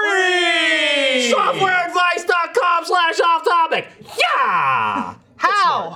Speaker 3: Free.
Speaker 2: softwareadvice.com slash off topic. Yeah!
Speaker 4: How?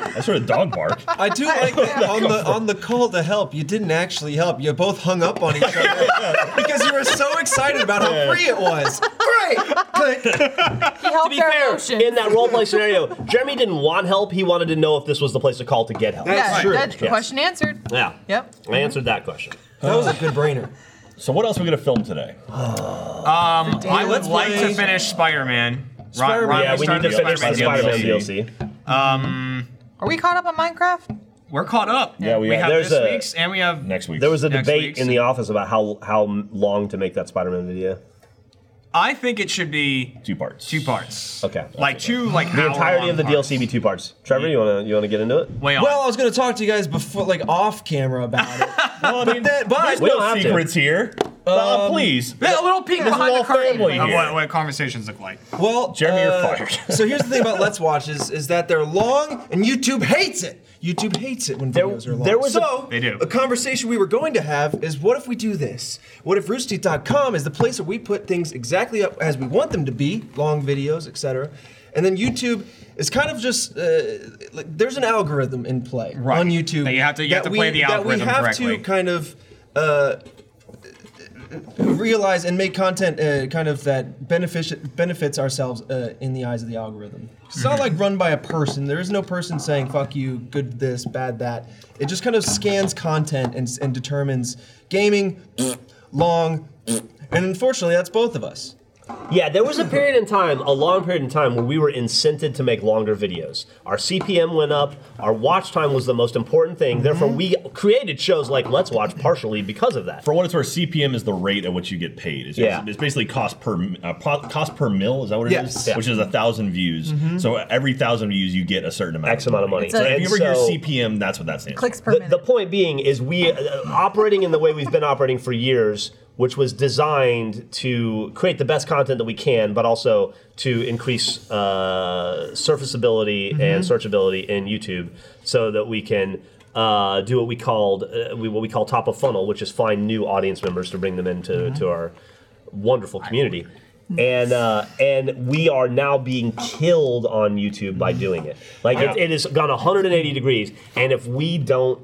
Speaker 5: I sort of dog barked.
Speaker 6: I do like that on the on the call to help. You didn't actually help. You both hung up on each other because you were so excited about how free it was. Great. Click.
Speaker 4: He
Speaker 2: to
Speaker 4: helped
Speaker 2: be
Speaker 4: our
Speaker 2: fair,
Speaker 4: emotions.
Speaker 2: in that roleplay scenario, Jeremy didn't want help. He wanted to know if this was the place to call to get help.
Speaker 4: yeah,
Speaker 6: true.
Speaker 4: that-
Speaker 2: Yes.
Speaker 4: Question answered.
Speaker 2: Yeah.
Speaker 4: Yep.
Speaker 2: I answered that question.
Speaker 6: That was a good brainer.
Speaker 5: So, what else are we going to film today?
Speaker 3: Um, I would
Speaker 6: Let's
Speaker 3: like
Speaker 6: play-
Speaker 3: to finish Spider-Man.
Speaker 6: Spider-Man.
Speaker 2: yeah, we need to finish the Spider-Man DLC.
Speaker 4: Are we caught up on Minecraft?
Speaker 3: We're caught up.
Speaker 5: Yeah, we are.
Speaker 3: have
Speaker 2: There's
Speaker 3: this
Speaker 2: a-
Speaker 3: week's and we have
Speaker 5: Next week.
Speaker 2: There was a
Speaker 3: Next
Speaker 2: debate
Speaker 3: week's-
Speaker 2: in the office about how how long to make that Spider-Man video.
Speaker 3: I think it should be
Speaker 5: two parts.
Speaker 3: two parts.
Speaker 2: Okay.
Speaker 3: Like two like
Speaker 2: The entirety of the DLC be two parts. Trevor, you wanna you wanna get into it?
Speaker 3: Way on.
Speaker 6: Well, I was going to talk to you guys before, like off camera, about it.
Speaker 5: Well, I mean,
Speaker 6: that- but-
Speaker 5: there's
Speaker 2: We don't
Speaker 5: no
Speaker 2: have to. Um,
Speaker 5: secrets here. Uh, please.
Speaker 3: Yeah, a little peek
Speaker 5: This is
Speaker 3: behind
Speaker 5: all
Speaker 3: the curtain
Speaker 5: family
Speaker 3: of
Speaker 5: here.
Speaker 3: what, what conversations look like.
Speaker 6: Well,
Speaker 5: Jeremy, you're
Speaker 6: uh, [LAUGHS]
Speaker 5: fired.
Speaker 6: so here's the thing about Let's Watch is, is that they're long and YouTube hates it. YouTube hates it when
Speaker 2: There-
Speaker 6: videos are long.
Speaker 2: there was a-
Speaker 6: so
Speaker 3: They do.
Speaker 6: a conversation we were going to have is what if we do this? What if roosterteeth.com is the place where we put things exactly up as we want them to be, long videos, etc. And then YouTube is kind of just uh, like there's an algorithm in play
Speaker 3: Right.
Speaker 6: on YouTube
Speaker 3: That you have to- you have to
Speaker 6: we-
Speaker 3: play the
Speaker 6: that
Speaker 3: algorithm
Speaker 6: we have
Speaker 3: correctly.
Speaker 6: to kind of. Uh, realize and make content uh, kind of that benefit benefits ourselves uh, in the eyes of the algorithm. It's
Speaker 3: Mm-hmm.
Speaker 6: not like run by a person. There is no person saying "fuck you," "good this," "bad that." It just kind of scans content and, and determines gaming [SNIFFS] long, [SNIFFS] and unfortunately, that's both of us.
Speaker 2: Yeah, there was a period in time, a long period in time, where we were incented to make longer videos. Our CPM went up, our watch time was the most important thing, therefore, we
Speaker 4: Mm-hmm.
Speaker 2: created shows like Let's Watch partially because of that.
Speaker 5: For what it's worth, CPM is the rate at which you get paid. It's,
Speaker 2: Yeah.
Speaker 5: it's basically cost per uh, po- cost per mil. Is that what it is?
Speaker 6: Yes.
Speaker 2: Yeah.
Speaker 5: Which is a thousand views. So every thousand views, you get a certain amount.
Speaker 2: X amount of money.
Speaker 5: So if
Speaker 2: And
Speaker 5: you ever hear
Speaker 2: so-
Speaker 5: CPM, that's what that stands. for.
Speaker 4: Clicks per
Speaker 2: The,
Speaker 4: minute.
Speaker 2: the point being is we uh, operating in the way we've been operating for years, which was designed to create the best content that we can, but also to increase uh, surfaceability and searchability in YouTube, so that we can uh, do what we called uh, we, what we call top of funnel, which is find new audience members to bring them into to our wonderful community. And uh, and we are now being killed on YouTube by doing it. Like it, it has gone 180 degrees. And if we don't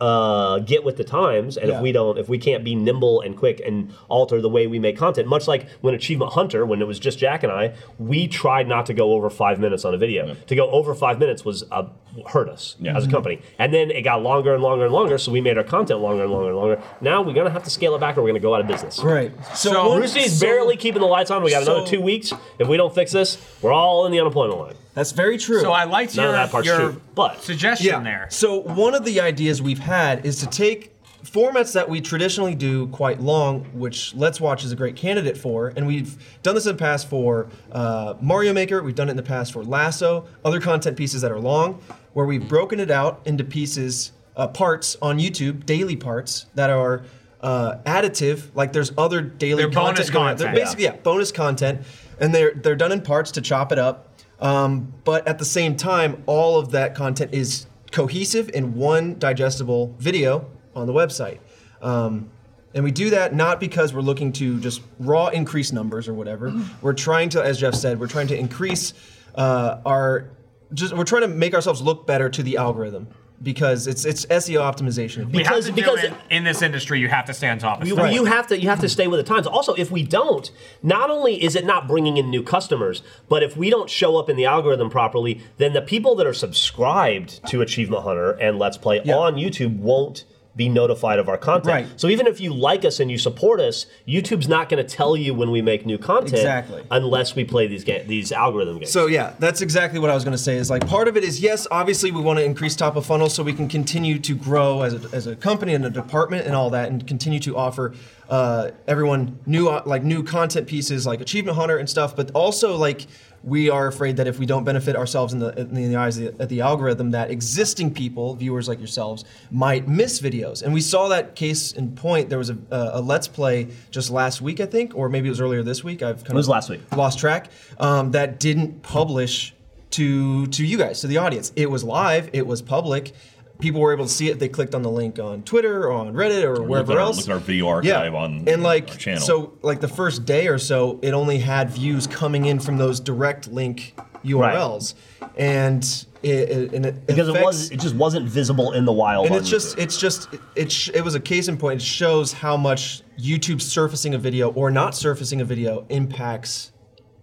Speaker 2: uh, get with the times, and if
Speaker 6: Yeah.
Speaker 2: we don't, if we can't be nimble and quick and alter the way we make content, much like when Achievement Hunter, when it was just Jack and I, we tried not to go over five minutes on a video. To go over five minutes was uh, hurt us
Speaker 5: Yeah.
Speaker 6: Mm-hmm.
Speaker 2: as a company, and then it got longer and longer and longer. So we made our content longer and longer and longer. Now we're gonna have to scale it back, or we're gonna go out of business.
Speaker 6: Right. So,
Speaker 3: So-
Speaker 6: one-
Speaker 2: Rooster's
Speaker 6: so-
Speaker 2: barely keeping the lights on. We got another
Speaker 6: so-
Speaker 2: two weeks. If we don't fix this, we're all in the unemployment line.
Speaker 6: That's very true.
Speaker 3: So I liked
Speaker 2: None of
Speaker 3: your,
Speaker 2: that part's
Speaker 3: your
Speaker 2: true, but-
Speaker 3: suggestion there.
Speaker 6: So one of the ideas we've had is to take formats that we traditionally do quite long, which Let's Watch is a great candidate for, and we've done this in the past for uh, Mario Maker. We've done it in the past for Lasso, other content pieces that are long, where we've broken it out into pieces, uh, parts on YouTube, daily parts that are. Uh, additive, like there's other daily
Speaker 3: They're
Speaker 6: content.
Speaker 3: bonus
Speaker 6: going out.
Speaker 3: content.
Speaker 6: They're basically, yeah, bonus content, and they're they're done in parts to chop it up. Um, but at the same time, all of that content is cohesive in one digestible video on the website. Um, and we do that not because we're looking to just raw increase numbers or whatever. We're trying to, as Jeff said, we're trying to increase uh, our just we're trying to make ourselves look better to the algorithm because it's it's SEO optimization.
Speaker 3: We
Speaker 2: Because-
Speaker 3: have to
Speaker 2: because-
Speaker 3: do it in this industry, you have to stay on top of
Speaker 2: You,
Speaker 3: stuff.
Speaker 2: you have to you have to stay with the times. Also, if we don't, not only is it not bringing in new customers, but if we don't show up in the algorithm properly, then the people that are subscribed to Achievement Hunter and Let's Play
Speaker 6: Yeah.
Speaker 2: on YouTube won't be notified of our content.
Speaker 6: Right.
Speaker 2: So even if you like us and you support us, YouTube's not going to tell you when we make new content
Speaker 6: Exactly.
Speaker 2: unless we play these ga- these algorithm games.
Speaker 6: So yeah, that's exactly what I was going to say. Is like part of it is yes, obviously we want to increase top of funnel so we can continue to grow as a, as a company and a department and all that, and continue to offer uh, everyone new uh, like new content pieces like Achievement Hunter and stuff. But also like we are afraid that if we don't benefit ourselves in the in the eyes of the, at the algorithm, that existing people, viewers like yourselves, might miss videos. And we saw that case in point. There was a, a, a Let's Play just last week, I think, or maybe it was earlier this week. I've kind
Speaker 2: It was
Speaker 6: of
Speaker 2: last week.
Speaker 6: lost track um, that didn't publish to to you guys to the audience it was live it was public people were able to see it they clicked on the link on twitter or on reddit or wherever
Speaker 5: at our-
Speaker 6: else
Speaker 5: look at our video archive on
Speaker 6: and
Speaker 5: our
Speaker 6: like
Speaker 5: channel.
Speaker 6: so like the first day or so it only had views coming in from those direct link urls and it, it, and it
Speaker 2: because it
Speaker 6: affects-
Speaker 2: was it just wasn't visible in the wild.
Speaker 6: and
Speaker 2: on
Speaker 6: it's just
Speaker 2: YouTube.
Speaker 6: it's just it- it sh- it was a case in point. It shows how much YouTube surfacing a video or not surfacing a video impacts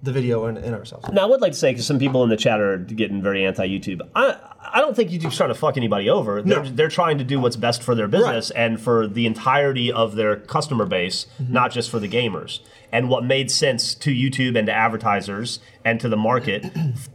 Speaker 6: the video and, and ourselves.
Speaker 2: Now, I would like to say, because some people in the chat are getting very anti YouTube, I, I don't think YouTube's trying to fuck anybody over. They're, they're trying to do what's best for their business and for the entirety of their customer base, not just for the gamers. And what made sense to YouTube and to advertisers and to the market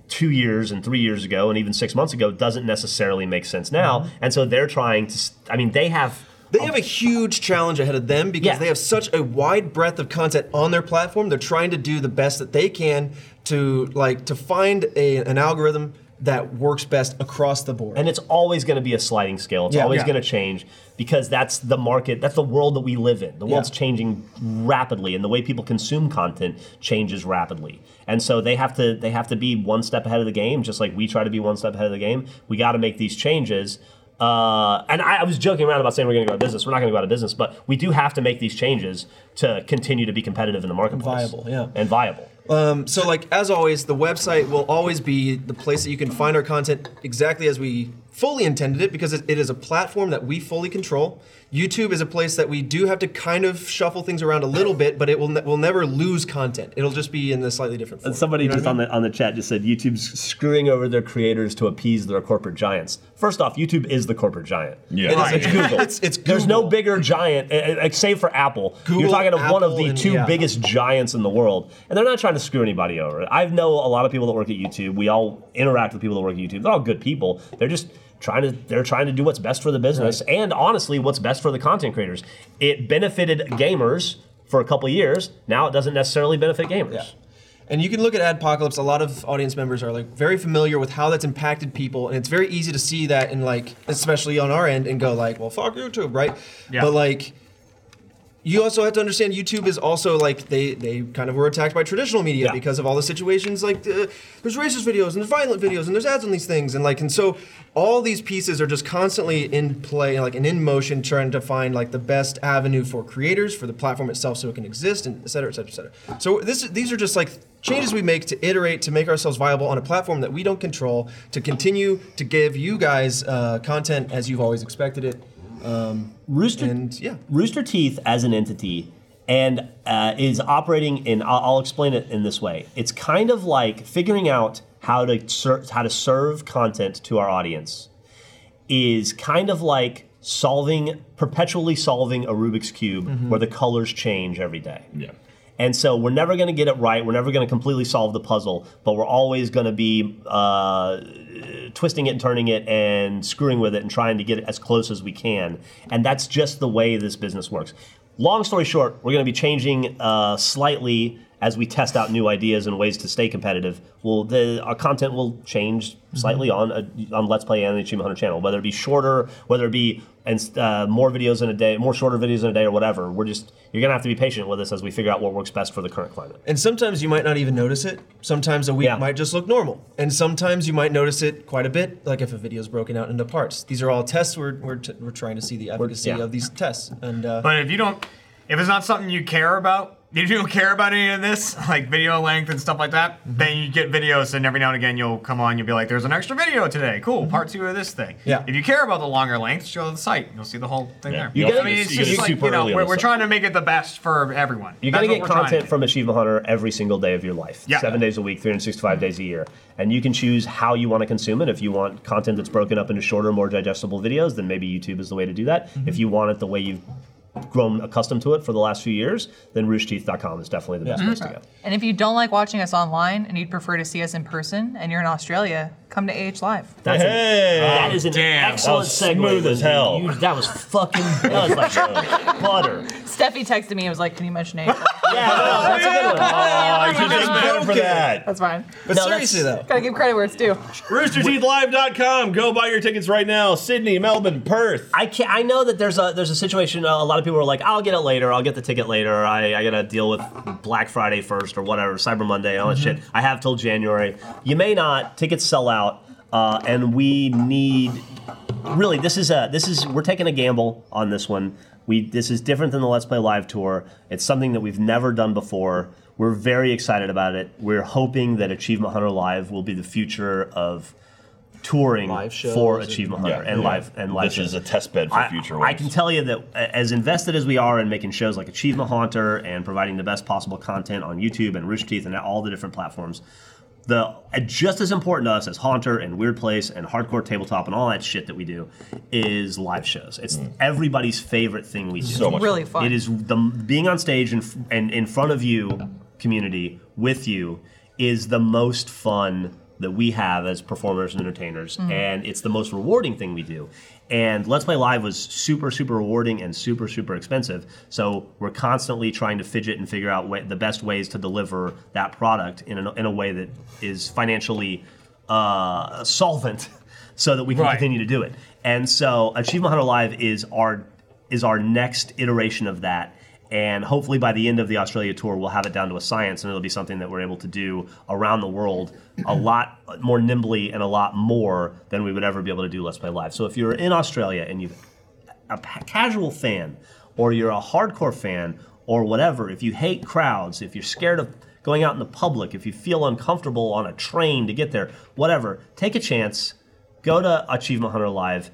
Speaker 2: two years and three years ago and even six months ago doesn't necessarily make sense now. And so they're trying to, s- I mean, they have.
Speaker 6: They have a huge challenge ahead of them because
Speaker 2: Yeah.
Speaker 6: they have such a wide breadth of content on their platform. They're trying to do the best that they can to like to find a, an algorithm that works best across the board.
Speaker 2: And it's always going to be a sliding scale. It's
Speaker 6: Yeah.
Speaker 2: always
Speaker 6: Yeah.
Speaker 2: going to change because that's the market, that's the world that we live in. The world's
Speaker 6: Yeah.
Speaker 2: changing rapidly, and the way people consume content changes rapidly. And so they have to they have to be one step ahead of the game, just like we try to be one step ahead of the game. We got to make these changes. Uh, and I, I was joking around about saying we're going to go out of business. We're not going to go out of business, but we do have to make these changes to continue to be competitive in the marketplace.
Speaker 6: viable, yeah.
Speaker 2: And viable.
Speaker 6: Um, so, like as always, the website will always be the place that you can find our content exactly as we fully intended it, because it, it is a platform that we fully control. YouTube is a place that we do have to kind of shuffle things around a little bit, but it will ne- will never lose content. It'll just be in a slightly different form.
Speaker 2: Somebody just on the on the chat just said YouTube's screwing over their creators to appease their corporate giants. First off, YouTube is the corporate giant.
Speaker 5: Yeah.
Speaker 6: It is-
Speaker 5: Right.
Speaker 6: it's, [LAUGHS] it's, it's
Speaker 2: There's no
Speaker 6: Google.
Speaker 2: bigger giant, eh, eh, save for Apple. You're
Speaker 6: Google,
Speaker 2: talking of one of
Speaker 6: Apple,
Speaker 2: the
Speaker 6: and-
Speaker 2: two
Speaker 6: yeah.
Speaker 2: biggest giants in the world, and they're not trying to screw anybody over. I know a lot of people that work at YouTube. We all interact with people that work at YouTube. They're all good people. They're just trying to they're trying to do what's best for the business and honestly what's best for the content creators. It benefited gamers for a couple years. Now it doesn't necessarily benefit gamers.
Speaker 6: And you can look at Adpocalypse. A lot of audience members are like very familiar with how that's impacted people, and it's very easy to see that and like, especially on our end, and go like, "Well, fuck YouTube," right?
Speaker 3: Yeah.
Speaker 6: But like, you also have to understand YouTube is also like they they kind of were attacked by traditional media
Speaker 2: Yeah.
Speaker 6: because of all the situations like uh, there's racist videos and there's violent videos and there's ads on these things and like and so all these pieces are just constantly in play like and in motion trying to find like the best avenue for creators for the platform itself so it can exist and et cetera et cetera et cetera. So this these are just like changes we make to iterate to make ourselves viable on a platform that we don't control to continue to give you guys uh, content as you've always expected it. Um,
Speaker 2: Rooster
Speaker 6: And, yeah.
Speaker 2: Rooster Teeth as an entity and uh, is operating in. I'll, I'll explain it in this way. It's kind of like figuring out how to ser- how to serve content to our audience is kind of like solving perpetually solving a Rubik's cube
Speaker 6: Mm-hmm.
Speaker 2: where the colors change every day.
Speaker 5: Yeah.
Speaker 2: And so we're never going to get it right. We're never going to completely solve the puzzle, but we're always going to be uh, twisting it and turning it and screwing with it and trying to get it as close as we can. And that's just the way this business works. Long story short, we're going to be changing uh, slightly as we test out new ideas and ways to stay competitive. Well, the, our content will change slightly on uh on Let's Play and the Achievement Hunter channel, whether it be shorter, whether it be and uh, more videos in a day, more shorter videos in a day, or whatever. We're just you're gonna have to be patient with us as we figure out what works best for the current climate.
Speaker 6: And sometimes you might not even notice it. Sometimes a week
Speaker 2: Yeah.
Speaker 6: might just look normal. And sometimes you might notice it quite a bit, like if a video's broken out into parts. These are all tests we're, we're, t- we're trying to see the efficacy
Speaker 2: yeah.
Speaker 6: of these tests. And uh,
Speaker 3: But if you don't, if it's not something you care about, [LAUGHS] if you don't care about any of this, like video length and stuff like that, then you get videos, and every now and again you'll come on, you'll be like, "There's an extra video today. Cool, part two of this thing."
Speaker 6: Yeah.
Speaker 3: If you care about the longer length, go to the site. You'll see the whole thing
Speaker 5: Yeah.
Speaker 3: there.
Speaker 5: You
Speaker 2: gotta-
Speaker 3: I mean, it's
Speaker 5: you
Speaker 3: just
Speaker 5: gotta
Speaker 3: like
Speaker 5: super
Speaker 3: you know,
Speaker 5: early on
Speaker 3: we're,
Speaker 5: the
Speaker 3: we're
Speaker 5: site.
Speaker 3: trying to make it the best for everyone.
Speaker 2: You're
Speaker 3: That's
Speaker 2: gonna
Speaker 3: what
Speaker 2: get
Speaker 3: we're trying to
Speaker 2: content
Speaker 3: do.
Speaker 2: from Achievement Hunter every single day of your life,
Speaker 3: Yeah.
Speaker 2: seven days a week, 365 days a year, and you can choose how you want to consume it. If you want content that's broken up into shorter, more digestible videos, then maybe YouTube is the way to do that.
Speaker 3: Mm-hmm.
Speaker 2: If you want it the way you've grown accustomed to it for the last few years, then roosterteeth.com is definitely the best place to go.
Speaker 4: And if you don't like watching us online and you'd prefer to see us in person and you're in Australia, come to AH Live.
Speaker 2: That's it.
Speaker 5: Hey.
Speaker 2: That is an
Speaker 3: damn.
Speaker 2: excellent
Speaker 5: That was
Speaker 2: segue.
Speaker 5: smooth as
Speaker 2: Lindsay.
Speaker 5: hell.
Speaker 2: You- that was fucking that was
Speaker 3: [LAUGHS]
Speaker 2: like butter.
Speaker 4: Steffi texted me and was like, Can you mention AH? Live?"
Speaker 2: Yeah, no, that's a good one.
Speaker 5: I should take credit for that.
Speaker 4: That's fine.
Speaker 6: but
Speaker 2: no,
Speaker 6: seriously though,
Speaker 4: Gotta give credit where it's due.
Speaker 5: RoosterTeethLive.com. Go buy your tickets right now. Sydney, Melbourne, Perth.
Speaker 2: I can not I know that there's a there's a situation. Uh, a lot of people are like, I'll get it later. I'll get the ticket later. I, I gotta deal with Black Friday first or whatever, Cyber Monday, all that
Speaker 6: Mm-hmm.
Speaker 2: shit. I have till January. You may not. Tickets sell out, uh, and we need. Really, this is a this is we're taking a gamble on this one. We this is different than the Let's Play Live tour. It's something that we've never done before. We're very excited about it. We're hoping that Achievement Hunter Live will be the future of touring
Speaker 6: Live shows
Speaker 2: for
Speaker 6: and-
Speaker 2: Achievement Hunter and live and live
Speaker 5: This
Speaker 2: shows.
Speaker 5: is a test bed for
Speaker 2: I-
Speaker 5: future
Speaker 2: I,
Speaker 5: ones.
Speaker 2: can tell you that a- as invested as we are in making shows like Achievement Haunter and providing the best possible content on YouTube and Rooster Teeth and all the different platforms, the just as important to us as Haunter and Weird Place and Hardcore Tabletop and all that shit that we do is live shows. It's everybody's favorite thing we do.
Speaker 5: Mm. So much.
Speaker 4: Really fun.
Speaker 2: It is the being on stage and and in front of you, community with you, is the most fun that we have as performers and entertainers, and it's the most rewarding thing we do. And Let's Play Live was super, super rewarding and super, super expensive. So we're constantly trying to fidget and figure out wa- the best ways to deliver that product in, an, in a way that is financially uh, solvent [LAUGHS] so that we can
Speaker 3: Right.
Speaker 2: continue to do it. And so Achievement Hunter Live is our is our next iteration of that. And hopefully by the end of the Australia tour, we'll have it down to a science, and it'll be something that we're able to do around the world a lot more nimbly and a lot more than we would ever be able to do Let's Play Live. So if you're in Australia and you've a pa- casual fan or you're a hardcore fan or whatever, if you hate crowds, if you're scared of going out in the public, if you feel uncomfortable on a train to get there, whatever, take a chance. Go to Achievement Hunter Live.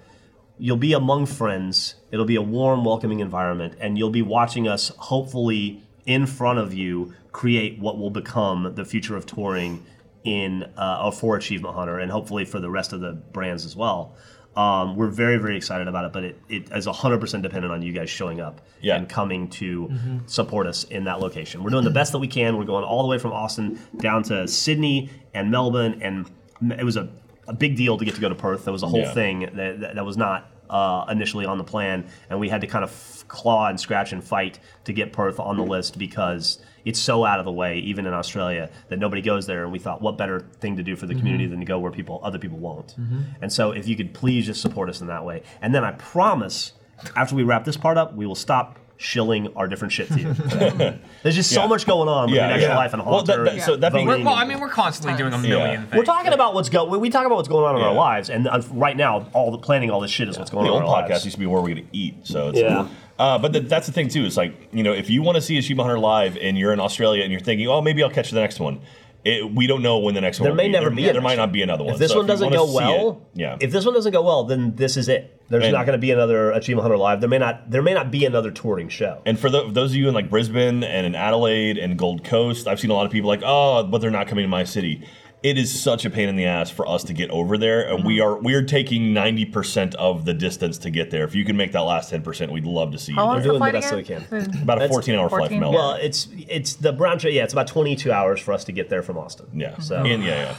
Speaker 2: You'll be among friends. It'll be a warm, welcoming environment, and you'll be watching us, hopefully, in front of you, create what will become the future of touring in uh, or for Achievement Hunter, and hopefully for the rest of the brands as well. Um, we're very, very excited about it, but it, it is 100% dependent on you guys showing up
Speaker 5: Yeah.
Speaker 2: and coming to support us in that location. We're doing the best that we can. We're going all the way from Austin down to Sydney and Melbourne, and it was a, a big deal to get to go to Perth. That was a whole
Speaker 5: Yeah.
Speaker 2: thing that, that, that was not uh, initially on the plan, and we had to kind of f- claw and scratch and fight to get Perth on the
Speaker 5: Mm-hmm.
Speaker 2: list because it's so out of the way, even in Australia, that nobody goes there. And we thought, what better thing to do for the
Speaker 5: Mm-hmm.
Speaker 2: community than to go where people other people won't? And so, if you could please just support us in that way, and then I promise, after we wrap this part up, we will stop. Shilling our different shit
Speaker 5: [LAUGHS]
Speaker 2: to you. There's just so
Speaker 5: Yeah.
Speaker 2: much going on between
Speaker 5: Yeah,
Speaker 2: actual
Speaker 5: yeah.
Speaker 2: life and
Speaker 5: Well,
Speaker 2: haunter.
Speaker 5: that- that-
Speaker 2: and
Speaker 5: so that being-
Speaker 2: voting
Speaker 3: We're, well, I
Speaker 2: and-
Speaker 3: mean, we're constantly doing a
Speaker 4: Tons.
Speaker 3: million
Speaker 5: Yeah.
Speaker 3: things.
Speaker 2: we're talking about what's go. We, we talk about what's going on in our
Speaker 5: Yeah.
Speaker 2: lives, and uh, right now, all the planning, all this shit is what's going
Speaker 5: the
Speaker 2: on.
Speaker 5: old
Speaker 2: in our
Speaker 5: podcast
Speaker 2: lives.
Speaker 5: used to be where we're going to eat. So it's
Speaker 2: Yeah.
Speaker 5: Uh, but th- that's the thing too. It's like you know, if you want to see Achievement Hunter live, and you're in Australia, and you're thinking, oh, maybe I'll catch the next one. It, we don't know when the next
Speaker 2: There
Speaker 5: one.
Speaker 2: may
Speaker 5: will
Speaker 2: never
Speaker 5: there,
Speaker 2: be.
Speaker 5: There,
Speaker 2: a next
Speaker 5: might not be another one.
Speaker 2: If this
Speaker 5: So
Speaker 2: one
Speaker 5: you
Speaker 2: doesn't
Speaker 5: wanna
Speaker 2: go
Speaker 5: see it-
Speaker 2: well,
Speaker 5: yeah.
Speaker 2: If this one doesn't go well, then this is it. There's
Speaker 5: And-
Speaker 2: not going to be another Achievement Hunter Live. There may not. There may not be another touring show.
Speaker 5: And for tho- those of you in like Brisbane and in Adelaide and Gold Coast, I've seen a lot of people like, oh, but they're not coming to my city. It is such a pain in the ass for us to get over there, and we are we are taking ninety percent of the distance to get there. If you can make that last ten percent, we'd love to see you.
Speaker 4: How long
Speaker 5: There.
Speaker 4: is
Speaker 2: We're
Speaker 4: the
Speaker 2: doing
Speaker 4: flight
Speaker 2: the best that
Speaker 4: again? Hmm.
Speaker 2: we can.
Speaker 5: About a
Speaker 2: That's-
Speaker 5: fourteen-hour flight from
Speaker 4: 14?
Speaker 5: LA.
Speaker 2: well, it's it's the brown trip. Yeah, it's about 22 hours for us to get there from Austin.
Speaker 5: yeah,
Speaker 2: So
Speaker 5: And- yeah, yeah.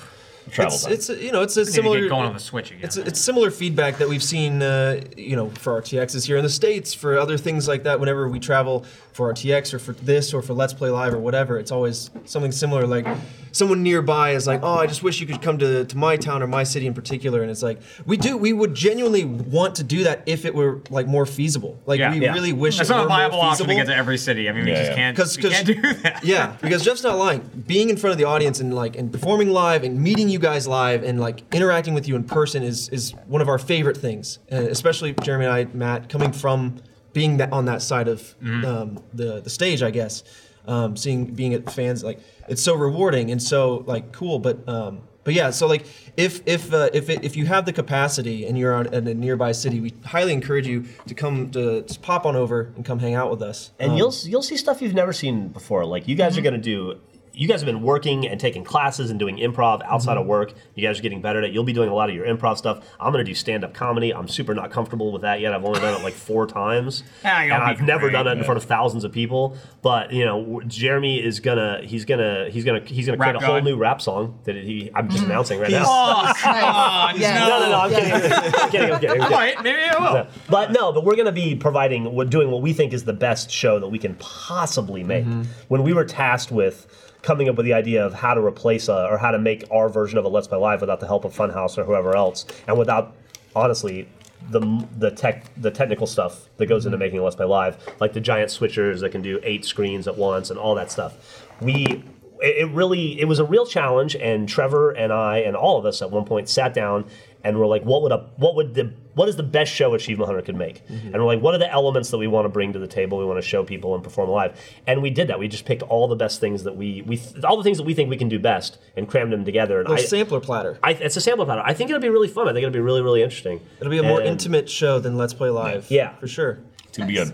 Speaker 5: Travel
Speaker 6: It's,
Speaker 5: time.
Speaker 6: it's you know it's a
Speaker 3: We need to
Speaker 6: similar
Speaker 3: get going on the Switch again.
Speaker 6: It's, it's similar feedback that we've seen, uh, you know, for RTXs here in the states, for other things like that. Whenever we travel for RTX or for this or for Let's Play Live or whatever, it's always something similar. Like someone nearby is like, "Oh, I just wish you could come to, to my town or my city in particular." And it's like, we do, we would genuinely want to do that if it were like more feasible. Like
Speaker 3: Yeah.
Speaker 6: we
Speaker 3: Yeah.
Speaker 6: really wish
Speaker 3: That's
Speaker 6: it
Speaker 3: not
Speaker 6: were
Speaker 3: a viable
Speaker 6: more
Speaker 3: option
Speaker 6: feasible.
Speaker 3: to get to every city. I mean, we
Speaker 5: Yeah,
Speaker 3: just
Speaker 5: yeah.
Speaker 3: can't,
Speaker 6: Because-
Speaker 3: we
Speaker 6: 'cause-
Speaker 3: can't do that.
Speaker 6: [LAUGHS] Yeah, because Jeff's not lying. Being in front of the audience and like and performing live and meeting you guys live and like interacting with you in person is is one of our favorite things. And especially Jeremy and I, Matt, coming from being that on that side of
Speaker 3: Mm-hmm.
Speaker 6: um, the the stage, I guess. Um, seeing being at fans like it's so rewarding and so like cool, but um, but yeah, so like if if uh, if it, if you have the capacity and you're on in a nearby city, we highly encourage you to come to, to pop on over and come hang out with us.
Speaker 3: Um,
Speaker 2: and you'll you'll see stuff you've never seen before. Like you
Speaker 3: Mm-hmm.
Speaker 2: guys are gonna do. You guys have been working and taking classes and doing improv outside
Speaker 3: Mm-hmm.
Speaker 2: of work. You guys are getting better at it. You'll be doing a lot of your improv stuff. I'm gonna do stand up comedy. I'm super not comfortable with that yet. I've only done it like four times,
Speaker 3: [LAUGHS] Ah,
Speaker 2: and
Speaker 3: you'll be
Speaker 2: I've never
Speaker 3: great,
Speaker 2: done it in front of thousands of people. But you know, w- Jeremy is gonna he's gonna he's gonna he's gonna
Speaker 3: Rap
Speaker 2: create a whole
Speaker 3: God.
Speaker 2: new rap song that he I'm just announcing right now.
Speaker 3: Oh, God,
Speaker 2: [LAUGHS]
Speaker 4: Yeah.
Speaker 2: No, no, no! I'm
Speaker 4: Yeah.
Speaker 2: kidding. I'm kidding.
Speaker 3: [LAUGHS]
Speaker 2: I'm kidding. I'm
Speaker 3: I
Speaker 2: kidding.
Speaker 3: might. Maybe I will.
Speaker 2: But no, but we're going to be providing, what, doing what we think is the best show that we can possibly make. When we were tasked with coming up with the idea of how to replace a, or how to make our version of a Let's Play Live without the help of Funhouse or whoever else, and without, honestly, the the tech the technical stuff that goes into making a Let's Play Live, like the giant switchers that can do eight screens at once and all that stuff. We it, it really it was a real challenge and trevor and i and all of us at one point sat down and were like what would a what would the what is the best show achievement hunter could make
Speaker 6: Mm-hmm.
Speaker 2: and we're like what are the elements that we want to bring to the table we want to show people and perform live and we did that we just picked all the best things that we we th- all the things that we think we can do best and crammed them together and
Speaker 6: A
Speaker 2: I,
Speaker 6: sampler platter.
Speaker 2: I it's a sample pattern i think it'll be really fun i think it'll be really really interesting
Speaker 6: It'll be a more
Speaker 2: And-
Speaker 6: intimate show than Let's Play Live.
Speaker 2: Yeah.
Speaker 6: for sure.
Speaker 5: It's gonna be good.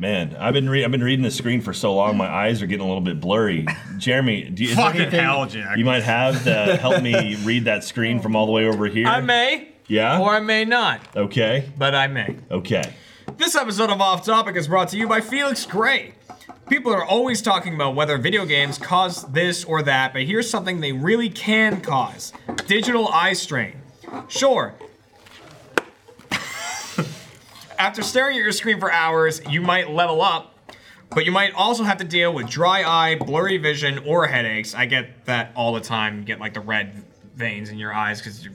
Speaker 5: Man, I've been re- I've been reading the screen for so long. My eyes are getting a little bit blurry. Jeremy, do you, is there
Speaker 3: Fucking
Speaker 5: anything
Speaker 3: hell, Jack.
Speaker 5: you might have to help me read that screen from all the way over here?
Speaker 3: I may.
Speaker 5: Yeah?
Speaker 3: Or I may not.
Speaker 5: Okay.
Speaker 3: But I may.
Speaker 5: Okay.
Speaker 3: This episode of Off Topic is brought to you by Felix Gray. People are always talking about whether video games cause this or that, but here's something they really can cause digital eye strain. Sure. [LAUGHS] After staring at your screen for hours, you might level up, but you might also have to deal with dry eye, blurry vision, or headaches. I get that all the time. You get like the red veins in your eyes because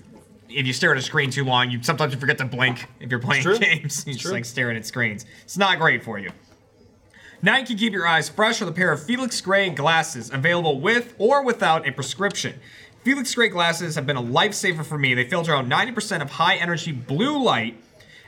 Speaker 3: if you stare at a screen too long, you sometimes you forget to blink if you're playing [LAUGHS]
Speaker 6: true.
Speaker 3: games. You're just like staring at screens. It's not great for you. Now you can keep your eyes fresh with a pair of Felix Gray glasses, available with or without a prescription. Felix Gray glasses have been a lifesaver for me. They filter out 90% of high energy blue light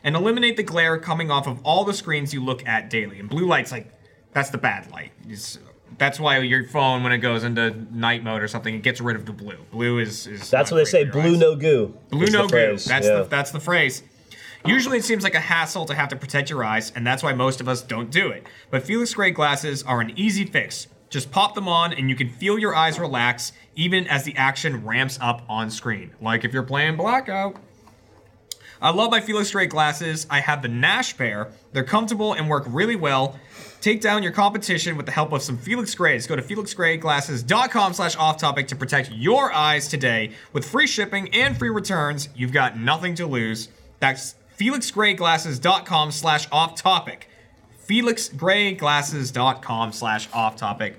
Speaker 3: and eliminate the glare coming off of all the screens you look at daily. And blue light's like, that's the bad light. It's- that's why your phone, when it goes into night mode or something, it gets rid of the blue. Blue is. is
Speaker 2: That's
Speaker 3: not
Speaker 2: what they
Speaker 3: great
Speaker 2: say.
Speaker 3: for your
Speaker 2: Blue
Speaker 3: eyes.
Speaker 2: no goo.
Speaker 3: Blue
Speaker 2: is the
Speaker 3: no goo.
Speaker 2: phrase,
Speaker 3: That's
Speaker 2: yeah.
Speaker 3: the that's the phrase. Usually, it seems like a hassle to have to protect your eyes, and that's why most of us don't do it. But Felix Gray glasses are an easy fix. Just pop them on, and you can feel your eyes relax even as the action ramps up on screen. Like if you're playing Blackout. I love my Felix Gray glasses. I have the Nash pair. They're comfortable and work really well. Take down your competition with the help of some Felix Grays. Go to felixgrayglasses.com slash off topic to protect your eyes today. With free shipping and free returns, you've got nothing to lose. That's felixgrayglasses.com slash off topic. felixgrayglasses.com slash off topic.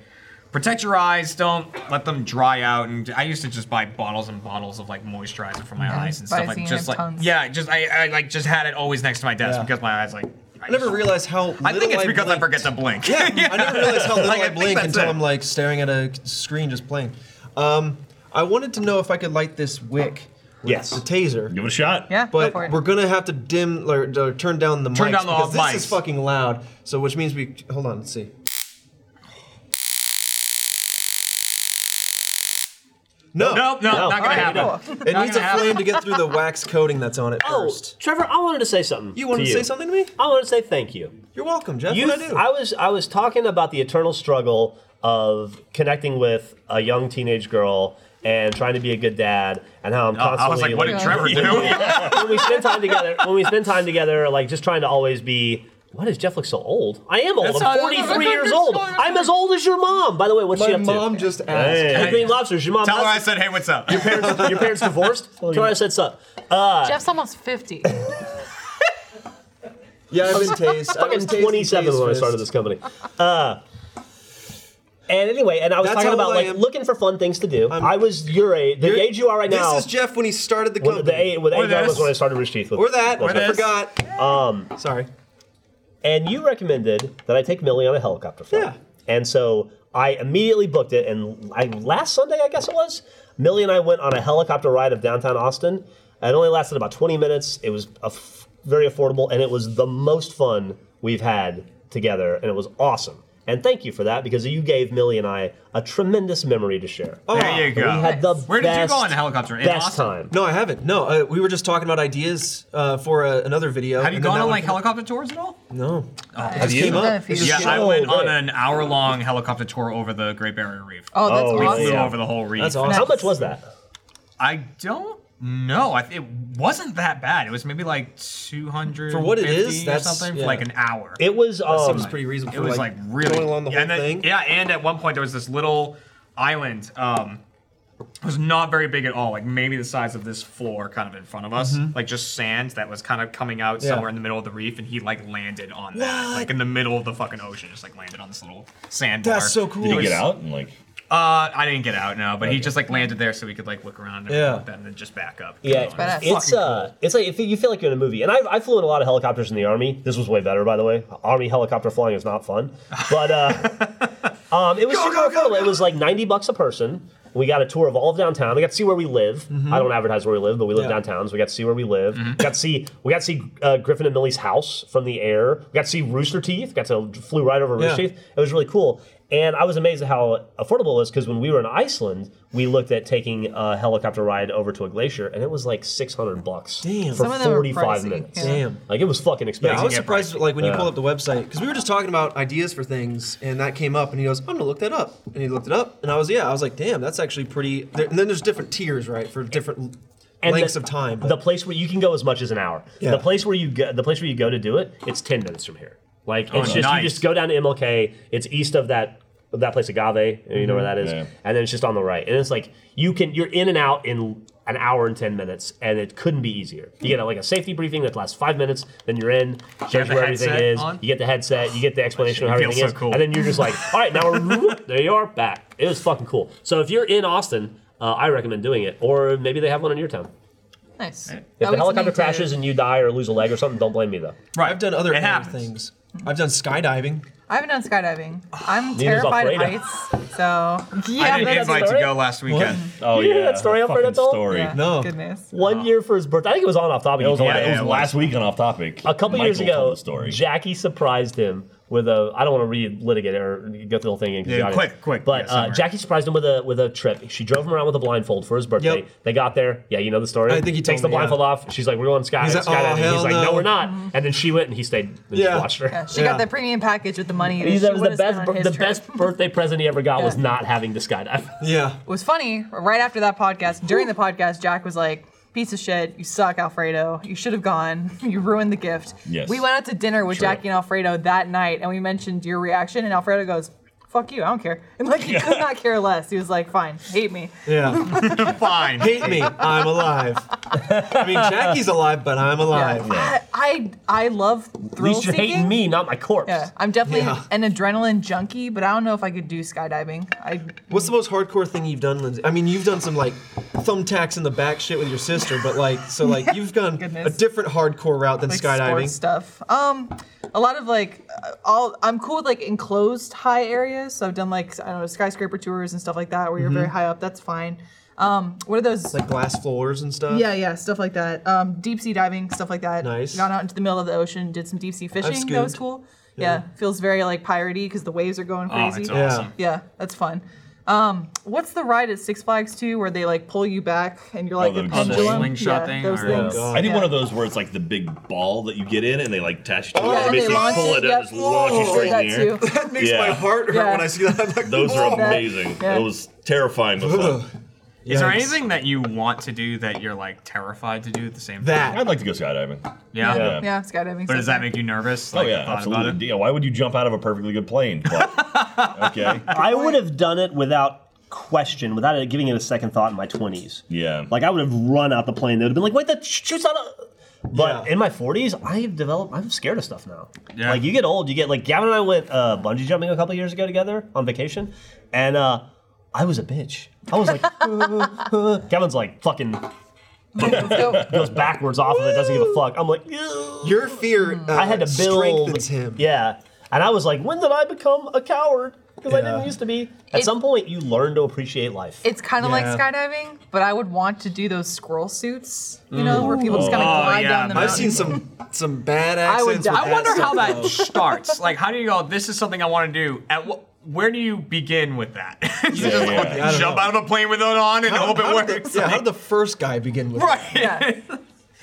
Speaker 3: Protect your eyes. Don't let them dry out. And I used to just buy bottles and bottles of like moisturizer for my eyes and stuff like
Speaker 4: Visine,
Speaker 3: just like
Speaker 4: tons.
Speaker 3: yeah, I just I, I like just had it always next to my desk because my eyes like.
Speaker 6: I never realized how. Little
Speaker 3: I think it's because I
Speaker 6: blinked.
Speaker 3: forget to blink.
Speaker 6: [LAUGHS] Yeah, I never realized how little
Speaker 3: Like, I
Speaker 6: I
Speaker 3: think
Speaker 6: blink
Speaker 3: that's
Speaker 6: until
Speaker 3: it.
Speaker 6: I'm like staring at a screen just playing. Um, I wanted to know if I could light this wick with
Speaker 2: Yes.
Speaker 6: the taser.
Speaker 5: Give it a shot.
Speaker 4: Yeah,
Speaker 6: But
Speaker 4: go for it.
Speaker 6: we're gonna have to dim or, or turn down the
Speaker 3: Turn
Speaker 6: mics
Speaker 3: down the
Speaker 6: because this
Speaker 3: mics.
Speaker 6: is fucking loud. So which means we hold on. Let's see.
Speaker 3: [LAUGHS]
Speaker 6: No,
Speaker 3: Nope, no,
Speaker 2: No.
Speaker 3: not gonna
Speaker 2: Alright,
Speaker 3: happen.
Speaker 6: it
Speaker 3: Not
Speaker 6: needs
Speaker 3: gonna
Speaker 6: a
Speaker 3: happen.
Speaker 6: flame to get through the wax coating that's on it
Speaker 2: Oh,
Speaker 6: first.
Speaker 2: Trevor, I wanted to say something.
Speaker 6: You wanted to say something to me?
Speaker 2: I wanted to say thank you.
Speaker 6: You're welcome, Jeff.
Speaker 2: You,
Speaker 6: what I do?
Speaker 2: I was I was talking about the eternal struggle of connecting with a young teenage girl and trying to be a good dad, and how I'm
Speaker 3: Uh, I was
Speaker 2: constantly
Speaker 3: like, what did
Speaker 4: like-
Speaker 2: [LAUGHS]
Speaker 3: Trevor do?
Speaker 2: when we spend time together, when we spend time together, like just trying to always be. Why does Jeff look so old? I am old.
Speaker 3: not-
Speaker 2: I'm 43 years old. I'm as old as your mom. By the way, what's she
Speaker 6: My
Speaker 2: up
Speaker 6: mom
Speaker 2: to?
Speaker 6: just asked.
Speaker 2: The Green lobsters. Your mom.
Speaker 3: Tell her I
Speaker 2: how's-
Speaker 3: said, hey, what's
Speaker 6: [LAUGHS]
Speaker 3: up?
Speaker 2: parents- your parents divorced. Tell her I said so.
Speaker 9: Jeff's almost 50.
Speaker 6: Yeah, I've been tased. I
Speaker 2: I
Speaker 6: was
Speaker 2: was
Speaker 6: tased and
Speaker 2: 27 when I
Speaker 6: tased
Speaker 2: started this
Speaker 6: [LAUGHS]
Speaker 2: company. Uh, and anyway, and I was
Speaker 6: That's
Speaker 2: talking
Speaker 6: how
Speaker 2: about
Speaker 6: old I
Speaker 2: like
Speaker 6: am.
Speaker 2: looking for fun things to do. i was your age, the
Speaker 6: You're-
Speaker 2: age you are right
Speaker 6: this
Speaker 2: now.
Speaker 6: is Jeff when he started the
Speaker 2: when
Speaker 6: company.
Speaker 2: the age, when the
Speaker 3: Or
Speaker 2: age I was
Speaker 3: this.
Speaker 2: when I started Rich Teeth. With,
Speaker 6: or that.
Speaker 2: That's
Speaker 6: I
Speaker 2: right.
Speaker 6: forgot. Um, sorry.
Speaker 2: And you recommended that I take Millie on a helicopter flight.
Speaker 6: Yeah.
Speaker 2: And so I immediately booked it. And I, last Sunday, I guess it was, Millie and I went on a helicopter ride of downtown Austin. It only lasted about 20 minutes. It was a f- very affordable, and it was the most fun we've had together, and it was awesome. And thank you for that because you gave Millie and I a tremendous memory to share. Oh,
Speaker 3: there you go.
Speaker 2: we had the
Speaker 3: Where did you
Speaker 2: best-
Speaker 3: go on the helicopter? In
Speaker 2: best
Speaker 3: Austin?
Speaker 2: time.
Speaker 6: No, I haven't. No, uh, we were just talking about ideas uh, for uh, another video.
Speaker 3: Have you
Speaker 6: and then
Speaker 3: gone
Speaker 6: that
Speaker 3: on
Speaker 6: one-
Speaker 3: like Oh. helicopter tours at all?
Speaker 6: No.
Speaker 5: Have you?
Speaker 6: Came up.
Speaker 4: Yeah,
Speaker 3: Yeah,
Speaker 2: so
Speaker 3: I went on
Speaker 2: great.
Speaker 3: an hour-long helicopter tour over the Great Barrier Reef.
Speaker 4: oh, that's
Speaker 2: Oh,
Speaker 3: we
Speaker 4: awesome.
Speaker 3: flew
Speaker 2: yeah.
Speaker 3: over the whole reef.
Speaker 6: That's awesome.
Speaker 2: How much was that?
Speaker 3: I don't know. I, it wasn't that bad. It was maybe like 200
Speaker 6: For what it is,
Speaker 3: or
Speaker 6: that's-
Speaker 3: something for
Speaker 6: yeah.
Speaker 3: like an hour.
Speaker 2: It was. Um,
Speaker 6: Seems pretty reasonable.
Speaker 3: It
Speaker 6: for,
Speaker 3: was like, really
Speaker 6: going along the
Speaker 3: yeah,
Speaker 6: whole
Speaker 3: and then-
Speaker 6: thing.
Speaker 3: Yeah, and at one point there was this little island. Um, it was not very big at all, like maybe the size of this floor, kind of in front of us, like just sand that was kind of coming out
Speaker 6: Mm-hmm. Yeah.
Speaker 3: somewhere in the middle of the reef, and he like landed on that, like in the middle of the fucking ocean, just like landed on this little sandbar.
Speaker 6: That's so cool.
Speaker 5: Did you get out and like?
Speaker 3: Uh, I didn't get out, no, but he just like landed there so we could like look around and,
Speaker 6: Yeah.
Speaker 3: everything like that, and then just back up.
Speaker 2: Yeah,
Speaker 4: badass.
Speaker 2: it's
Speaker 3: Fucking
Speaker 2: uh, it's like if you feel like you're in a movie. And I, I flew in a lot of helicopters in the army. This was way better, by the way. Army helicopter flying is not fun, but uh, um, it was super cool. It was like ninety bucks a person. We got a tour of all of downtown. We got to see where we live. I don't advertise where we live, but we live
Speaker 6: Yeah.
Speaker 2: downtown, so we got to see where we live. We got to see we got to see uh, Griffin and Millie's house from the air. We got to see Rooster Teeth. Got to flew right over Rooster
Speaker 6: Yeah.
Speaker 2: Teeth. It was really cool. And I was amazed at how affordable it was because when we were in Iceland, we looked at taking a helicopter ride over to a glacier, and it was like 600 bucks
Speaker 6: Damn.
Speaker 2: for
Speaker 4: Some of them are
Speaker 2: 45
Speaker 4: pricey,
Speaker 2: minutes.
Speaker 4: yeah.
Speaker 6: Damn.
Speaker 2: Like, it was fucking
Speaker 6: Yeah,
Speaker 2: expensive.
Speaker 6: I was
Speaker 3: get
Speaker 6: surprised, like when you
Speaker 2: Yeah.
Speaker 6: pulled up the website, because we were just talking about ideas for things, and that came up, and he goes, "I'm gonna look that up," and he looked it up, and I was, yeah, I was like, "Damn, that's actually pretty." There, and then there's different tiers, right, for different
Speaker 2: And
Speaker 6: lengths
Speaker 2: the-
Speaker 6: of time. but-
Speaker 2: The place where you can go as much as an hour.
Speaker 6: Yeah.
Speaker 2: The place where you go, the place where you go to do it, it's 10 minutes from here. Like, it's just
Speaker 3: Oh, nice.
Speaker 2: you just go down to MLK. It's east of that of that place Agave. You know where that is,
Speaker 5: Yeah.
Speaker 3: Mm-hmm.
Speaker 2: and then it's just on the right. And it's like you can you're in and out in an hour and 10 minutes, and it couldn't be easier. You get like a safety briefing that lasts five minutes, then you're in. Shows
Speaker 3: the
Speaker 2: you where everything
Speaker 3: headset
Speaker 2: is.
Speaker 3: on?
Speaker 2: You get the headset. You get the explanation of how
Speaker 3: It
Speaker 2: everything
Speaker 3: feels
Speaker 2: is,
Speaker 3: so cool. [LAUGHS]
Speaker 2: and then you're just like, all right, now we're there. You are back. It was fucking cool. So if you're in Austin. uh, I recommend doing it. Or maybe they have one in your town.
Speaker 4: Nice. If
Speaker 2: If the helicopter crashes and you die or lose a leg or something, don't blame me though.
Speaker 3: Right.
Speaker 6: I've done other
Speaker 3: it
Speaker 6: weird
Speaker 3: happens.
Speaker 6: things. I've done skydiving.
Speaker 4: I haven't done skydiving.
Speaker 2: [SIGHS]
Speaker 4: I'm
Speaker 2: Neither's
Speaker 4: terrified of
Speaker 2: Alfredo.
Speaker 4: heights. So [LAUGHS]
Speaker 3: I
Speaker 4: yeah,
Speaker 2: that's
Speaker 3: didn't
Speaker 4: but,
Speaker 2: a
Speaker 3: invite to
Speaker 2: story.
Speaker 3: go last
Speaker 6: [LAUGHS]
Speaker 3: weekend.
Speaker 5: Oh
Speaker 2: You
Speaker 5: yeah,
Speaker 2: hear that story up for
Speaker 5: fucking
Speaker 2: that doll?
Speaker 5: story.
Speaker 4: yeah,
Speaker 6: No.
Speaker 4: goodness.
Speaker 2: One year for his birthday, I think it was on off topic.
Speaker 5: It was,
Speaker 2: You
Speaker 5: on-
Speaker 2: told
Speaker 5: it was
Speaker 3: yeah, it
Speaker 5: last week on off topic.
Speaker 2: A couple years
Speaker 5: Michael told
Speaker 2: ago,
Speaker 5: the story.
Speaker 2: Jackie surprised him with a. I don't want to relitigate it or get the whole thing in. 'cause
Speaker 3: Yeah,
Speaker 2: the audience-
Speaker 3: quick, quick,
Speaker 2: But
Speaker 3: yeah,
Speaker 2: uh,
Speaker 3: summary.
Speaker 2: Jackie surprised him with a with a trip. She drove him around with a blindfold for his birthday.
Speaker 6: Yep.
Speaker 2: They got there. Yeah, you know the story.
Speaker 6: I think he
Speaker 2: takes
Speaker 6: told
Speaker 2: the
Speaker 6: me, yeah.
Speaker 2: blindfold off. She's like, "We're going sky
Speaker 6: He's like,
Speaker 2: skydiving."
Speaker 6: "Oh, hell
Speaker 2: He's like, "No,
Speaker 6: no."
Speaker 2: we're not." And then she went, and he stayed. And just
Speaker 6: Yeah.
Speaker 2: watched her.
Speaker 4: Yeah, she
Speaker 6: Yeah.
Speaker 4: got the premium package with the money.
Speaker 2: [LAUGHS]
Speaker 4: That
Speaker 2: He
Speaker 4: she
Speaker 2: said it was the
Speaker 4: would've spent
Speaker 2: best
Speaker 4: on
Speaker 2: bir-
Speaker 4: his
Speaker 2: the
Speaker 4: trip.
Speaker 2: best birthday present he ever got was
Speaker 4: Yeah.
Speaker 2: not having to [LAUGHS] skydive.
Speaker 6: Yeah.
Speaker 4: It was funny. Right after that podcast, during the podcast, Jack was like, "Piece of shit, you suck, Alfredo. You should have gone. [LAUGHS] You ruined the gift."
Speaker 5: Yes.
Speaker 4: We went out to dinner with
Speaker 5: True.
Speaker 4: Jackie and Alfredo that night, and we mentioned your reaction, and Alfredo goes. Fuck you, I don't care. And like he
Speaker 2: [LAUGHS]
Speaker 4: could not care less. He was like, fine, hate me.
Speaker 6: Yeah.
Speaker 3: Fine.
Speaker 6: Hate me. I'm alive. I mean, Jackie's alive, but I'm alive.
Speaker 4: I, I I love
Speaker 2: At
Speaker 4: thrill
Speaker 2: least you're
Speaker 4: seeking.
Speaker 2: hating me, not my corpse.
Speaker 4: Yeah, [LAUGHS] I'm definitely
Speaker 6: Yeah.
Speaker 4: an adrenaline junkie, but I don't know if I could do skydiving. I
Speaker 6: What's the most hardcore thing you've done, Lindsay? I mean, you've done some like thumbtacks in the back shit with your sister, but like, so
Speaker 4: [LAUGHS]
Speaker 6: like, you've gone
Speaker 4: Goodness.
Speaker 6: a different hardcore route than
Speaker 4: like sports
Speaker 6: skydiving.
Speaker 4: stuff. Um, a lot of like, uh, all I'm cool with like enclosed high areas. So I've done like I don't know skyscraper tours and stuff like that where you're very high up. That's fine. Um, what are those?
Speaker 6: Mm-hmm. Like glass floors and stuff.
Speaker 4: yeah, yeah, stuff like that. Um, deep sea diving, stuff like that.
Speaker 6: Nice.
Speaker 4: Gone out into the middle of the ocean, did some deep sea fishing. That was
Speaker 6: scooped.
Speaker 4: cool. Yeah. feels very like piratey because the waves are going
Speaker 3: Oh,
Speaker 4: crazy.
Speaker 3: it's
Speaker 6: Yeah.
Speaker 3: awesome.
Speaker 4: Yeah, that's fun. Um, what's the ride at Six Flags too, where they like pull you back and you're like
Speaker 5: the
Speaker 4: the
Speaker 5: pendulum.
Speaker 4: pendulum?
Speaker 3: Slingshot
Speaker 4: yeah,
Speaker 3: thing
Speaker 4: Those
Speaker 3: or-
Speaker 4: things.
Speaker 6: Oh, God.
Speaker 5: I did
Speaker 4: Yeah.
Speaker 5: one of those where it's like the big ball that you get in, and Oh, they like attach it to it,
Speaker 4: Yeah,
Speaker 5: and
Speaker 4: and they
Speaker 5: basically
Speaker 4: launch
Speaker 5: pull
Speaker 4: it.
Speaker 5: it
Speaker 4: Yep.
Speaker 5: up, just launch you
Speaker 4: Did
Speaker 5: straight
Speaker 4: that
Speaker 5: in the air.
Speaker 4: too.
Speaker 6: That makes
Speaker 5: Yeah.
Speaker 6: my heart hurt
Speaker 4: Yeah.
Speaker 6: when I see that. [LAUGHS] I'm like,
Speaker 5: Those are
Speaker 6: "Whoa."
Speaker 4: Yeah.
Speaker 5: amazing.
Speaker 4: Yeah.
Speaker 5: It was terrifying. But
Speaker 6: Ugh.
Speaker 5: fun.
Speaker 3: Is there
Speaker 6: Yikes.
Speaker 3: anything that you want to do that you're like terrified to do at the same time?
Speaker 6: That.
Speaker 5: I'd like to go skydiving.
Speaker 3: Yeah.
Speaker 5: Yeah.
Speaker 4: [LAUGHS] Yeah, skydiving.
Speaker 3: But does that make you nervous?
Speaker 5: Oh
Speaker 3: Like,
Speaker 5: yeah,
Speaker 3: thought about it?
Speaker 5: absolutely. Yeah, why would you jump out of a perfectly good plane? But- okay.
Speaker 2: I would have done it without question, without it giving it a second thought in my 20s.
Speaker 5: Yeah.
Speaker 2: Like, I would have run out the plane. They would have been like, wait, that sh- shoots out of. But
Speaker 6: Yeah.
Speaker 2: in my 40s, I have developed, I'm scared of stuff now.
Speaker 3: Yeah.
Speaker 2: Like, you get old, you get, like, Gavin and I went uh, bungee jumping a couple years ago together on vacation, and uh, I was a bitch. I was like, [LAUGHS] "Uh, Gavin's like, fucking
Speaker 4: [LAUGHS]
Speaker 2: goes backwards off of it, doesn't give a fuck. I'm like,
Speaker 6: Your fear. Uh,
Speaker 2: I had to build.
Speaker 6: Strengthens him.
Speaker 2: Yeah. And I was like, when did I become a coward? Because I
Speaker 6: Yeah.
Speaker 2: didn't used to be. At
Speaker 4: It-
Speaker 2: some point, you learn to appreciate life.
Speaker 4: It's kind of like
Speaker 6: Yeah.
Speaker 4: skydiving, but I would want to do those squirrel suits, you know, where people just kind of
Speaker 3: Oh,
Speaker 4: glide
Speaker 3: yeah,
Speaker 4: down the
Speaker 3: I've
Speaker 6: I've
Speaker 4: mountain.
Speaker 6: seen some some bad
Speaker 4: I would
Speaker 6: accents.
Speaker 4: die.
Speaker 6: with
Speaker 3: I wonder
Speaker 6: that
Speaker 3: how
Speaker 6: stuff,
Speaker 3: that [LAUGHS]
Speaker 5: Oh.
Speaker 6: though.
Speaker 3: starts. Like, how do you go? This is something I want to do. At what? Where do you begin with that? [LAUGHS] Is it
Speaker 5: Yeah,
Speaker 3: just
Speaker 5: yeah.
Speaker 3: like,
Speaker 5: I
Speaker 6: don't
Speaker 3: jump
Speaker 6: know.
Speaker 3: out of a plane with it on and hope it
Speaker 6: How did
Speaker 3: works.
Speaker 6: The, yeah, how did the first guy begin with?
Speaker 3: right.
Speaker 4: [LAUGHS] Yeah.
Speaker 6: it?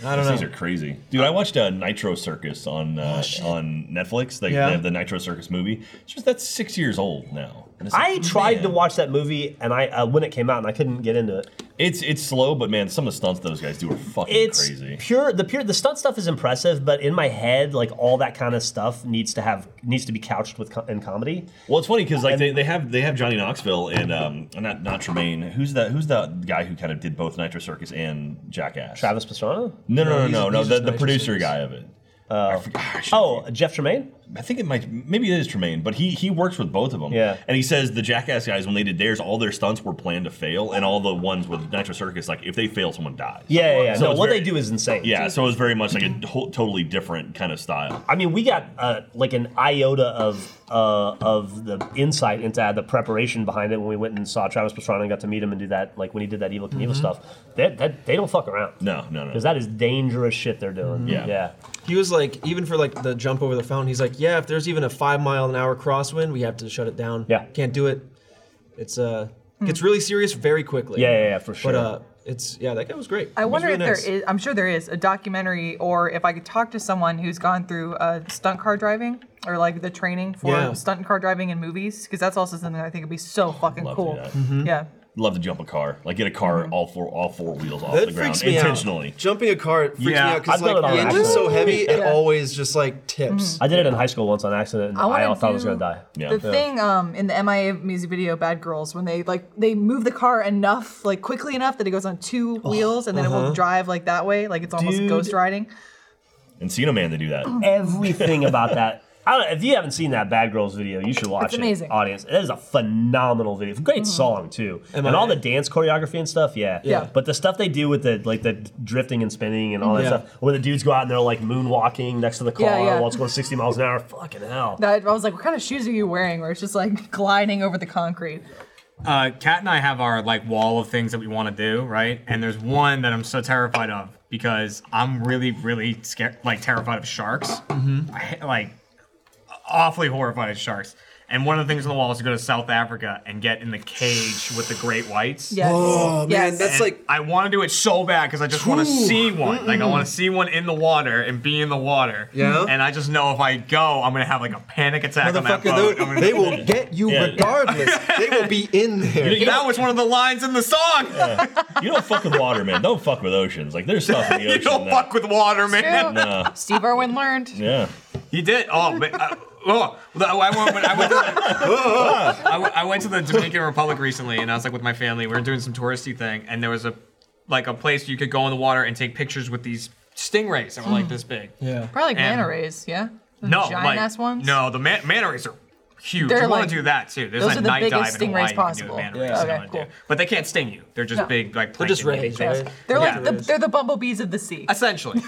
Speaker 6: I don't
Speaker 5: These
Speaker 6: know.
Speaker 5: are crazy, dude. I watched uh, Nitro Circus on uh,
Speaker 2: Oh,
Speaker 5: on Netflix. They,
Speaker 6: Yeah.
Speaker 5: they have the Nitro Circus movie. It's just that's six years old now. And it's
Speaker 2: I
Speaker 5: like,
Speaker 2: tried to
Speaker 5: man.
Speaker 2: watch that movie, and I uh, when it came out, and I couldn't get into it.
Speaker 5: It's it's slow, but man, some of the stunts those guys do are fucking
Speaker 2: It's
Speaker 5: crazy.
Speaker 2: pure. The pure. The stunt stuff is impressive, but in my head, like all that kind of stuff needs to have needs to be couched with co- in comedy.
Speaker 5: Well, it's funny because like they, they have they have Johnny Knoxville and um not not Tremaine. Who's that? Who's the guy who kind of did both Nitro Circus and Jackass?
Speaker 2: Travis Pastrana.
Speaker 5: No, no, no,
Speaker 6: No,
Speaker 5: no, no.
Speaker 6: he's- he's
Speaker 5: The,
Speaker 6: just
Speaker 5: the
Speaker 6: Nitro
Speaker 5: producer
Speaker 6: Circus.
Speaker 5: guy of it. I forgot- I should-
Speaker 2: Oh, Jeff Tremaine.
Speaker 5: I think it might, maybe it is Tremaine, but he he works with both of them.
Speaker 2: Yeah.
Speaker 5: And he says the Jackass guys, when they did theirs, all their stunts were planned to fail, and all the ones with Nitro Circus, like if they fail, someone dies.
Speaker 2: Yeah, yeah. yeah.
Speaker 5: So
Speaker 2: no,
Speaker 5: it's
Speaker 2: what
Speaker 5: very-
Speaker 2: they do is insane.
Speaker 5: Yeah. So it was very much like a [CLEARS THROAT] whole, totally different kind of style.
Speaker 2: I mean, we got uh, like an iota of uh, of the insight into the preparation behind it when we went and saw Travis Pastrana and got to meet him and do that, like when he did that Evil Knievel stuff. That, that they don't fuck around.
Speaker 5: Mm-hmm. No, no, no.
Speaker 2: Because that is dangerous shit they're doing.
Speaker 5: Yeah.
Speaker 2: yeah.
Speaker 6: He was like, even for like the jump over the fountain, he's like, yeah, if there's even a five mile an hour crosswind, we have to shut it down.
Speaker 2: Yeah.
Speaker 6: can't do it. It's uh, gets really serious very quickly.
Speaker 2: Yeah, yeah, yeah, for sure.
Speaker 6: But uh, it's yeah, that guy was great.
Speaker 4: I
Speaker 6: He was
Speaker 4: wonder
Speaker 6: really
Speaker 4: if
Speaker 6: nice.
Speaker 4: there is, I'm sure there is, a documentary or if I could talk to someone who's gone through uh, stunt car driving or like the training for
Speaker 6: Yeah.
Speaker 4: stunt car driving in movies, because that's also something I think would be so fucking
Speaker 5: Love to do
Speaker 4: cool.
Speaker 5: that.
Speaker 4: Yeah.
Speaker 5: Love to jump a car, like get a car all four all four wheels off
Speaker 6: That
Speaker 5: the ground
Speaker 6: freaks me out.
Speaker 5: intentionally.
Speaker 6: Jumping a car it freaks
Speaker 3: Yeah,
Speaker 6: me out because
Speaker 2: I've done
Speaker 6: like
Speaker 2: it on
Speaker 6: the engine's so
Speaker 2: accident.
Speaker 6: heavy, it
Speaker 4: Yeah.
Speaker 6: always just like
Speaker 3: Mm.
Speaker 6: tips.
Speaker 2: I did it in high school once on accident, and
Speaker 4: I
Speaker 2: I,
Speaker 4: wanna
Speaker 2: thought I was
Speaker 4: do
Speaker 2: gonna die.
Speaker 5: Yeah.
Speaker 4: The thing um, in the MIA music video "Bad Girls" when they like they move the car enough, like quickly enough that it goes on two wheels and then it will drive like that way, like it's almost
Speaker 2: Dude.
Speaker 4: ghost riding.
Speaker 5: Encino Man, they do that.
Speaker 2: Everything about that I don't, if you haven't seen that Bad Girls video, you should watch
Speaker 4: It's
Speaker 2: it.
Speaker 4: amazing. Mm-hmm.
Speaker 2: Audience, it is a phenomenal video. Great song too,
Speaker 6: Am
Speaker 2: and
Speaker 6: I
Speaker 2: all the
Speaker 6: right?
Speaker 2: dance choreography and stuff. Yeah,
Speaker 4: Yeah.
Speaker 2: But the stuff they do with the like the drifting and spinning and all that
Speaker 6: Yeah.
Speaker 2: stuff, where the dudes go out and they're like moonwalking next to the car
Speaker 4: Yeah, yeah.
Speaker 2: while it's going 60 miles an hour. Fucking hell.
Speaker 4: That, I was like, what kind of shoes are you wearing? Where it's just like gliding over the concrete.
Speaker 3: uh, Kat and I have our like wall of things that we want to do, right? And there's one that I'm so terrified of because I'm really, really scared, like terrified of sharks.
Speaker 6: Mm-hmm.
Speaker 3: I ha- like awfully horrified of sharks. And one of the things on the wall is to go to South Africa and get in the cage with the great whites.
Speaker 4: Yes.
Speaker 6: Oh, man,
Speaker 4: yes.
Speaker 6: that's-
Speaker 3: And
Speaker 6: like-
Speaker 3: I want to do it so bad because I just want to see one. Like I want to see one in the water and be in the water.
Speaker 6: Yeah.
Speaker 3: And I just know if I go, I'm gonna have like a panic attack on that
Speaker 6: Motherfucker,
Speaker 3: boat. I'm
Speaker 6: though,
Speaker 3: gonna-
Speaker 6: they will get you
Speaker 5: Yeah.
Speaker 6: regardless. they will be in there.
Speaker 3: [LAUGHS] that was one of the lines in the song.
Speaker 5: You don't fuck with water, man. Don't fuck with oceans. Like there's stuff in the ocean.
Speaker 3: you don't
Speaker 5: that-
Speaker 3: fuck with water, man. [LAUGHS]
Speaker 9: True. Steve Irwin learned.
Speaker 5: Yeah.
Speaker 3: He did. Oh, but, uh, oh, the- I went. when I went to the, I, w- I went to the Dominican Republic recently, and I was like with my family. We were doing some touristy thing, and there was a like a place you could go in the water and take pictures with these stingrays that were like this big.
Speaker 6: Yeah.
Speaker 4: Probably like
Speaker 3: And-
Speaker 4: manta rays, yeah? Those
Speaker 3: No,
Speaker 4: Hmm. Giant
Speaker 3: like,
Speaker 4: ass ones?
Speaker 3: No, the man- manta rays are huge.
Speaker 4: They're
Speaker 3: you want
Speaker 4: like-
Speaker 3: to do that too. There's
Speaker 4: those
Speaker 3: a
Speaker 4: are the
Speaker 3: night dive
Speaker 4: biggest
Speaker 3: in Hawaii
Speaker 4: stingrays
Speaker 3: you can do
Speaker 4: possible.
Speaker 3: with manta
Speaker 4: Yeah.
Speaker 3: rays. if you
Speaker 4: Okay,
Speaker 3: wanna do.
Speaker 4: cool.
Speaker 3: But they can't sting you. They're just
Speaker 4: No.
Speaker 3: big like
Speaker 2: They're just
Speaker 3: plankton-eating
Speaker 2: rays,
Speaker 3: things.
Speaker 2: right?
Speaker 4: They're
Speaker 3: Yeah.
Speaker 4: like the, they're the bumblebees of the sea.
Speaker 3: essentially.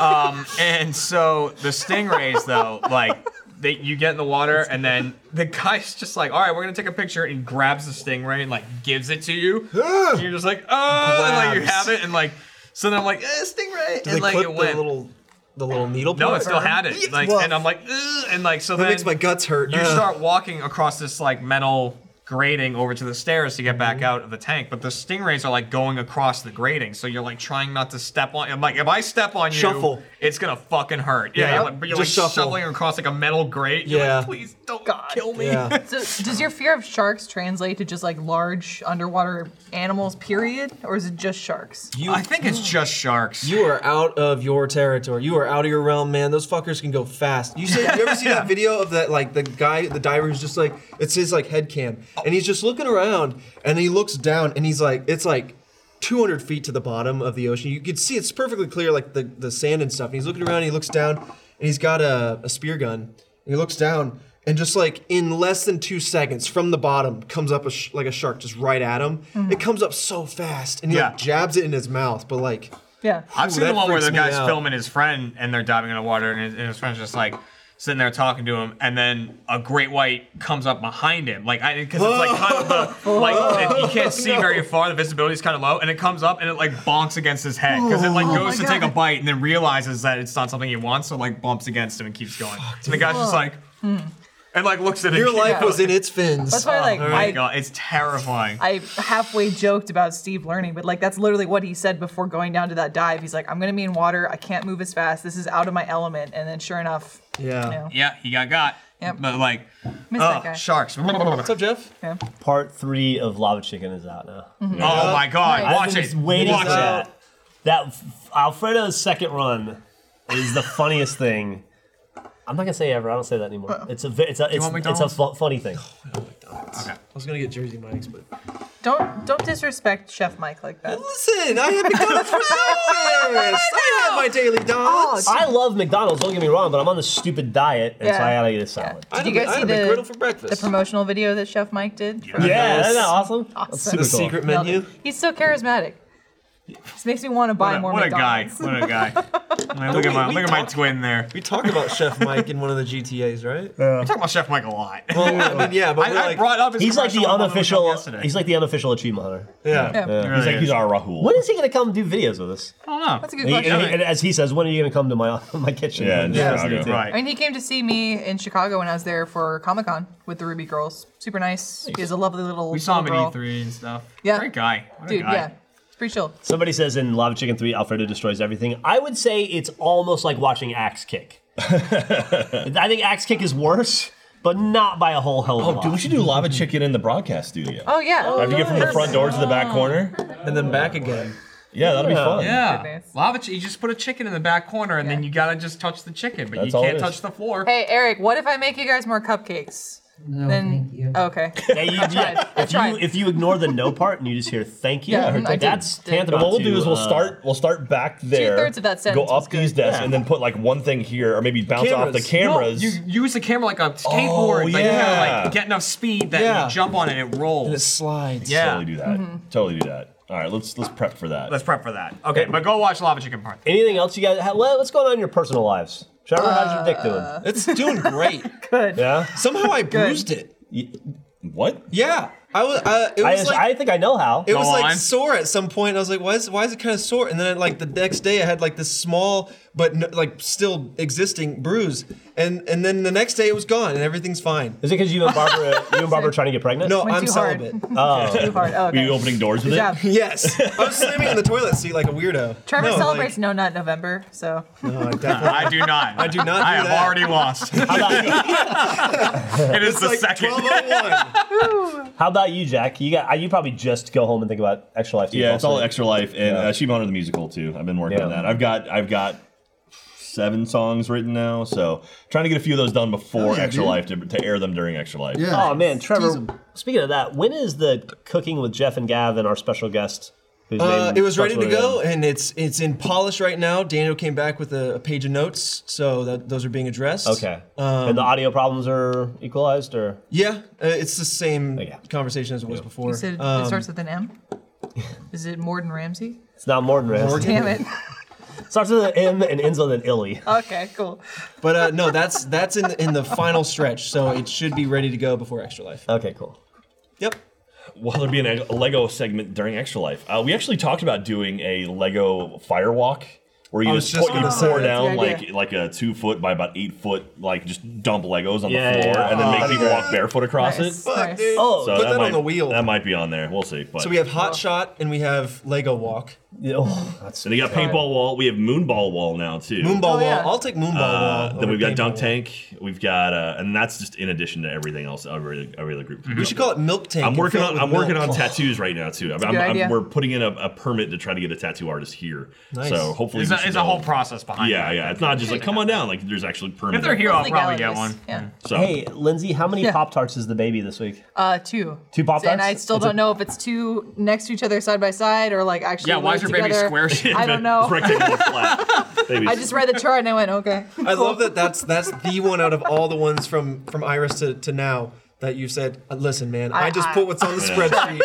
Speaker 3: um, and so the stingrays, though, like they, you get in the water, and then the guy's just like, "All right, we're gonna take a picture," and grabs the stingray and like gives it to you. and you're just like, "Oh," and like you
Speaker 6: Grabs.
Speaker 3: have it, and like so then I'm like, eh, "Stingray,"
Speaker 6: Do
Speaker 3: and
Speaker 6: they
Speaker 3: like
Speaker 6: clip
Speaker 3: it
Speaker 6: the
Speaker 3: went.
Speaker 6: little, the little needle?
Speaker 3: no,
Speaker 6: part?
Speaker 3: it still had it. Like,
Speaker 6: Well,
Speaker 3: and I'm like, "Ugh," and like so
Speaker 6: that
Speaker 3: then
Speaker 6: makes my guts hurt. Uh,
Speaker 3: you
Speaker 6: Ugh.
Speaker 3: start walking across this like metal grating over to the stairs to get
Speaker 6: Mm-hmm.
Speaker 3: back out of the tank, but the stingrays are like going across the grating, so you're like trying not to step on. I'm like, if I step on you,
Speaker 6: Shuffle.
Speaker 3: it's gonna fucking hurt. Yeah,
Speaker 6: Yeah.
Speaker 3: you're like, but you're
Speaker 6: Just
Speaker 3: like
Speaker 6: shuffle.
Speaker 3: shuffling across like a metal grate. You're
Speaker 6: Yeah.
Speaker 3: like, please don't
Speaker 4: God.
Speaker 3: kill me.
Speaker 6: Yeah. [LAUGHS]
Speaker 4: So does your fear of sharks translate to just like large underwater animals, period? Or is it just sharks?
Speaker 6: You-
Speaker 3: I think it's just sharks.
Speaker 6: You are out of your territory. You are out of your realm, man. Those fuckers can go fast. You said you ever see that video of that like the guy, the diver who's just like it's his like head cam, and he's just looking around, and he looks down, and he's like it's like 200 feet to the bottom of the ocean. You can see it's perfectly clear, like the the sand and stuff. And he's looking around, and he looks down, and he's got a, a spear gun, and he looks down. And just like in less than two seconds from the bottom comes up a sh- like a shark just right at him. It comes up so fast and he
Speaker 3: Yeah.
Speaker 6: like jabs it in his mouth, but like
Speaker 4: Yeah.
Speaker 3: I've
Speaker 6: Ooh,
Speaker 3: seen the
Speaker 6: that
Speaker 3: one where the
Speaker 6: freaks me
Speaker 3: guy's
Speaker 6: out.
Speaker 3: filming his friend and they're diving in the water and his, and his friend's just like sitting there talking to him and then a great white comes up behind him like because it's like kind of
Speaker 6: [LAUGHS]
Speaker 3: the like it-
Speaker 6: Oh,
Speaker 3: you can't see very far the visibility is kind of low and it comes up and it like bonks against his head because it like
Speaker 6: Oh,
Speaker 3: goes to take a bite and then realizes that it's not something he wants so like bumps against him and keeps going and the guy's just like and like looks at
Speaker 6: Hmm. Your
Speaker 3: him [LAUGHS]
Speaker 6: life was in its fins.
Speaker 4: That's why like
Speaker 3: oh my
Speaker 4: I,
Speaker 3: god it's terrifying
Speaker 4: I halfway joked about Steve learning, but like that's literally what he said before going down to that dive. He's like, I'm gonna be in water, I can't move as fast, this is out of my element. And then sure enough,
Speaker 6: Yeah.
Speaker 4: you know,
Speaker 3: yeah he got got
Speaker 4: Yep.
Speaker 3: but like
Speaker 4: miss that
Speaker 3: oh,
Speaker 4: guy.
Speaker 3: sharks
Speaker 6: What's up, Jeff?
Speaker 2: Part three of Lava Chicken is out now.
Speaker 3: Oh my god,
Speaker 9: Right.
Speaker 3: watch
Speaker 2: I've
Speaker 3: it.
Speaker 2: been Waiting
Speaker 3: Watch
Speaker 2: for
Speaker 3: it.
Speaker 2: that. That f- Alfredo's second run is the funniest thing. I'm not gonna say ever. I don't say that anymore. It's a ve- it's a it's,
Speaker 3: want
Speaker 2: it's a fu- funny thing.
Speaker 6: I was gonna get Jersey Mike's, but
Speaker 4: Don't don't disrespect Chef Mike like that.
Speaker 6: listen, I have
Speaker 4: [LAUGHS]
Speaker 6: McDonald's for breakfast. I had my daily
Speaker 4: Oh,
Speaker 6: donuts.
Speaker 2: I love McDonald's. Don't get me wrong, but I'm on this stupid diet, and so I
Speaker 4: Yeah.
Speaker 2: gotta eat a salad.
Speaker 6: I had
Speaker 4: Did you
Speaker 6: a-
Speaker 4: guys
Speaker 6: I
Speaker 4: see
Speaker 6: had a
Speaker 4: the-
Speaker 6: McGriddle for
Speaker 4: The
Speaker 6: breakfast.
Speaker 4: promotional video that Chef Mike did. for-
Speaker 2: Yeah, isn't that
Speaker 6: Yes.
Speaker 2: awesome?
Speaker 4: Awesome.
Speaker 2: That's super
Speaker 6: the
Speaker 2: cool.
Speaker 6: secret
Speaker 4: Nailed it.
Speaker 6: menu.
Speaker 4: He's so charismatic. Just makes me want to buy
Speaker 3: What a,
Speaker 4: more
Speaker 3: what a guy. What
Speaker 4: McDonald's.
Speaker 3: a guy. [LAUGHS] Man, look
Speaker 6: we-
Speaker 3: at my
Speaker 6: we
Speaker 3: look at my
Speaker 6: talked-
Speaker 3: twin there.
Speaker 6: We talked about Chef Mike in one of the GTAs, right? [LAUGHS]
Speaker 3: We talk about Chef Mike a lot.
Speaker 6: Well, I mean, yeah, but
Speaker 3: I,
Speaker 6: we're
Speaker 3: I
Speaker 6: like,
Speaker 3: brought up his
Speaker 2: He's like the
Speaker 3: commercial on Love Hotel
Speaker 2: unofficial.
Speaker 3: yesterday.
Speaker 2: He's like the unofficial achievement hunter.
Speaker 6: yeah.
Speaker 4: Yeah.
Speaker 2: Yeah.
Speaker 5: He's like he's our Rahul.
Speaker 2: When is he gonna come do videos with us?
Speaker 3: I don't know.
Speaker 4: That's a good
Speaker 2: And, he-
Speaker 4: question.
Speaker 2: and he- and as he says, when are you gonna come to my [LAUGHS] my kitchen?
Speaker 5: Yeah, in
Speaker 2: yeah.
Speaker 5: Chicago.
Speaker 4: I
Speaker 3: Right.
Speaker 4: mean, he came to see me in Chicago when I was there for Comic Con with the Ruby Girls. Super nice. He has a lovely little.
Speaker 3: We saw him at
Speaker 4: little girl.
Speaker 3: E3 and stuff.
Speaker 4: Yeah.
Speaker 3: Great guy. What
Speaker 4: Dude,
Speaker 3: a guy.
Speaker 4: yeah, it's pretty chill.
Speaker 2: Somebody says in Lava Chicken 3, Alfredo destroys everything. I would say it's almost like watching Axe
Speaker 5: [LAUGHS]
Speaker 2: Kick. I think Axe Kick is worse, but not by a whole hell of a
Speaker 5: Oh,
Speaker 2: lot.
Speaker 5: dude, we should do lava chicken in the broadcast studio.
Speaker 4: Oh yeah.
Speaker 5: Have you get from the front door to the back corner?
Speaker 6: And then back again.
Speaker 5: Yeah, that'll be fun.
Speaker 3: Yeah.
Speaker 4: Goodness.
Speaker 3: Lava chi- you just put a chicken in the back corner and then you gotta just touch the chicken, but
Speaker 5: That's
Speaker 3: you
Speaker 5: all
Speaker 3: can't
Speaker 5: it is.
Speaker 3: touch the floor.
Speaker 4: Hey Eric, what if I make you guys more cupcakes?
Speaker 10: No,
Speaker 4: Then Oh,
Speaker 10: thank you.
Speaker 4: okay.
Speaker 2: Yeah,
Speaker 5: [LAUGHS]
Speaker 2: you-
Speaker 4: tried.
Speaker 2: yeah,
Speaker 4: I
Speaker 2: If
Speaker 4: tried.
Speaker 2: you if you ignore the no part and you just hear thank you,
Speaker 4: Yeah, I did.
Speaker 2: that's
Speaker 4: Did.
Speaker 2: tantamount.
Speaker 5: what we'll do
Speaker 2: to,
Speaker 5: is we'll
Speaker 2: uh,
Speaker 5: start we'll start back there.
Speaker 4: Two-thirds of that sentence
Speaker 5: Go
Speaker 4: was
Speaker 5: up these
Speaker 4: good.
Speaker 5: desks and then put like one thing here, or maybe bounce off the cameras.
Speaker 3: No, you use the camera like a skateboard. like you
Speaker 5: yeah.
Speaker 3: gotta like get enough speed that
Speaker 6: Yeah.
Speaker 3: you jump on it and it rolls.
Speaker 6: And it slides.
Speaker 3: yeah.
Speaker 5: Totally do that.
Speaker 4: mm-hmm.
Speaker 5: Totally do that. All right, let's let's prep for that.
Speaker 3: Let's prep for that. Okay, but go watch Lava Chicken Park.
Speaker 2: Anything else you guys? ha- what- What's going on in your personal lives? Trevor, how's your dick doing?
Speaker 6: It's doing
Speaker 4: [LAUGHS]
Speaker 6: great.
Speaker 2: Yeah,
Speaker 6: Somehow I bruised it.
Speaker 5: what?
Speaker 6: Yeah. I was. Uh, it
Speaker 2: I,
Speaker 6: was
Speaker 2: just-
Speaker 6: like
Speaker 2: I think I know how.
Speaker 6: It was like
Speaker 3: on.
Speaker 6: sore at some point. I was like, why is, why is it kind of sore? And then like the next day, I had like this small but n like still existing bruise, and and then the next day it was gone, and everything's fine.
Speaker 2: Is it because you and Barbara, you and Barbara are trying to get pregnant?
Speaker 6: No,
Speaker 4: Went
Speaker 6: I'm
Speaker 4: too hard.
Speaker 6: celibate. [LAUGHS]
Speaker 4: Too hard. Oh,
Speaker 5: Are
Speaker 4: okay.
Speaker 5: you opening doors with
Speaker 4: Good
Speaker 5: it?
Speaker 4: job.
Speaker 6: yes, I was slamming in the toilet seat like a weirdo.
Speaker 4: Trevor
Speaker 6: No,
Speaker 4: celebrates
Speaker 6: like-
Speaker 4: No Nut November, so
Speaker 6: no,
Speaker 3: [LAUGHS]
Speaker 6: I definitely-
Speaker 3: I do not. I
Speaker 6: do not
Speaker 3: I
Speaker 6: do
Speaker 3: have
Speaker 6: that.
Speaker 3: already lost.
Speaker 2: How about,
Speaker 3: [LAUGHS] it is
Speaker 6: it's
Speaker 3: the
Speaker 6: like
Speaker 3: second.
Speaker 6: 1201.
Speaker 2: how about you, Jack? You got you probably just go home and think about extra life.
Speaker 5: Yeah, it's all
Speaker 2: extra.
Speaker 5: extra life and uh, She Honor the musical too. I've been working on
Speaker 2: Yeah.
Speaker 5: that. I've got I've got seven songs written now, so trying to get a few of those done before
Speaker 10: yeah,
Speaker 5: Extra
Speaker 10: dude.
Speaker 5: Life to, to air them during Extra Life.
Speaker 10: Yeah.
Speaker 2: Oh man,
Speaker 10: Tease
Speaker 2: Trevor.
Speaker 10: 'em.
Speaker 2: Speaking of that, when is the cooking with Jeff and Gav and our special guest? Who's
Speaker 6: Uh, it was ready to go, and it's it's in polish right now. Daniel came back with a, a page of notes, so that, those are being addressed.
Speaker 2: Okay.
Speaker 6: um,
Speaker 2: and the audio problems are equalized, or
Speaker 6: Yeah, uh, it's the same
Speaker 2: Oh, yeah.
Speaker 6: conversation as it was before.
Speaker 4: you said [LAUGHS] it
Speaker 6: Um,
Speaker 4: starts with an M. Is it Morden Ramsey?
Speaker 2: it's not Morton Rest.
Speaker 6: Morgan-
Speaker 4: Damn it.
Speaker 2: [LAUGHS] Starts with an M and ends with an illy.
Speaker 4: Okay, cool.
Speaker 6: But uh, no, that's that's in the, in the final stretch, so it should be ready to go before Extra Life.
Speaker 2: Okay, cool.
Speaker 6: Yep.
Speaker 5: Well, there'll be an, a Lego segment during Extra Life. Uh, we actually talked about doing a Lego fire walk where you
Speaker 6: I was
Speaker 5: just,
Speaker 6: just
Speaker 5: pour, you
Speaker 6: gonna say
Speaker 5: pour
Speaker 6: that.
Speaker 5: down
Speaker 4: That's a
Speaker 5: like
Speaker 4: good
Speaker 5: like a two foot by about eight foot like just dump Legos on
Speaker 2: Yeah,
Speaker 5: the floor
Speaker 2: yeah, Oh,
Speaker 5: and then
Speaker 2: yeah.
Speaker 5: make people walk barefoot across
Speaker 4: Nice.
Speaker 5: it.
Speaker 4: Nice.
Speaker 2: Oh,
Speaker 5: So
Speaker 6: Put that on
Speaker 5: might,
Speaker 6: the wheel.
Speaker 5: That might be on there. We'll see. But
Speaker 6: So we have Hot Shot and we have Lego Walk,
Speaker 2: yeah, oh, that's
Speaker 5: and you got paintball wall. We have moonball wall now too.
Speaker 6: Moonball Wall.
Speaker 4: yeah.
Speaker 6: I'll take Moonball
Speaker 5: Uh,
Speaker 2: Oh,
Speaker 6: Wall.
Speaker 5: then
Speaker 6: over
Speaker 5: we've got
Speaker 6: Paintball
Speaker 5: Dunk
Speaker 6: Wall.
Speaker 5: Tank. We've got, uh, and that's just in addition to everything else. Every every other group.
Speaker 6: We should call it Milk Tank.
Speaker 5: I'm
Speaker 6: and
Speaker 5: working
Speaker 6: fill it
Speaker 5: on
Speaker 6: with
Speaker 5: I'm working
Speaker 6: milk.
Speaker 5: on tattoos right now too. I'm,
Speaker 4: good
Speaker 5: I'm-
Speaker 4: idea.
Speaker 5: we're putting in a, a permit to try to get a tattoo artist here.
Speaker 6: Nice.
Speaker 5: So
Speaker 3: [LAUGHS]
Speaker 5: hopefully
Speaker 3: It's
Speaker 5: we
Speaker 3: a,
Speaker 5: should
Speaker 3: it's
Speaker 5: know.
Speaker 3: a whole process behind
Speaker 5: Yeah,
Speaker 3: it.
Speaker 5: yeah. It's not just like come on down. Like there's actually permit.
Speaker 3: If they're here, I'll
Speaker 4: Legalities.
Speaker 3: probably get one.
Speaker 4: Yeah.
Speaker 5: So
Speaker 2: Hey, Lindsay, how many
Speaker 4: Yeah.
Speaker 2: Pop Tarts is the baby this week?
Speaker 4: Uh, two.
Speaker 2: Two Pop-Tarts?
Speaker 4: And I still
Speaker 2: It's a-
Speaker 4: don't know if it's two next to each other side by side or like actually.
Speaker 3: Yeah, why is your
Speaker 4: laid
Speaker 3: baby
Speaker 4: together.
Speaker 3: square shaped?
Speaker 4: I don't know.
Speaker 5: It's rectangular flat. Babies.
Speaker 4: I just read the chart and I went, okay.
Speaker 6: [LAUGHS] I love that. That's that's the one out of all the ones from from Iris to, to now that you said. uh, Listen, man, I,
Speaker 4: I-
Speaker 6: just
Speaker 4: I-
Speaker 6: put what's on the spreadsheet.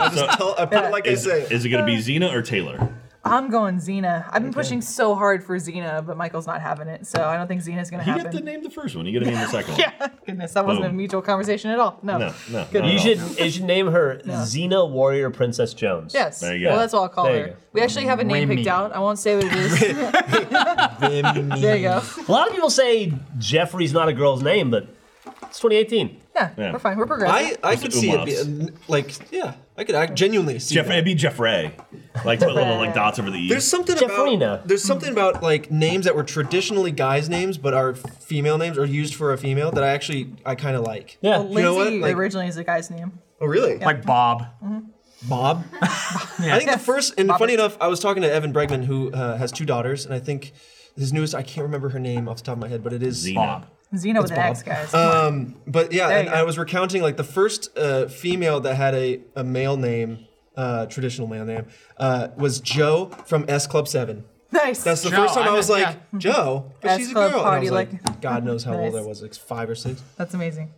Speaker 6: I just tell. I put it like
Speaker 5: Is,
Speaker 6: I say.
Speaker 5: is it gonna be Xena or Taylor?
Speaker 4: I'm going Xena. I've been pushing so hard for Xena, but Michael's not having it, so I don't think Xena's gonna
Speaker 5: You
Speaker 4: happen.
Speaker 5: get to name the first one. You get to name the second one.
Speaker 4: [LAUGHS] yeah, goodness, that wasn't a
Speaker 5: Boom.
Speaker 4: mutual conversation at all. No.
Speaker 5: No, no.
Speaker 4: Good.
Speaker 2: You
Speaker 5: not at all.
Speaker 2: should you should name her Xena Warrior Princess Jones.
Speaker 4: Yes.
Speaker 5: There you go.
Speaker 4: Well, that's what I'll call
Speaker 2: There you
Speaker 4: her.
Speaker 2: go.
Speaker 4: We actually have a name picked
Speaker 7: Remy.
Speaker 4: out. I won't say what it is. there you go.
Speaker 2: A lot of people say Jeffrey's not a girl's name, but it's 2018.
Speaker 4: Yeah,
Speaker 5: Yeah.
Speaker 4: we're fine. We're progressing.
Speaker 6: I I
Speaker 5: Those
Speaker 6: could
Speaker 5: are
Speaker 6: see it. Be,
Speaker 5: umlauts.
Speaker 6: uh, like yeah, I could. I genuinely see.
Speaker 5: Jeff,
Speaker 6: that.
Speaker 5: it'd be Jeffrey. Like put little like dots over the e.
Speaker 6: There's something
Speaker 2: Jeffrina.
Speaker 6: about there's something about like names that were traditionally guys' names but are female names or used for a female that I actually I kind of like.
Speaker 2: Yeah.
Speaker 4: well,
Speaker 6: know
Speaker 4: Lindsay
Speaker 6: what? Like-
Speaker 4: originally is a guy's name.
Speaker 6: Oh really?
Speaker 3: Like Bob.
Speaker 4: [LAUGHS]
Speaker 6: Bob. I think the first and funny enough, I was talking to Evan Bregman who uh, has two daughters and I think his newest I can't remember her name off the top of my head, but it is
Speaker 5: Xena.
Speaker 3: Bob.
Speaker 4: Xena with an
Speaker 6: Bob.
Speaker 4: X, guys.
Speaker 6: Uh, But yeah,
Speaker 4: There
Speaker 6: and
Speaker 4: you go.
Speaker 6: I was recounting like the first uh, female that had a, a male name, uh, traditional male name, uh, was Joe from S Club Seven.
Speaker 4: [LAUGHS] nice.
Speaker 6: That's the
Speaker 3: Joe,
Speaker 6: first time
Speaker 3: I
Speaker 6: I was
Speaker 3: meant-
Speaker 6: like, Joe, but
Speaker 4: That's
Speaker 6: she's a
Speaker 4: called
Speaker 6: girl. And I
Speaker 4: party,
Speaker 6: was like,
Speaker 4: like-
Speaker 6: God knows how old I
Speaker 4: Nice.
Speaker 6: was, like five or six.
Speaker 4: That's amazing.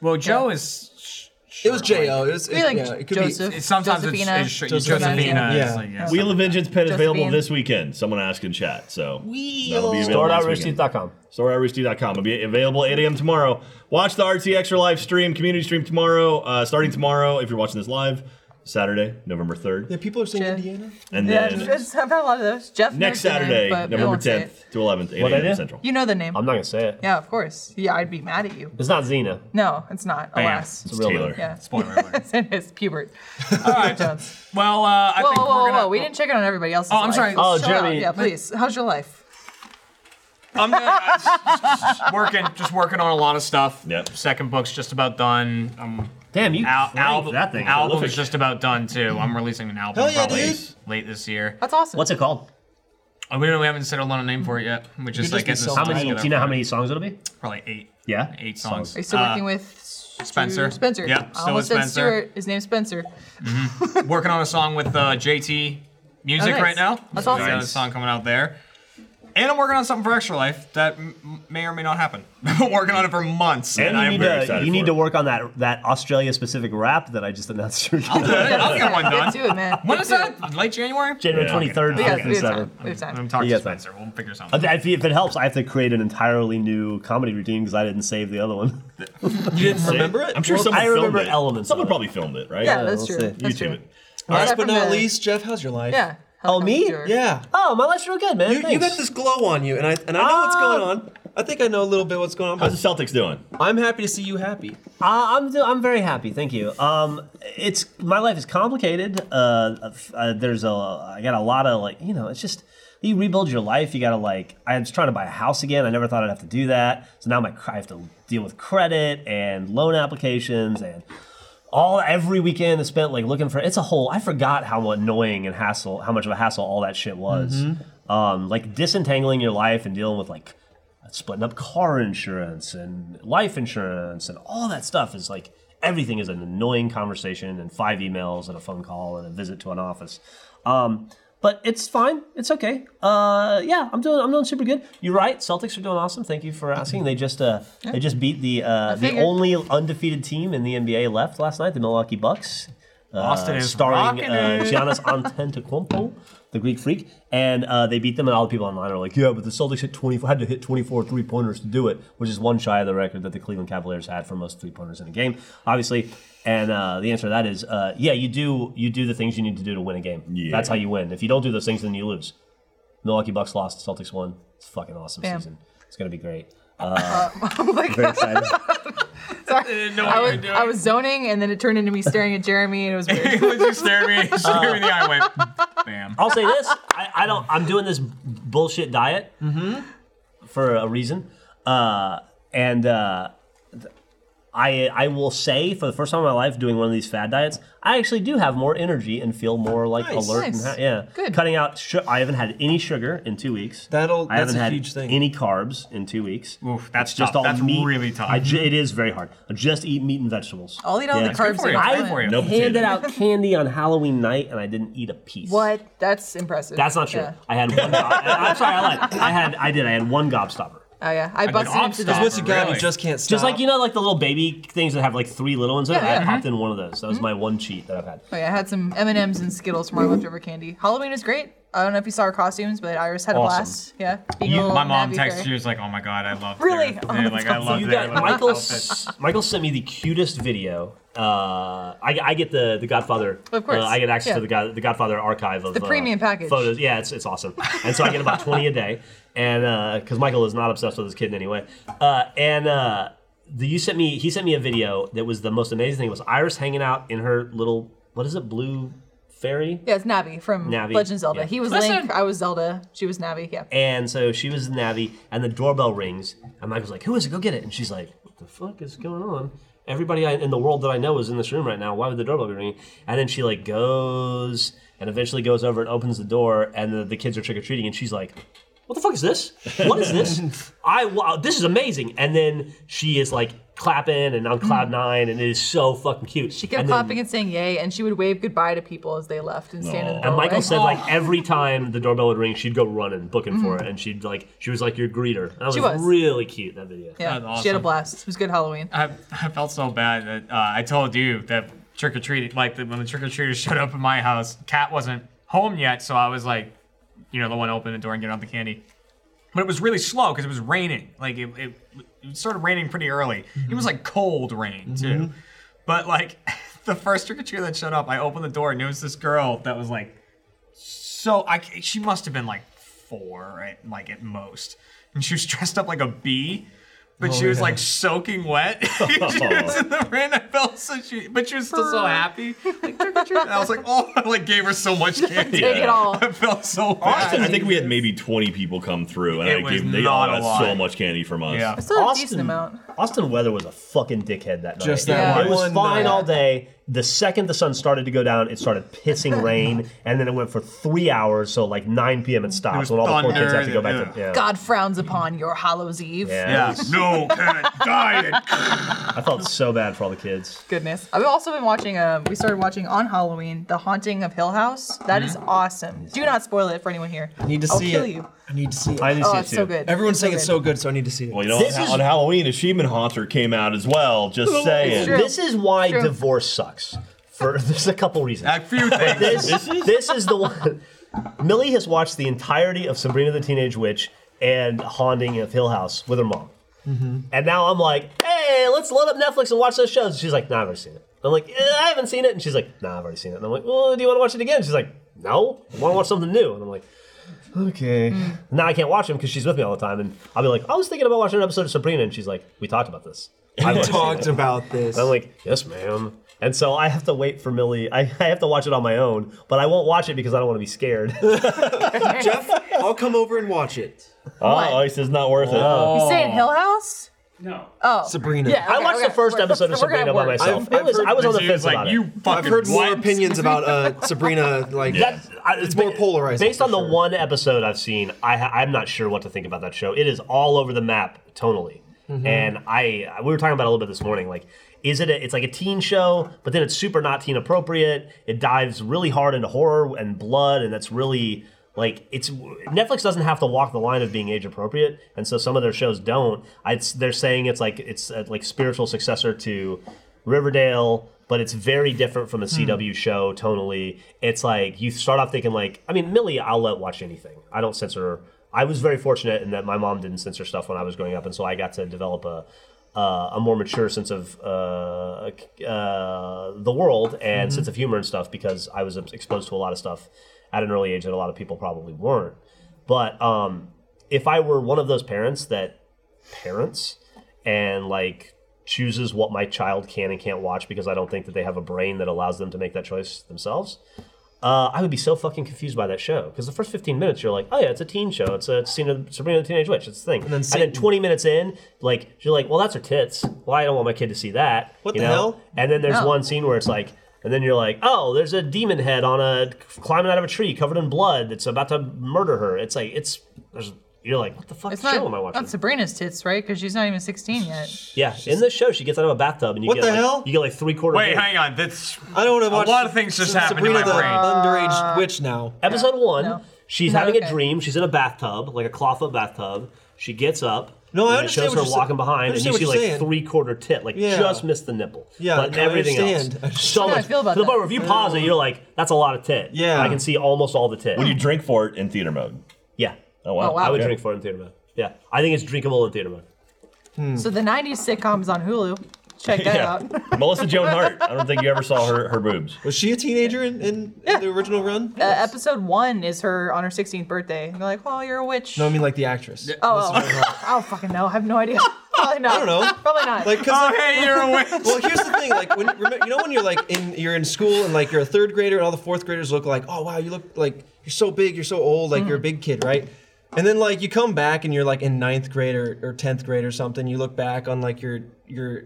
Speaker 3: Well, Joe is. sh-
Speaker 6: It was
Speaker 3: short,
Speaker 6: J.O.
Speaker 3: like-
Speaker 6: It was, it,
Speaker 4: Be like
Speaker 6: yeah, it could
Speaker 4: Joseph.
Speaker 6: be.
Speaker 3: It's sometimes
Speaker 4: Josephina.
Speaker 3: it's, it's Josephina.
Speaker 6: Josephina.
Speaker 3: Josephina.
Speaker 6: Yeah.
Speaker 3: It's like, yeah.
Speaker 5: Wheel of Vengeance pen is available
Speaker 4: Josephine.
Speaker 5: this weekend. Someone asked in chat, so that'll be available this weekend.
Speaker 2: Store.roosty.com.
Speaker 5: Store.roosty.com. It'll be available 8 a.m. tomorrow. Watch the RT Extra live stream, community stream tomorrow, uh, starting tomorrow if you're watching this live, Saturday, November 3rd.
Speaker 6: Yeah, people are saying
Speaker 4: Joe.
Speaker 6: Indiana.
Speaker 5: And
Speaker 4: Yeah,
Speaker 5: then
Speaker 4: it's, I've had a lot of those. Jeff.
Speaker 5: next
Speaker 4: knows the name,
Speaker 5: Saturday,
Speaker 4: but we
Speaker 5: November
Speaker 4: won't say
Speaker 5: 10th
Speaker 4: it.
Speaker 5: to 11th, 8
Speaker 2: What
Speaker 5: a.m.
Speaker 2: idea?
Speaker 5: Central.
Speaker 4: You know the name.
Speaker 2: I'm not gonna say it.
Speaker 4: yeah, of course. Yeah, I'd be mad at you.
Speaker 2: It's not Xena.
Speaker 4: No, it's not. Alas.
Speaker 2: It's real
Speaker 5: Taylor.
Speaker 2: name.
Speaker 3: [LAUGHS]
Speaker 4: Yeah. [LAUGHS]
Speaker 3: Spoiler
Speaker 6: [LAUGHS]
Speaker 3: alert.
Speaker 4: it's pubert. All right, Jones.
Speaker 3: Well, uh, I
Speaker 4: Whoa,
Speaker 3: think
Speaker 4: whoa,
Speaker 3: we're
Speaker 4: whoa,
Speaker 3: gonna.
Speaker 4: whoa! We didn't check in on everybody else's.
Speaker 3: Oh, I'm
Speaker 4: life.
Speaker 3: sorry.
Speaker 2: Oh,
Speaker 4: Shut up.
Speaker 2: Jeremy.
Speaker 4: Yeah, please. How's your life?
Speaker 3: I'm
Speaker 4: [LAUGHS]
Speaker 3: uh, working, just working on a lot of stuff.
Speaker 5: Yep.
Speaker 3: Second book's just about done. Um,
Speaker 2: Damn, you
Speaker 3: al-
Speaker 2: cranked
Speaker 3: album,
Speaker 2: that thing.
Speaker 3: album's
Speaker 5: prolific.
Speaker 3: just about done too. I'm releasing an album
Speaker 6: Hell yeah,
Speaker 3: probably
Speaker 6: dude.
Speaker 3: late this year.
Speaker 4: That's awesome.
Speaker 2: What's it called?
Speaker 3: Oh, we, don't, we haven't settled on a name for it yet, which is
Speaker 6: could
Speaker 3: like
Speaker 6: just
Speaker 3: gets us
Speaker 6: be song.
Speaker 2: How
Speaker 3: to
Speaker 2: many?
Speaker 3: together
Speaker 2: Do you know how
Speaker 3: for
Speaker 2: many songs it'll be?
Speaker 3: Probably eight.
Speaker 2: Yeah?
Speaker 3: eight songs.
Speaker 4: Are you still
Speaker 3: Uh,
Speaker 4: working with Stu-
Speaker 3: Spencer.
Speaker 4: Spencer.
Speaker 3: Yeah,
Speaker 4: I
Speaker 3: still
Speaker 4: almost
Speaker 3: with
Speaker 4: said
Speaker 3: Spencer.
Speaker 4: Stuart. His name's Spencer.
Speaker 3: [LAUGHS] working on a song with uh, JT Music
Speaker 4: Oh, nice.
Speaker 3: right now.
Speaker 4: That's
Speaker 3: So we
Speaker 4: awesome.
Speaker 3: got a song coming out there. And I'm working on something for Extra Life that m- may or may not happen. [LAUGHS] I've been working on it for months, and,
Speaker 2: And you
Speaker 3: I'm
Speaker 2: need
Speaker 3: very
Speaker 2: to
Speaker 3: excited.
Speaker 2: you
Speaker 5: for
Speaker 2: need
Speaker 5: it.
Speaker 2: to work on that that Australia specific rap that I just announced.
Speaker 3: [LAUGHS]
Speaker 2: you're
Speaker 3: I'll do
Speaker 2: doing.
Speaker 3: it. I'll get one
Speaker 4: [LAUGHS] Get
Speaker 3: done.
Speaker 4: to it, man.
Speaker 3: When is that? Late January?
Speaker 2: January
Speaker 5: Yeah.
Speaker 2: twenty third,
Speaker 4: We got, we
Speaker 2: fifth,
Speaker 4: have
Speaker 2: seven.
Speaker 4: time. We have time.
Speaker 3: I'm talking
Speaker 2: Yeah,
Speaker 3: to
Speaker 2: it's fine.
Speaker 3: Spencer. We'll figure something. out.
Speaker 2: If, if it helps, I have to create an entirely new comedy routine because I didn't save the other one.
Speaker 5: You didn't remember it? I'm sure someone
Speaker 2: I
Speaker 5: filmed
Speaker 2: remember
Speaker 5: it.
Speaker 2: elements
Speaker 5: Someone
Speaker 2: of it.
Speaker 5: probably filmed it, right?
Speaker 4: Yeah, that's
Speaker 2: [LAUGHS] we'll
Speaker 4: true.
Speaker 2: see.
Speaker 4: That's
Speaker 5: YouTube
Speaker 4: true.
Speaker 5: it.
Speaker 4: Aside
Speaker 6: Last but
Speaker 4: from
Speaker 6: not
Speaker 4: the-
Speaker 6: least, Jeff, how's your life?
Speaker 4: Yeah.
Speaker 2: Oh, me?
Speaker 6: Yeah.
Speaker 2: Oh, my life's real good, man.
Speaker 6: You, you
Speaker 2: Thanks.
Speaker 6: got this glow on you, and I and I know what's
Speaker 4: Ah.
Speaker 6: going on. I think I know a little bit what's going on, but
Speaker 5: How's the Celtics doing?
Speaker 6: I'm happy to see you happy.
Speaker 2: Uh, I'm do- I'm very happy, thank you. Um, it's my life is complicated. Uh, uh, there's a I got a lot of like you know it's just you rebuild your life. You gotta like I was trying to buy a house again. I never thought I'd have to do that. So now my cr- I have to deal with credit and loan applications and all every weekend is spent like looking for it's a whole I forgot how annoying and hassle how much of a hassle all that shit was. Um, like disentangling your life and dealing with like splitting up car insurance and life insurance and all that stuff is like everything is an annoying conversation and five emails and a phone call and a visit to an office. Um, but it's fine. It's okay. Uh, yeah, I'm doing. I'm doing super good. You're right. Celtics are doing awesome. Thank you for asking. They just uh, they just beat the uh, the
Speaker 4: figured.
Speaker 2: only undefeated team in the NBA left last night, the Milwaukee Bucks. Uh,
Speaker 3: Austin is
Speaker 2: starring
Speaker 3: rocking
Speaker 2: uh,
Speaker 3: it. [LAUGHS]
Speaker 2: Giannis Antetokounmpo, the Greek freak, and uh, they beat them. And all the people online are like, "Yeah, but the Celtics hit 24, had to hit 24 three pointers to do it, which is one shy of the record that the Cleveland Cavaliers had for most three pointers in a game, obviously." And uh, the answer to that is, uh, yeah, you do you do the things you need to do to win a game.
Speaker 5: Yeah.
Speaker 2: That's how you win. If you don't do those things, then you lose. Milwaukee Bucks lost, Celtics won. It's a fucking awesome
Speaker 4: Bam.
Speaker 2: season. It's gonna be
Speaker 3: [LAUGHS]
Speaker 2: great. Uh,
Speaker 3: Oh
Speaker 4: Like,
Speaker 2: excited.
Speaker 4: sorry.
Speaker 3: No,
Speaker 4: I
Speaker 3: what
Speaker 4: was,
Speaker 3: you're
Speaker 4: I was zoning, and then it turned into me staring at Jeremy, and it was
Speaker 3: [LAUGHS]
Speaker 4: weird.
Speaker 3: doing. [LAUGHS] He just stared me, he stared me in the eye. and
Speaker 4: [LAUGHS]
Speaker 3: Went, bam.
Speaker 2: I'll say this: I, I don't. I'm doing this bullshit diet for a reason, uh, and uh, th- I I will say for the first time in my life, doing one of these fad diets, I actually do have more energy and feel more like
Speaker 6: Nice.
Speaker 2: alert. And
Speaker 4: Nice.
Speaker 2: ha- yeah,
Speaker 4: Good.
Speaker 2: Cutting out. Su- I haven't had any sugar in two weeks.
Speaker 6: That'll-
Speaker 2: I
Speaker 6: that's
Speaker 2: haven't
Speaker 6: a
Speaker 2: had
Speaker 6: huge thing.
Speaker 2: any carbs in two weeks.
Speaker 3: Oof, that's
Speaker 2: It's just
Speaker 3: tough.
Speaker 2: all
Speaker 3: That's
Speaker 2: meat.
Speaker 3: really tough.
Speaker 2: I ju- it is very hard. I just eat meat and vegetables.
Speaker 4: I'll eat all
Speaker 2: Yeah.
Speaker 4: the
Speaker 2: It's
Speaker 4: carbs.
Speaker 3: for
Speaker 4: I
Speaker 3: you.
Speaker 4: can
Speaker 3: It's good
Speaker 4: find.
Speaker 3: for you.
Speaker 5: No
Speaker 2: handed
Speaker 5: potato.
Speaker 2: out candy on Halloween night, and I didn't eat a piece.
Speaker 4: What? That's impressive.
Speaker 2: That's not true.
Speaker 4: Yeah.
Speaker 2: I had
Speaker 4: [LAUGHS]
Speaker 2: one. go- I- I'm sorry, I lied. I had, I did. I had one gobstopper.
Speaker 4: Oh yeah, I busted into
Speaker 3: Opstop.
Speaker 4: that.
Speaker 6: Once you got,
Speaker 3: Really?
Speaker 6: you just can't stop.
Speaker 2: Just like you know, like the little baby things that have like three little ones in it.
Speaker 4: Uh-huh. Yeah,
Speaker 2: I
Speaker 4: yeah. Mm-hmm.
Speaker 2: popped in one of those. That was my one cheat that I've had.
Speaker 4: [LAUGHS] Oh yeah, I had some M and M's and Skittles from our leftover candy. Halloween is great. I don't know if you saw our costumes, but Iris had a
Speaker 2: Awesome.
Speaker 4: blast. Yeah, being a
Speaker 3: You,
Speaker 4: little
Speaker 3: my mom
Speaker 4: Navi
Speaker 3: texted
Speaker 4: fairy.
Speaker 3: you. was like, "Oh my god, I love
Speaker 4: Really?
Speaker 3: Their,
Speaker 4: Oh,
Speaker 3: they're like, I
Speaker 4: that's
Speaker 3: love
Speaker 2: You
Speaker 3: their
Speaker 2: got
Speaker 3: little
Speaker 2: Michael.
Speaker 3: outfits."
Speaker 2: s- Michael sent me the cutest video. Uh, I, I get the the Godfather.
Speaker 4: Of course.
Speaker 2: uh, I get access
Speaker 4: Yeah.
Speaker 2: to the God, the Godfather archive of
Speaker 4: the
Speaker 2: uh,
Speaker 4: premium package.
Speaker 2: photos. Yeah, it's, it's awesome. And so I get about twenty a day, and because Michael is not obsessed with his kid in any way, uh, and. Uh, the, you sent me. He sent me a video that was the most amazing thing. Was Iris hanging out in her little what is it, blue fairy?
Speaker 4: Yeah, it's Navi from
Speaker 2: Navi,
Speaker 4: Legend of Zelda.
Speaker 2: yeah.
Speaker 4: He was Link, I was Zelda, she was Navi. Yeah.
Speaker 2: And so she was in the Navi, and the doorbell rings, and Michael's like, "Who is it? Go get it!" And she's like, "What the fuck is going on? Everybody I, in the world that I know is in this room right now. Why would the doorbell be ringing?" And then she like goes, and eventually goes over and opens the door, and the, the kids are trick or treating, and she's like. What the fuck is this? What is this? I wow, this is amazing. And then she is like clapping and on cloud nine, and it is so fucking cute.
Speaker 4: She kept
Speaker 2: and then-
Speaker 4: clapping and saying yay, and she would wave goodbye to people as they left and stand in the
Speaker 5: Aw.
Speaker 4: doorway.
Speaker 2: And Michael said like every time the doorbell would ring, she'd go running, booking for it, and she'd like she was like your greeter. That was,
Speaker 4: Mm-hmm. She was.
Speaker 2: really cute that video.
Speaker 4: yeah,
Speaker 3: That's
Speaker 4: she had a
Speaker 3: awesome.
Speaker 4: blast. It was good Halloween.
Speaker 3: I, I felt so bad that uh, I told you that trick or treating, like the, when the trick or treaters [LAUGHS] showed up at my house, Kat wasn't home yet, so I was like, you know, the one opening the door and getting out the candy. But it was really slow because it was raining. Like it, it, it started raining pretty early. It was like cold rain too. But like [LAUGHS] the first trick or treater that showed up, I opened the door and it was this girl that was like so I c- she must have been like four at like at most, and she was [LAUGHS] dressed up like a bee, but she was like soaking wet. [LAUGHS] she was in the rain. I felt so she, but she was still so happy. Like, trick or treat. And I was like, [LAUGHS] oh, I like gave her so much candy. [LAUGHS]
Speaker 4: Take
Speaker 2: [LAUGHS]
Speaker 4: it all.
Speaker 3: I felt so
Speaker 5: Austin, I
Speaker 3: bad.
Speaker 5: think we had maybe 20 people come through, and
Speaker 3: It
Speaker 5: I
Speaker 3: was
Speaker 5: gave, they all
Speaker 3: not a
Speaker 5: got
Speaker 3: lot.
Speaker 5: so much candy from us.
Speaker 3: Yeah.
Speaker 4: Still a decent amount.
Speaker 2: Austin Weather was a fucking dickhead that night.
Speaker 6: Just that
Speaker 2: It was
Speaker 6: one
Speaker 2: fine
Speaker 6: night.
Speaker 2: all day. The second the sun started to go down, it started
Speaker 4: [LAUGHS]
Speaker 2: pissing rain, and then it went for three hours. So like 9 p.m. it stops
Speaker 3: was
Speaker 2: when all the poor
Speaker 3: thunder,
Speaker 2: kids have to go
Speaker 3: and-
Speaker 2: back to. Yeah.
Speaker 4: God frowns upon your Hallows Eve.
Speaker 2: Yeah.
Speaker 3: Yeah. no, can't die.
Speaker 2: I felt so bad for all the kids.
Speaker 4: Goodness. I've also been watching, um, we started watching on Halloween, The Haunting of Hill House. That is
Speaker 6: Mm-hmm.
Speaker 4: awesome. Do not spoil it for anyone here.
Speaker 6: need to
Speaker 4: I'll
Speaker 6: see
Speaker 4: kill
Speaker 6: it.
Speaker 4: you.
Speaker 6: I need to see it.
Speaker 2: I need to
Speaker 4: Oh,
Speaker 2: see
Speaker 4: it's
Speaker 2: it
Speaker 4: so
Speaker 2: too.
Speaker 4: good.
Speaker 6: Everyone saying it's so good, so I need to see it.
Speaker 5: Well, you know,
Speaker 2: This
Speaker 5: on,
Speaker 2: is-
Speaker 5: on Halloween, Achievement Haunter came out as well. Just saying.
Speaker 4: true.
Speaker 2: This is why
Speaker 4: True.
Speaker 2: divorce sucks. For [LAUGHS] there's a couple reasons.
Speaker 3: A few things.
Speaker 2: this, this is the one. Millie has watched the entirety of Sabrina the Teenage Witch and Haunting of Hill House with her mom. And now I'm like, hey, let's load up Netflix and watch those shows. She's like, no, I've already seen it. I'm like, "Eh, I haven't seen it. And she's like, no, I've already seen it. And I'm like, well, do you want to watch it again? She's like, no, I want to watch something new. And I'm like, okay. Now I can't watch them because she's with me all the time. And I'll be like, I was thinking about watching an episode of Sabrina. And she's like, we talked about this. I've
Speaker 6: We
Speaker 2: already seen it."
Speaker 6: talked about this.
Speaker 2: I'm like, yes, ma'am. And so I have to wait for Millie. I, [LAUGHS] I have to watch it on my own, but I won't watch it because I don't want to be scared. [LAUGHS]
Speaker 6: Jeff, I'll come over and watch it.
Speaker 5: Oh, he says not worth it.
Speaker 4: You saying Hill House?
Speaker 8: No.
Speaker 4: Oh.
Speaker 6: Sabrina.
Speaker 4: Yeah,
Speaker 2: I
Speaker 4: okay,
Speaker 2: watched
Speaker 4: okay.
Speaker 2: the first
Speaker 4: We're-
Speaker 2: episode of
Speaker 4: we're gonna
Speaker 2: Sabrina by
Speaker 4: work.
Speaker 2: myself.
Speaker 6: I've-
Speaker 2: I was
Speaker 6: I've
Speaker 2: I was on the
Speaker 3: She was
Speaker 2: fence
Speaker 3: like,
Speaker 2: about
Speaker 3: you
Speaker 2: it.
Speaker 3: fucking
Speaker 6: I've heard more
Speaker 3: what?"
Speaker 6: opinions about uh, Sabrina. Like,
Speaker 2: That- I-
Speaker 6: It's more
Speaker 2: ba-
Speaker 6: polarizing,
Speaker 2: Based on
Speaker 6: for
Speaker 2: the
Speaker 6: sure.
Speaker 2: one episode I've seen, I, ha- I'm not sure what to think about that show. It is all over the map tonally,
Speaker 6: Mm-hmm.
Speaker 2: and I we were talking about it a little bit this morning. Like, is it? A, it's like a teen show, but then it's super not teen appropriate. It dives really hard into horror and blood, and that's really like it's Netflix doesn't have to walk the line of being age appropriate, and so some of their shows don't. I, it's, they're saying it's like it's a, like spiritual successor to Riverdale, but it's very different from a CW show tonally. It's like you start off thinking like, I mean, Millie, I'll let watch anything. I don't censor. I was very fortunate in that my mom didn't censor stuff when I was growing up, and so I got to develop a uh, a more mature sense of uh, uh, the world and sense of humor and stuff because I was exposed to a lot of stuff at an early age that a lot of people probably weren't. But um, if I were one of those parents that parents and like chooses what my child can and can't watch because I don't think that they have a brain that allows them to make that choice themselves. Uh, I would be so fucking confused by that show because the first 15 minutes you're like, oh yeah, it's a teen show. It's a Sabrina, Sabrina the Teenage Witch. It's the thing. And then,
Speaker 6: Satan.
Speaker 2: 20 minutes in, like you're like, well, that's her tits. Well, I don't want my kid to see that.
Speaker 6: What
Speaker 2: you
Speaker 6: the
Speaker 2: know?
Speaker 6: hell?
Speaker 2: And then there's
Speaker 4: No.
Speaker 2: one scene where it's like, and then you're like, oh, there's a demon head on a climbing out of a tree covered in blood that's about to murder her. It's like it's there's you're like, what the fuck
Speaker 4: It's
Speaker 2: show
Speaker 4: not,
Speaker 2: am I watching?
Speaker 4: not Sabrina's tits, right? Because she's not even 16 yet.
Speaker 2: Yeah, in this show, she gets out of a bathtub and you
Speaker 6: What
Speaker 2: get
Speaker 6: the
Speaker 2: like,
Speaker 6: hell?
Speaker 2: you get like three quarter.
Speaker 3: Wait,
Speaker 2: view.
Speaker 3: hang on. That's
Speaker 6: I don't want to watch
Speaker 3: a lot of things just
Speaker 6: Sa-
Speaker 3: happened
Speaker 6: Sabrina
Speaker 3: in my
Speaker 6: the
Speaker 3: brain.
Speaker 2: um,
Speaker 6: underage witch now.
Speaker 2: Episode one,
Speaker 4: No.
Speaker 2: she's having
Speaker 4: Okay.
Speaker 2: a dream. She's in a bathtub, like a clawfoot bathtub. She gets up.
Speaker 6: No, I
Speaker 2: and
Speaker 6: understand
Speaker 2: It shows
Speaker 6: what
Speaker 2: her
Speaker 6: you're sa-
Speaker 2: walking
Speaker 6: I
Speaker 2: behind, and you
Speaker 6: understand
Speaker 2: see
Speaker 6: what
Speaker 2: like
Speaker 6: you're saying.
Speaker 2: three quarter tit, like
Speaker 6: Yeah.
Speaker 2: just missed the nipple.
Speaker 6: Yeah,
Speaker 2: but
Speaker 6: I
Speaker 2: everything
Speaker 6: understand. I
Speaker 2: else, [LAUGHS] so
Speaker 4: understand.
Speaker 2: much.
Speaker 4: I feel about
Speaker 2: to the point
Speaker 4: that.
Speaker 2: where if you pause it, you're like, "That's a lot of tit."
Speaker 6: Yeah.
Speaker 2: I can see almost all the tit.
Speaker 5: Would you drink for it in theater mode?
Speaker 2: yeah,
Speaker 5: Oh wow.
Speaker 4: Oh, wow.
Speaker 2: I would
Speaker 5: Okay.
Speaker 2: drink for it in theater mode. Yeah, I think it's drinkable in theater mode.
Speaker 6: Hmm.
Speaker 4: So the 90s sitcoms on Hulu. Check that
Speaker 5: Yeah.
Speaker 4: out. Uh,
Speaker 5: Melissa Joan Hart. I don't think you ever saw her her boobs.
Speaker 6: Was she a teenager in, in the original run?
Speaker 4: Uh, episode one is her on her 16th birthday. And they're like, well, you're a witch.
Speaker 6: no, I mean like the actress.
Speaker 4: oh, oh. [LAUGHS] I don't fucking know. I have no idea. Probably not.
Speaker 6: [LAUGHS] I don't know.
Speaker 4: Probably not.
Speaker 6: Like, 'cause,
Speaker 3: Oh,
Speaker 6: like,
Speaker 3: hey,
Speaker 6: [LAUGHS]
Speaker 3: you're awake.
Speaker 6: well, here's the thing. Like, when remember, you know when you're like in you're in school and like you're a third grader and all the fourth graders look like, oh wow, you look like you're so big, you're so old, like you're a big kid, right? And then like you come back and you're like in ninth grade or, or tenth grade or something. You look back on like your your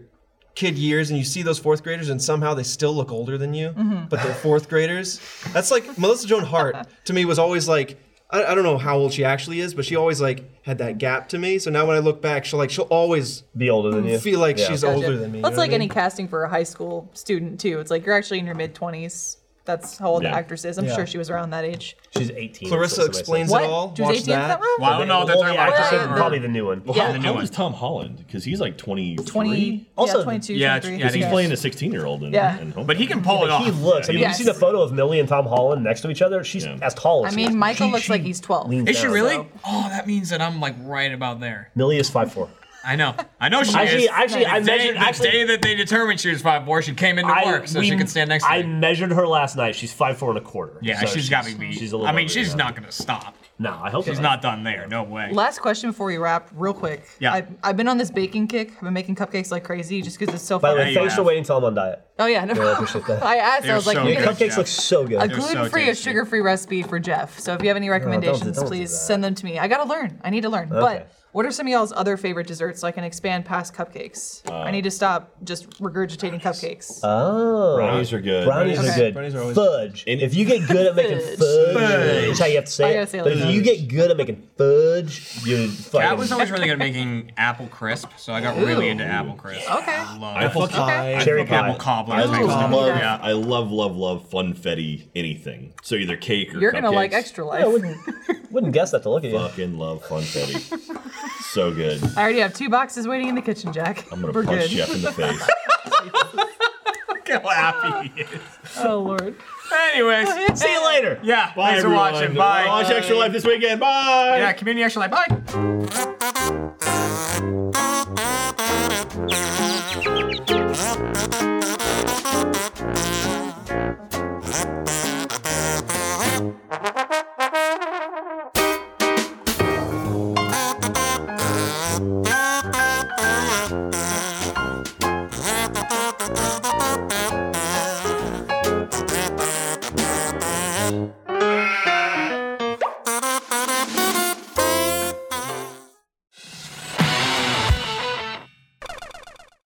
Speaker 6: kid years and you see those fourth graders and somehow they still look older than you, but they're fourth graders. That's like Melissa Joan Hart to me was always like. I I don't know how old she actually is, but she always like had that gap to me. So now when I look back, she'll like she'll always
Speaker 2: Be older than you.
Speaker 6: feel like
Speaker 2: Yeah.
Speaker 6: she's
Speaker 4: Gotcha.
Speaker 6: older than me. you
Speaker 4: That's
Speaker 6: know what
Speaker 4: like
Speaker 6: I mean?
Speaker 4: any casting for a high school student too. It's like you're actually in your mid twenties. That's how old
Speaker 5: Yeah.
Speaker 4: the actress is. I'm
Speaker 6: Yeah.
Speaker 4: sure she was around that age.
Speaker 2: She's 18.
Speaker 6: Clarissa
Speaker 2: so somebody said.
Speaker 6: explains
Speaker 4: What?
Speaker 6: it all.
Speaker 4: She
Speaker 6: Watch
Speaker 4: was 18 at
Speaker 6: that.
Speaker 4: that room?
Speaker 3: Well, I don't know if they're
Speaker 2: All the
Speaker 3: talking about
Speaker 2: actresses,
Speaker 3: Kristen
Speaker 4: Yeah.
Speaker 2: probably the new one.
Speaker 4: Yeah.
Speaker 5: How old is Tom Holland? Because he's like 23.
Speaker 4: 20.
Speaker 2: Also-
Speaker 4: yeah, 22,
Speaker 3: Yeah,
Speaker 4: 23.
Speaker 3: yeah, I think
Speaker 5: He's playing a 16 year old in,
Speaker 4: Yeah.
Speaker 5: in Homecoming.
Speaker 3: But he can pull it off.
Speaker 2: He looks. I mean, Oh,
Speaker 4: Yes.
Speaker 2: you see the photo of Millie and Tom Holland next to each other. She's
Speaker 5: Yeah.
Speaker 2: as tall as.
Speaker 4: I
Speaker 2: he is.
Speaker 4: mean, Michael
Speaker 3: She-
Speaker 4: looks like
Speaker 3: she
Speaker 4: he's 12.
Speaker 2: leans
Speaker 3: Is she
Speaker 2: down.
Speaker 3: really? Oh, that means that I'm like right about there.
Speaker 2: Millie is five four.
Speaker 3: I know. I know she
Speaker 2: Actually,
Speaker 3: is.
Speaker 2: actually, I
Speaker 3: the day,
Speaker 2: measured.
Speaker 3: the day
Speaker 2: Actually,
Speaker 3: that they determined she was five four, she came into
Speaker 2: I,
Speaker 3: work so
Speaker 2: we-
Speaker 3: she could stand next to
Speaker 2: I
Speaker 3: me.
Speaker 2: measured her last night. She's five four and a quarter.
Speaker 3: Yeah,
Speaker 2: So
Speaker 3: she's got me beat.
Speaker 2: She's a little.
Speaker 3: I mean,
Speaker 2: over
Speaker 3: she's
Speaker 2: there.
Speaker 3: not gonna stop.
Speaker 2: No, I hope
Speaker 3: She's
Speaker 2: so.
Speaker 3: not done there. No way.
Speaker 4: Last question before we wrap, real quick.
Speaker 3: Yeah.
Speaker 4: I've, I've been on this baking kick. I've been making cupcakes like crazy just because it's so
Speaker 2: By
Speaker 4: fun.
Speaker 2: the
Speaker 3: Yeah,
Speaker 2: way,
Speaker 3: you
Speaker 2: thanks for
Speaker 3: have.
Speaker 2: waiting until I'm on diet.
Speaker 4: oh yeah, no,
Speaker 2: I appreciate that.
Speaker 4: [LAUGHS] I asked.
Speaker 3: They're
Speaker 4: I was like,
Speaker 3: so
Speaker 4: you
Speaker 3: good.
Speaker 4: need a
Speaker 3: Jeff.
Speaker 2: Cupcakes look so
Speaker 4: a
Speaker 2: good.
Speaker 3: They're so
Speaker 4: gluten-free or
Speaker 3: tasty.
Speaker 4: sugar-free recipe for Jeff. So if you have any
Speaker 2: don't do-
Speaker 4: recommendations,
Speaker 2: don't do
Speaker 4: please
Speaker 2: that.
Speaker 4: send them to me. I gotta learn. I need to learn. But What are some of y'all's other favorite desserts so I can expand past cupcakes? I need to stop just regurgitating cupcakes.
Speaker 2: Oh.
Speaker 5: Brownies are good.
Speaker 2: Brownies
Speaker 4: Okay.
Speaker 2: are good.
Speaker 6: Brownies are always-
Speaker 2: fudge.
Speaker 5: And-
Speaker 2: if you get good at making
Speaker 4: Fudge.
Speaker 2: fudge, that's how you have to
Speaker 4: I
Speaker 2: say
Speaker 4: gotta
Speaker 2: it.
Speaker 4: say it
Speaker 2: But
Speaker 4: like
Speaker 2: if
Speaker 4: that.
Speaker 2: you get good at making fudge, you fucking.
Speaker 3: Cat was always really good at making apple crisp, so I got really into apple crisp.
Speaker 9: Okay.
Speaker 3: I love
Speaker 5: Apple
Speaker 3: apple,
Speaker 5: pie.
Speaker 2: Cherry
Speaker 3: apple
Speaker 2: pie.
Speaker 3: cobbler.
Speaker 5: I
Speaker 3: type stuff.
Speaker 5: love,
Speaker 3: Yeah.
Speaker 5: I love, love, love funfetti anything. So either cake or
Speaker 4: You're gonna like
Speaker 5: cupcakes.
Speaker 4: extra
Speaker 2: I
Speaker 4: life.
Speaker 2: wouldn't, wouldn't guess that to look at you.
Speaker 5: Fucking love funfetti. so good.
Speaker 4: I already have two boxes waiting in the kitchen, Jack.
Speaker 5: I'm gonna
Speaker 4: We're
Speaker 5: punch
Speaker 4: good.
Speaker 5: Jeff in the face.
Speaker 3: Look how happy he is.
Speaker 4: Oh [LAUGHS] lord.
Speaker 3: Anyways,
Speaker 2: See you later.
Speaker 3: yeah. thanks for
Speaker 5: everyone.
Speaker 3: watching. Bye.
Speaker 5: Watch Extra Life this weekend. Bye.
Speaker 3: Yeah, community extra life. Bye.